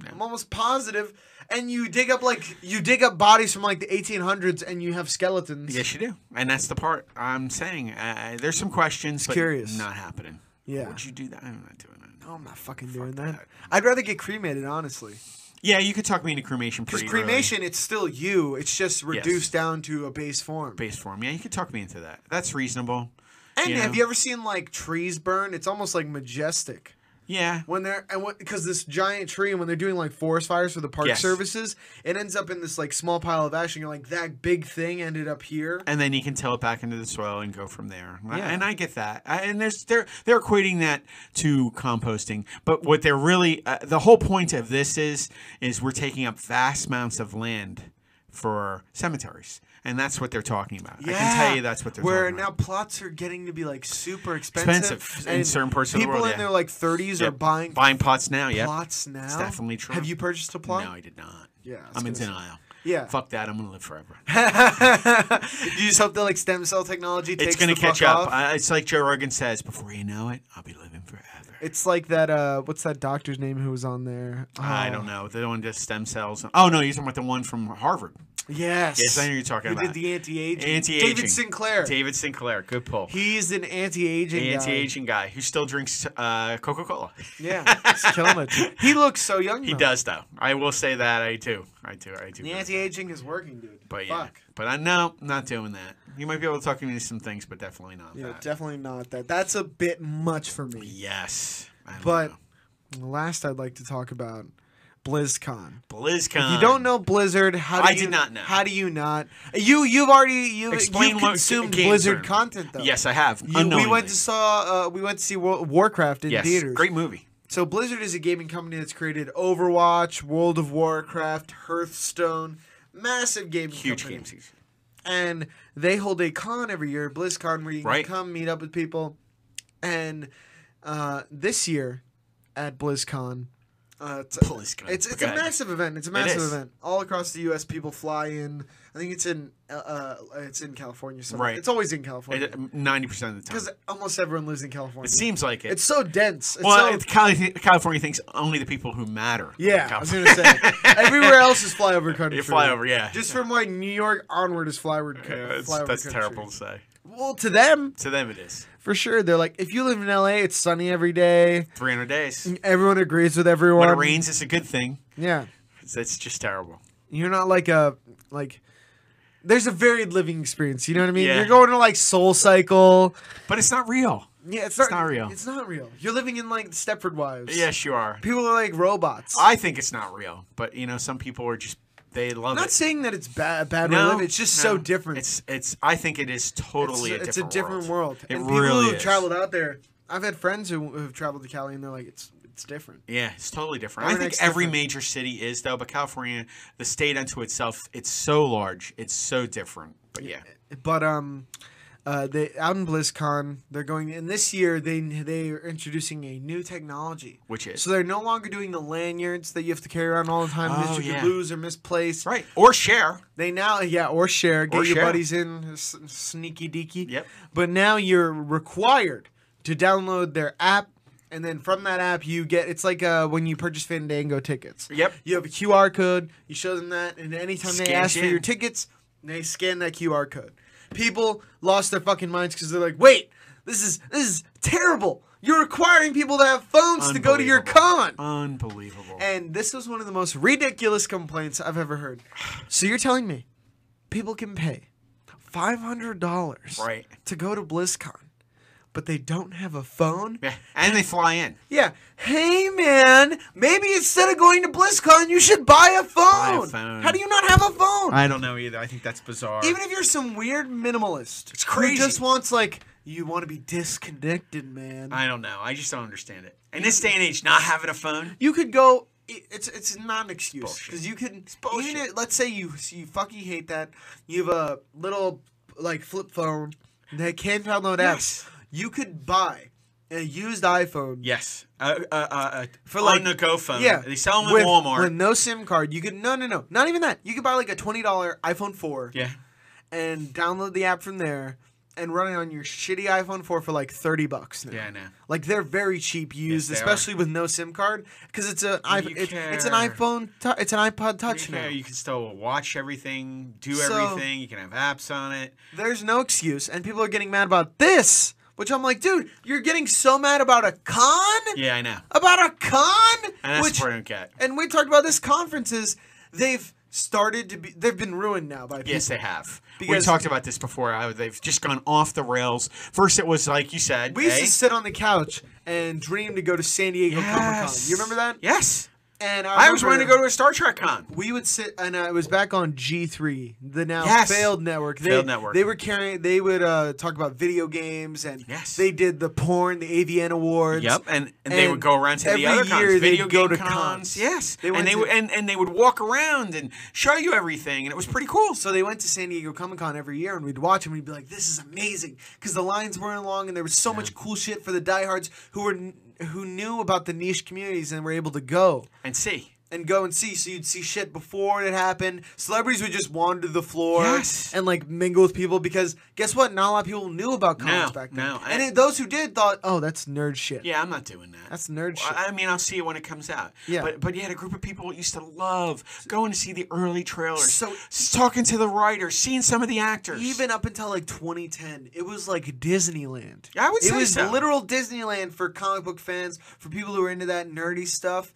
I'm almost positive. And you dig up like you dig up bodies from like the 1800s, and you have skeletons.
Yes, you do. And that's the part I'm saying. Uh, there's some questions. But
curious.
Not happening.
Yeah.
Would you do that? I'm not doing it.
No, I'm not fucking doing that. I'd rather get cremated, honestly.
Yeah, you could talk me into cremation
Because
pretty early.
cremation, it's still you. It's just reduced down to a base form.
based form. Yeah, you could talk me into that. That's reasonable.
and
you
have
know.
you ever seen like trees burn? It's almost like majestic.
Yeah.
when they're and what because this giant tree and when they're doing like forest fires for the park
Yes.
services, it ends up in this like small pile of ash, and you're like that big thing ended up here.
and then you can till it back into the soil and go from there.
Yeah.
And I get that. I, and there's they're they're equating that to composting, but what they're really uh, the whole point of this is is we're taking up vast amounts of land for cemeteries, and that's what they're talking about. I can tell you that's what they're
Where
talking
now
about.
plots are getting to be like super expensive,
Expensive in certain parts of the
people
world,
in
yeah.
their like 30s are
Yep.
buying,
buying pots now. Yeah,
plots now.
It's definitely true.
Have you purchased a
No,
plot?
I did not.
Yeah, I was
I'm in
gonna say.
denial.
Yeah.
fuck that. I'm gonna live forever.
you just hope that like stem cell technology takes
it's gonna
the
catch
fuck
up.
off.
I, it's like Joe Rogan says: before you know it, I'll be living forever.
it's like that. uh What's that doctor's name who was on there?
I
Oh,
don't know. The one just stem cells. Oh no, you're talking about the one from Harvard.
Yes.
Yes, I know you're talking
Who did
about.
the anti-aging?
Anti-aging.
David Sinclair.
David Sinclair. Good pull.
He's an anti-aging.
the
guy.
anti-aging guy who still drinks uh, Coca-Cola.
Yeah, he's killing it. He looks so young.
He
though.
does though. I will say that I do. I do. I do.
The anti-aging is working, dude.
but yeah.
Fuck.
But I no, not doing that. You might be able to talk me into some things, but definitely not
Yeah,
that.
definitely not that. That's a bit much for me.
yes. I don't
But
know.
last, I'd like to talk about BlizzCon.
BlizzCon.
You don't know Blizzard. How do
I
you,
did not know.
How do you not? You you've already you you
Explain what
consumed
games
Blizzard
are-
content though.
Yes, I have.
You, we
unknowingly.
went to saw uh, we went to see Wo- Warcraft in
yes.
theaters.
Great movie.
So Blizzard is a gaming company that's created Overwatch, World of Warcraft, Hearthstone, massive gaming
Huge
company.
games.
and they hold a con every year, BlizzCon, where you can
Right.
come meet up with people. And uh, this year at BlizzCon, Uh, it's
Please can I-
it's, it's
go
a
ahead.
massive event. It's a massive
is.
event. All across the U.S., people fly in. I think it's in uh, uh, it's in California. Somewhere.
Right.
It's always in California
Ninety percent of the time,
because almost everyone lives in California.
it seems like it.
it's so dense. It's
well,
so,
it's Cali- California thinks only the people who matter.
yeah, I
California.
was gonna say everywhere else is flyover country.
You fly over, yeah.
Just from like New York onward is flyover.
Yeah,
co-
that's,
flyover
that's
country.
terrible to say.
Well, to them,
To them, it is
for sure. They're like, if you live in L.A., it's sunny every day.
300 days.
Everyone agrees with everyone.
When it rains, it's a good thing.
Yeah.
It's- That's just terrible.
You're not like a like. There's a varied living experience. You know what I mean.
Yeah.
You're going to like Soul Cycle.
But it's not real.
Yeah, it's not,
not- not real.
It's not real. You're living in like Stepford Wives.
Yes, you are.
People are like robots.
I think it's not real. But you know, some people are just they love
I'm not
it.
saying that it's bad. Bad way to
No,
live. It's just so
no.
different.
It's it's. I think it is totally
it's,
a,
it's
different
world.
It
and people
really
who've
is.
traveled out there. I've had friends who have traveled to Cali and they're like, it's it's different.
Yeah, it's totally different. I
Every
think
next
every
different.
major city is though, but California, the state unto itself, it's so large, it's so different. But yeah,
But um, uh, they out in BlizzCon, they're going, and this year they they are introducing a new technology.
which is
So they're no longer doing the lanyards that you have to carry around all the time
Oh,
that you
yeah.
could lose or misplace.
right or share.
They now, yeah, or share, get
Or
your
share.
buddies in, s- sneaky deaky.
Yep.
But now you're required to download their app, and then from that app you get it's like uh, when you purchase Fandango tickets.
Yep.
You have a QR code. You show them that, and anytime they
Scans
ask for
in.
your tickets, they scan that QR code. People lost their fucking minds because they're like, "Wait, this is this is terrible. You're requiring people to have phones to go to your con."
Unbelievable.
And this was one of the most ridiculous complaints I've ever heard. So you're telling me people can pay $500
Right.
to go to BlizzCon, but they don't have a phone?
Yeah, and they fly in.
Yeah. Hey, man, maybe instead of going to BlizzCon, you should buy a phone.
a phone.
How do you not have a phone?
I don't know either. I think that's bizarre.
Even if you're some weird minimalist it's
crazy.
who just wants, like, you want to be disconnected, man.
I don't know. I just don't understand it. In this day and age, not having a phone.
you could go. i- It's it's not an excuse because you can
bullshit.
even if, let's say you so you fucking hate that you have a little like flip phone that can download apps.
Yes.
You could buy a used iPhone.
Yes. Uh, uh, uh, uh,
For like-
on the go phone.
Yeah,
They sell them
with,
at Walmart.
with no SIM card. You could no no no not even that. You could buy like a twenty dollar iPhone four
yeah.
and download the app from there and run it on your shitty iPhone four for like thirty bucks. Now.
Yeah, I know.
Like they're very cheap used,
they are.
especially with no SIM card, because it's an
you
iPhone. It's, it's an
care.
iPhone. tou- it's an iPod Touch
You, know,
now.
you can still watch everything, do
So-
everything. You can have apps on it.
There's no excuse, and people are getting mad about this, which I'm like, dude, you're getting so mad about a con,
Yeah, I know.
about a con,
And that's
which,
the part I don't get.
and we talked about this conferences. They've started to be, they've been ruined now by people.
Yes, they have.
Because-
we talked about this before. how They've just gone off the rails. First, it was like you said.
We used
eh?
to sit on the couch and dream to go to San Diego Comic Con.
Yes.
You remember that?
Yes.
And
I, was wanting to
remember-
go to a Star Trek con.
we would sit and uh, it was back on G3 the now
Yes.
failed network they,
Failed network.
they were carrying they would uh, talk about video games and
Yes.
they did the porn the AVN awards
Yep, and, and they would go around to
every
the other cons,
year they'd
video
go
game
to
cons.
cons.
Yes,
They went
and they
to-
would and, and they would walk around and show you everything, and it was pretty cool.
so they went to San Diego Comic Con every year and we'd watch them and we'd be like this is amazing cuz the lines weren't long and there was so much cool shit for the diehards who were n- who knew about the niche communities and were able to go
and see.
and go and see. So you'd see shit before it happened. Celebrities would just wander the floor
Yes.
and like mingle with people because guess what? Not a lot of people knew about cons
No,
back then.
no, I-
and it, those who did thought, oh, that's nerd shit.
Yeah, I'm not doing that.
That's nerd
Well,
shit.
I I mean, I'll see it when it comes out.
Yeah.
But but you had a group of people that used to love going to see the early trailers,
So-
s- talking to the writers, seeing some of the actors.
Even up until like 2010, it was like Disneyland.
Yeah, I would
it
say
was
so.
literal Disneyland for comic book fans, for people who are into that nerdy stuff,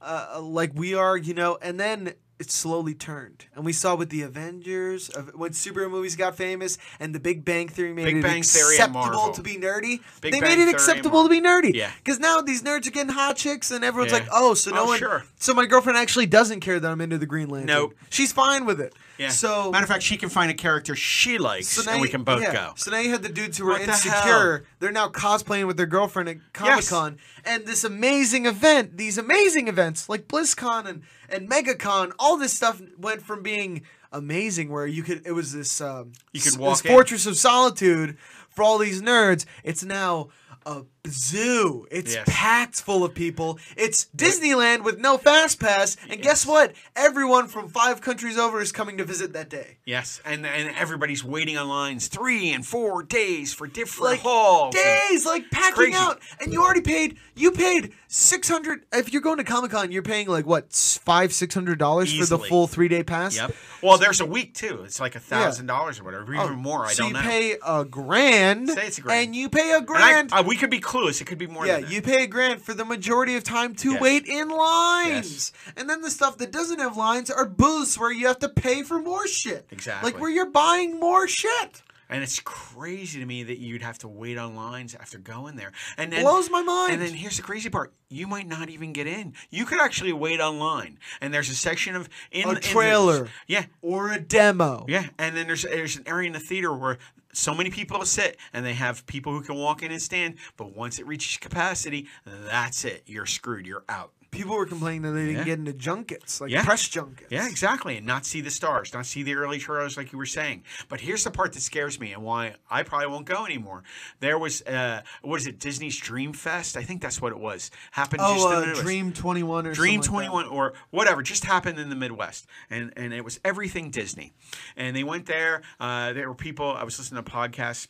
uh, like we are, you know. And then it slowly turned, and we saw with the Avengers of, when superhero movies got famous, and the Big Bang Theory made
Big
it
Bang Theory and
acceptable
Marvel.
to be nerdy.
Big
they
Bang
made
Theory
it
and
acceptable to be nerdy.
Yeah.
because now these nerds are getting hot chicks, and everyone's
Yeah.
like, "Oh, so no
Oh,
one."
sure.
So my girlfriend actually doesn't care that I'm into the Green Lantern.
Nope.
she's fine with it.
Yeah.
So
matter of fact, she can find a character she likes,
so now
and we
you-
can both
yeah.
go.
So now you had the dudes who were
What the
insecure. They're now cosplaying with their girlfriend at Comic Con, and this amazing event, these amazing events like BlizzCon and and MegaCon, all this stuff went from being amazing, where you could it was this um,
You could
s-
walk
this
in.
fortress of solitude for all these nerds. It's now. A zoo. It's
Yes.
packed full of people. It's Disneyland with no fast pass. And guess what? Everyone from five countries over is coming to visit that day.
Yes, and and everybody's waiting on lines three and four days for different
Like
halls.
days, like packing
crazy.
out, and you already paid. You paid six hundred. If you're going to Comic Con, you're paying like what s- five, six hundred dollars for the
Easily.
full three day pass.
Yep. Well, there's a week too. It's like a thousand dollars or whatever, even
Oh,
more. I
so
don't
you
know.
pay a grand,
Say it's a grand.
and you pay a
And I-
grand.
uh, we could be clueless. It could be more.
yeah,
than that.
you pay a grand for the majority of time to
Yes.
wait in lines, and then the stuff that doesn't have lines are booths where you have to pay for more shit.
Exactly.
like where you're buying more shit.
And it's crazy to me that you'd have to wait on lines after going there. And then,
Blows my mind.
And then here's the crazy part: you might not even get in. You could actually wait online. And there's a section of in
A
in the-
trailer.
yeah,
Or a demo.
yeah. And then there's there's an area in the theater where so many people sit, and they have people who can walk in and stand. But once it reaches capacity, that's it. You're screwed. You're out.
People were complaining that they didn't
Yeah.
get into junkets, like
Yeah.
press junkets.
Yeah, exactly. And not see the stars, not see the early trailers like you were saying. But here's the part that scares me and why I probably won't go anymore. There was, uh, what is it, Disney's Dream Fest? I think that's what it was. Happened just
Oh,
in the
uh,
Midwest.
Dream 21 or
Dream
something like that.
21 or whatever just happened in the Midwest. And, and it was everything Disney. And they went there. Uh, there were people, I was listening to podcasts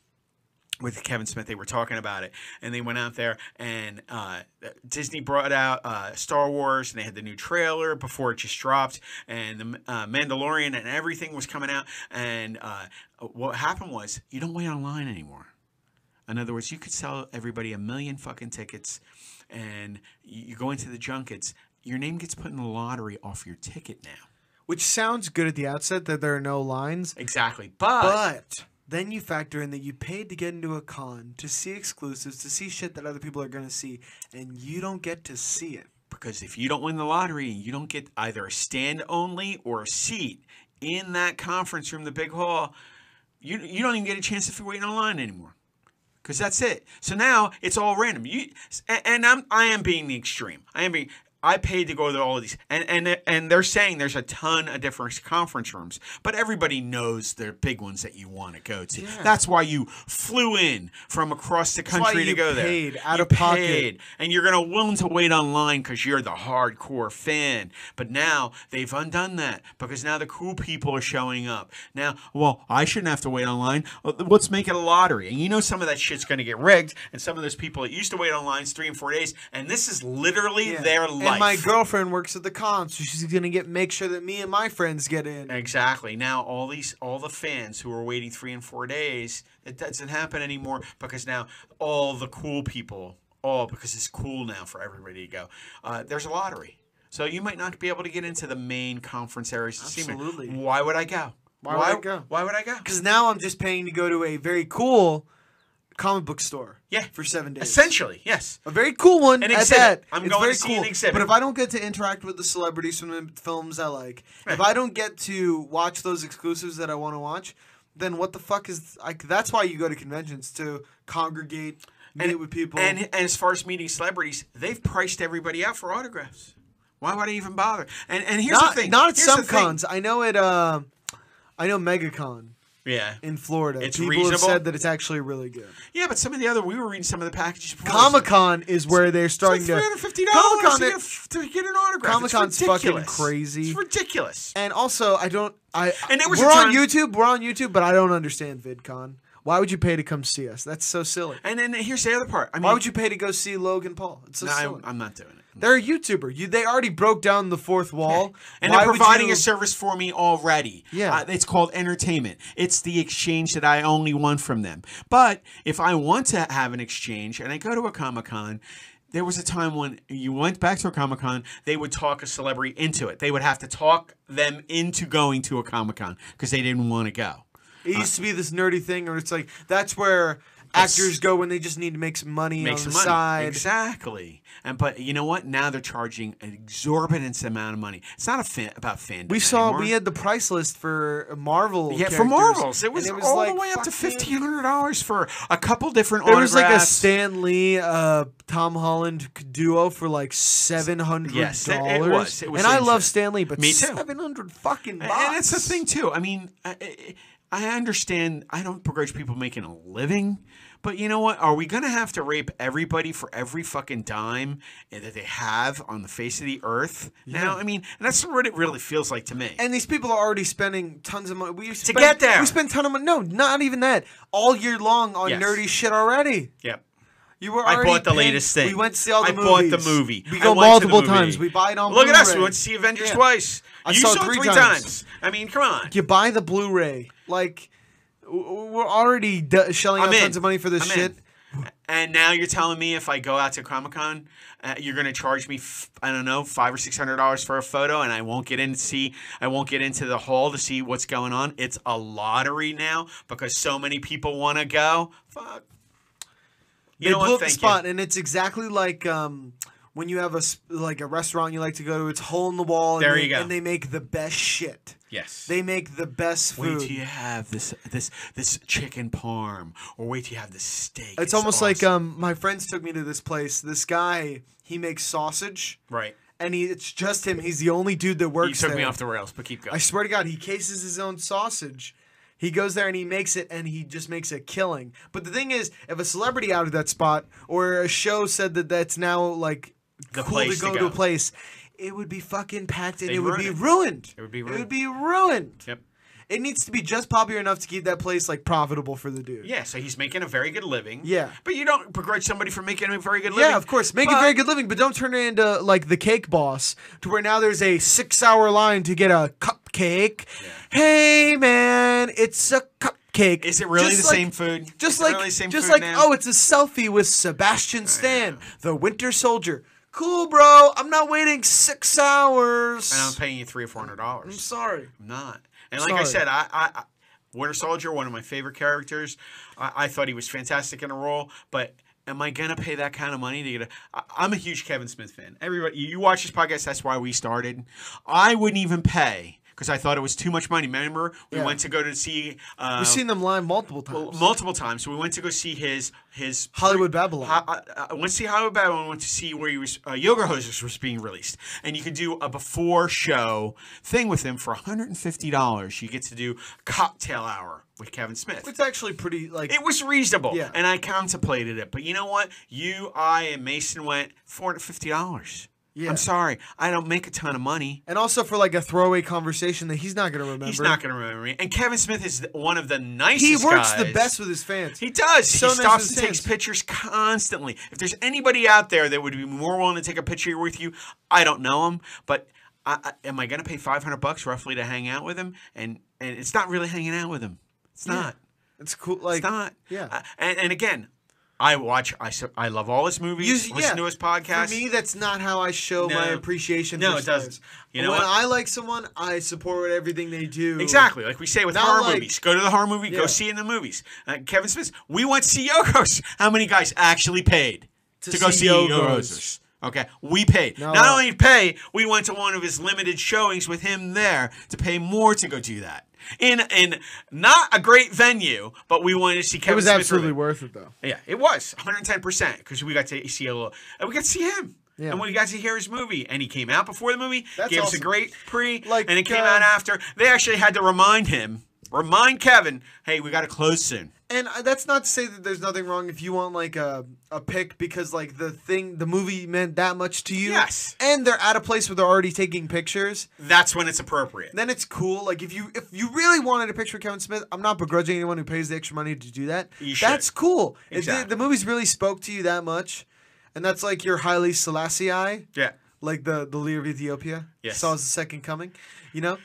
with Kevin Smith. They were talking about it, and they went out there, and uh, Disney brought out uh, Star Wars, and they had the new trailer before it just dropped, and the uh, Mandalorian, and everything was coming out. And uh, what happened was, you don't wait online anymore. In other words, you could sell everybody a million fucking tickets, and you you go into the junkets. Your name gets put in the lottery off your ticket now.
Which sounds good at the outset that there are no lines,
Exactly,
but then you factor in that you paid to get into a con, to see exclusives, to see shit that other people are going to see, and you don't get to see it.
Because if you don't win the lottery, you don't get either a stand only or a seat in that conference room, the big hall. You, you don't even get a chance if you're waiting online anymore. Because that's it. So now it's all random. You and, and I'm I am being the extreme. I am being I paid to go to all of these, and and and they're saying there's a ton of different conference rooms, but everybody knows they're big ones that you want to go to. That's why you flew in from across the
why
country
you
to go
paid
there.
out
You
of pocket.
paid, and you're gonna willing to wait online because you're the hardcore fan. But now they've undone that because now the cool people are showing up. Now, well, I shouldn't have to wait online. Let's make it a lottery, and you know some of that shit's gonna get rigged. And some of those people that used to wait online is three and four days, and this is literally their life.
And my girlfriend works at the con, so she's going to get make sure that me and my friends get in.
Exactly. Now all these all the fans who are waiting three and four days, it doesn't happen anymore because now all the cool people, all because it's cool now for everybody to go. Uh, there's a lottery, so you might not be able to get into the main conference areas. to see me.
Absolutely.
Why would I go?
Why would I go?
Why would I go?
Because now I'm just paying to go to a very cool comic book store.
Yeah.
For seven days.
Essentially, yes.
A very cool one
An
at
exhibit.
that.
I'm
it's
going
very
to see
cool.
an exhibit.
But if I don't get to interact with the celebrities from the films I like, if I don't get to watch those exclusives that I want to watch, then what the fuck is like? That's why you go to conventions to congregate, meet with people.
And, and as far as meeting celebrities, they've priced everybody out for autographs. Why would I even bother? And and here's
not
the thing.
not at
Here's
some
the thing.
cons. I know at uh, I know MegaCon
Yeah.
in Florida.
It's
people have
reasonable.
said that it's actually really good.
Yeah, but some of the other we were reading some of the packages. before.
Comic Con is where they're starting
It's like
to
$350
Comic-Con
to,
it-
get, a f- to get an autograph. It's
Comic-Con's fucking
ridiculous.
crazy.
It's ridiculous.
And also, I don't. I
And there was a
we're on
time-
YouTube. We're on YouTube, but I don't understand VidCon. Why would you pay to come see us? That's so silly.
And then here's the other part. I mean,
Why would you pay to go see Logan Paul? It's so
No,
silly.
I'm, I'm not doing it.
They're a YouTuber. You, they already broke down the fourth wall.
And
Why
they're
would
providing
you-
a service for me already.
Yeah.
Uh, it's called entertainment. It's the exchange that I only want from them. But if I want to have an exchange and I go to a Comic Con, there was a time when you went back to a Comic Con, they would talk a celebrity into it. They would have to talk them into going to a Comic Con because they didn't want to go.
It used to be this nerdy thing, where it's like that's where actors go when they just need to make some money
make
on
some
the
money.
side.
Exactly. And but you know what? Now they're charging an exorbitant amount of money. It's not a fan, about fandom.
We saw
anymore.
we had the price list for Marvel.
yeah
characters,
for Marvels. It
and
was, all
like,
the way up to
fucking-
fifteen hundred dollars for a couple different.
There was like a
autographs.
Stan Lee, uh, Tom Holland duo for like seven hundred dollars.
Yes, it- it was. It was
and I love
insane.
Stan Lee, but
Me too.
seven hundred fucking.
And-
Bucks.
And that's the thing too. I mean, I, I I understand. I don't begrudge people making a living, But you know what? Are we gonna have to rape everybody for every fucking dime that they have on the face of the earth? Now, I mean, that's what it really feels like to me.
And these people are already spending tons of money. We spend,
get there.
we spend ton of money. No, not even that. All year long on
Yes.
nerdy shit already.
yep.
You were.
I
already
bought the
paying-
latest thing.
We went to see all the
I
movies.
bought the movie.
We
I
go
went to the
multiple
movie.
times. We buy it on.
Look at us.
Blu-ray.
We went to see Avengers
Yeah.
twice.
I
you
saw
saw
it
three,
three
times.
times.
I mean, come on.
You buy the Blu-ray. Like w- we're already d- shelling
I'm
out
in.
tons of money for this
I'm
shit.
in. And now you're telling me if I go out to Comic Con, uh, you're gonna charge me f- I don't know five or six hundred dollars for a photo, and I won't get in to see I won't get into the hall to see what's going on. It's a lottery now because so many people want to go. Fuck. You
they
know
blew
what?
up the
Thank you.
spot, and it's exactly like um, when you have a s- like a restaurant you like to go to. It's hole in the wall. And
There
they,
you go.
And they make the best shit.
Yes.
They make the best
Wait
food.
till you have this this this chicken parm, or wait till you have this steak.
it's, almost like
awesome.
um, my friends took me to this place. This guy, he makes sausage,
right.
and he it's just him. He's the only dude that
You
works
took
there.
me off the rails, but keep going.
I swear to God, he cases his own sausage. He goes there and he makes it, and he just makes a killing. But the thing is, if a celebrity out of that spot or a show said that that's now like
The
cool
place
to
to
go to,
go.
a place, it would be fucking packed and
They'd
it would
ruin
be
it.
ruined.
It would be
It
ruined.
would be ruined.
yep.
It needs to be just popular enough to keep that place like profitable for the dude.
Yeah, so he's making a very good living.
Yeah.
But you don't begrudge somebody for making a very good living.
Yeah, of course. Make
but-
a very good living, but don't turn it into like the cake boss, to where now there's a six hour line to get a cupcake. Hey man, it's a cupcake.
Is it really
Just
the
like-
same food?
Just
Is it
like,
really the same
just
food
like,
now?
oh, it's a selfie with Sebastian Stan, the Winter Soldier. Cool, bro. I'm not waiting six hours.
And I'm paying you three or four hundred dollars.
I'm sorry.
I'm not. And like I
Sorry.
said, I, I, I Winter Soldier, one of my favorite characters. I, I thought he was fantastic in a role, but am I gonna pay that kind of money to get a? I, I'm a huge Kevin Smith fan. Everybody, you, you watch this podcast. That's why we started. I wouldn't even pay because I thought it was too much money. Remember, we
Yeah.
went to go to see. Uh,
We've seen them live multiple times.
Multiple times, we went to go see his his
Hollywood Babylon.
Ho- I, I, I went to see Hollywood Babylon. I went to see where he was uh, Yoga Hosers was being released, and you could do a before show thing with him for one hundred and fifty dollars. You get to do cocktail hour with Kevin Smith.
it's actually pretty like
It was reasonable,
Yeah.
and I contemplated it. But you know what? You, I, and Mason went four hundred fifty dollars.
Yeah.
I'm sorry, I don't make a ton of money.
and also for like a throwaway conversation that he's not gonna remember.
He's not going to remember me. And Kevin Smith is th- one of the nicest.
He works the
guys.
best with his fans.
He does.
So
he
nice
stops
with
and
his
takes
hands.
pictures constantly. If there's anybody out there that would be more willing to take a picture with you, I don't know him, but I, I, am I going to pay 500 bucks roughly to hang out with him? And and it's not really hanging out with him. It's not.
It's cool. Like
It's not.
yeah.
Uh, and, and again, I watch. I su- I love all his movies.
You-
listen
yeah.
to his podcast.
For me, that's not how I show
No.
my appreciation.
No,
for
it doesn't.
stars.
You know
when
what?
I like someone, I support everything they do.
Exactly, like we say with
Not
horror
like-
movies. Go to the horror movie. Go
Yeah.
see it in the movies. Uh, Kevin Smith. We went to see Yokos. How many guys actually paid to,
To E
go see
see
Yokos?
Yokos.
Okay, we paid.
No.
Not only pay, we went to one of his limited showings with him there to pay more to go do that in in not a great venue, but we wanted to see Kevin.
It was
Smith
absolutely
really-
worth it though.
yeah, it was 110% because we got to see a little, and we got to see him.
Yeah.
And we got to hear his movie, and he came out before the movie.
That's
gave us a
awesome.
great pre,
Like,
and it came out
uh,
after. They actually had to remind him, remind Kevin, hey, we got to close soon.
And uh, that's not to say that there's nothing wrong if you want like a a pick because like the thing the movie meant that much to you.
Yes.
And they're at a place where they're already taking pictures.
That's when it's appropriate.
Then it's cool. Like if you if you really wanted a picture of Kevin Smith, I'm not begrudging anyone who pays the extra money to do that.
You should.
that's cool. If the-
Exactly.
the, movies really spoke to you that much, and that's like your Haile Selassie.
Yeah.
like the the leader of Ethiopia.
Yes.
saw as the second coming. You know,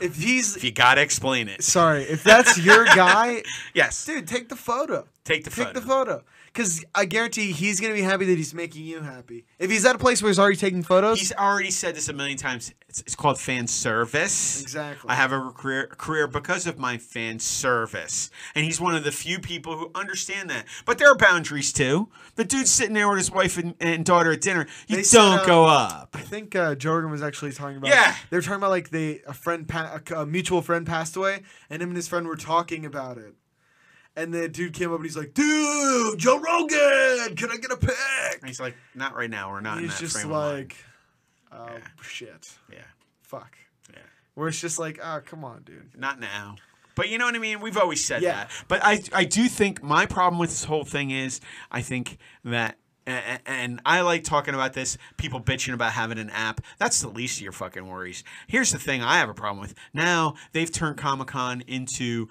if he's
If you got to explain it.
sorry, if that's your guy,
Yes.
dude, take the photo.
Take the
Take
photo.
the photo. Because I guarantee he's gonna be happy that he's making you happy. If he's at a place where he's already taking photos,
He's already said this a million times. It's, it's called fan service.
Exactly.
I have a career, career because of my fan service. And he's one of the few people who understand that. But there are boundaries too. The dude's sitting there with his wife and, and daughter at dinner. You
They said,
don't
uh,
go up.
I think uh, Jordan was actually talking about.
Yeah.
they were talking about like they a friend, pa- a c- a mutual friend passed away, and him and his friend were talking about it. And the dude came up and he's like, "Dude, Joe Rogan, can I get a
And
pic?"
he's like, not right now. We're not in
He's
that
just
frame of mind."
like, "Oh shit,
yeah,
fuck."
yeah,
Where it's just like, "Oh, "Ah, come on, dude."
not now. But you know what I mean? We've always said
Yeah.
that. But I, I do think my problem with this whole thing is I think that, a- a- and I like talking about this, people bitching about having an app. That's the least of your fucking worries. Here's the thing I have a problem with. Now they've turned Comic Con into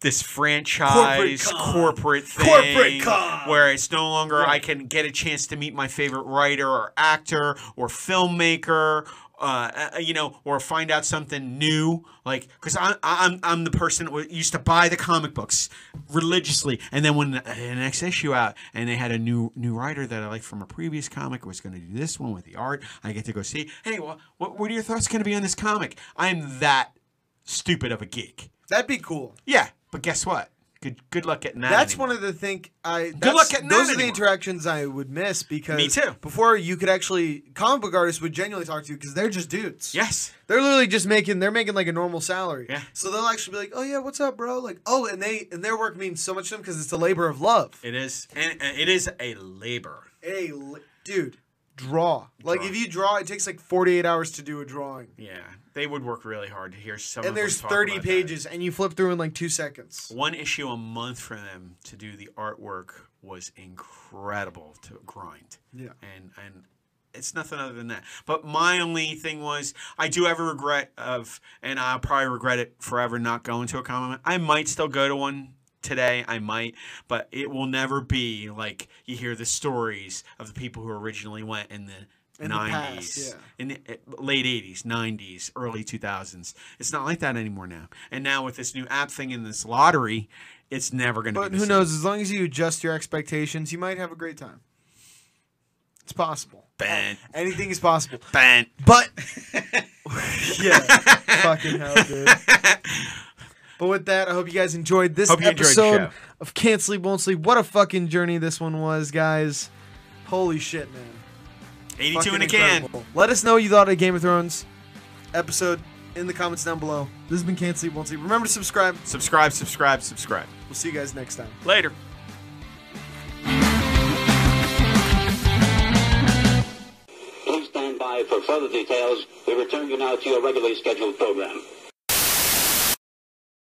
this franchise
Con.
corporate thing
Corporate Con.
where it's no longer I can get a chance to meet my favorite writer or actor or filmmaker, uh, uh, you know, or find out something new. Like, because I'm I'm I'm the person that wa- used to buy the comic books religiously, and then when the the next issue out and they had a new new writer that I liked from a previous comic was going to do this one with the art, I get to go see. Hey, well, what what are your thoughts going to be on this comic? I'm that stupid of a geek.
That'd be cool.
Yeah, but guess what? Good good luck getting that.
That's
anymore.
one of the thing I. That's,
luck getting
Those
that
are the
anymore.
interactions I would miss because
Me too.
Before you could actually, comic book artists would genuinely talk to you because they're just dudes.
Yes.
They're literally just making they're making like a normal salary.
Yeah.
So they'll actually be like, "Oh yeah, what's up, bro?" Like, "Oh," and they and their work means so much to them because it's a labor of love.
It is, and and it is a labor.
Hey, l- dude, draw. Like if you draw, it takes like 48 hours to do a drawing.
Yeah, they would work really hard. to hear some. of
And
them
there's
talk
30
about that.
pages and you flip through in like 2 seconds.
One issue a month for them to do the artwork was incredible to grind.
Yeah.
and and it's nothing other than that. But my only thing was I do have a regret of, and I'll probably regret it forever not going to a comic. I might still go to one today. I might, but it will never be like you hear the stories of the people who originally went in the
In the past,
nineties,
yeah.
in the uh, late 80s, 90s, early 2000s. It's not like that anymore now. And now with this new app thing and this lottery, it's never going to be
But
the
who
same.
knows, as long as you adjust your expectations, you might have a great time. It's possible.
Bent,
Anything is possible.
bent.
But yeah, fucking hell, dude. But with that, I hope you guys enjoyed this
Hope you enjoyed the
episode
show.
of Can't Sleep Won't Sleep. What a fucking journey this one was, guys. Holy shit, man.
82
Fucking
in a can.
incredible. Let us know what you thought of Game of Thrones episode in the comments down below. This has been Can't Sleep Won't Sleep. Remember to subscribe.
Subscribe, subscribe, subscribe.
We'll see you guys next time.
Later.
Please stand by for further details. We return you now to your regularly scheduled program.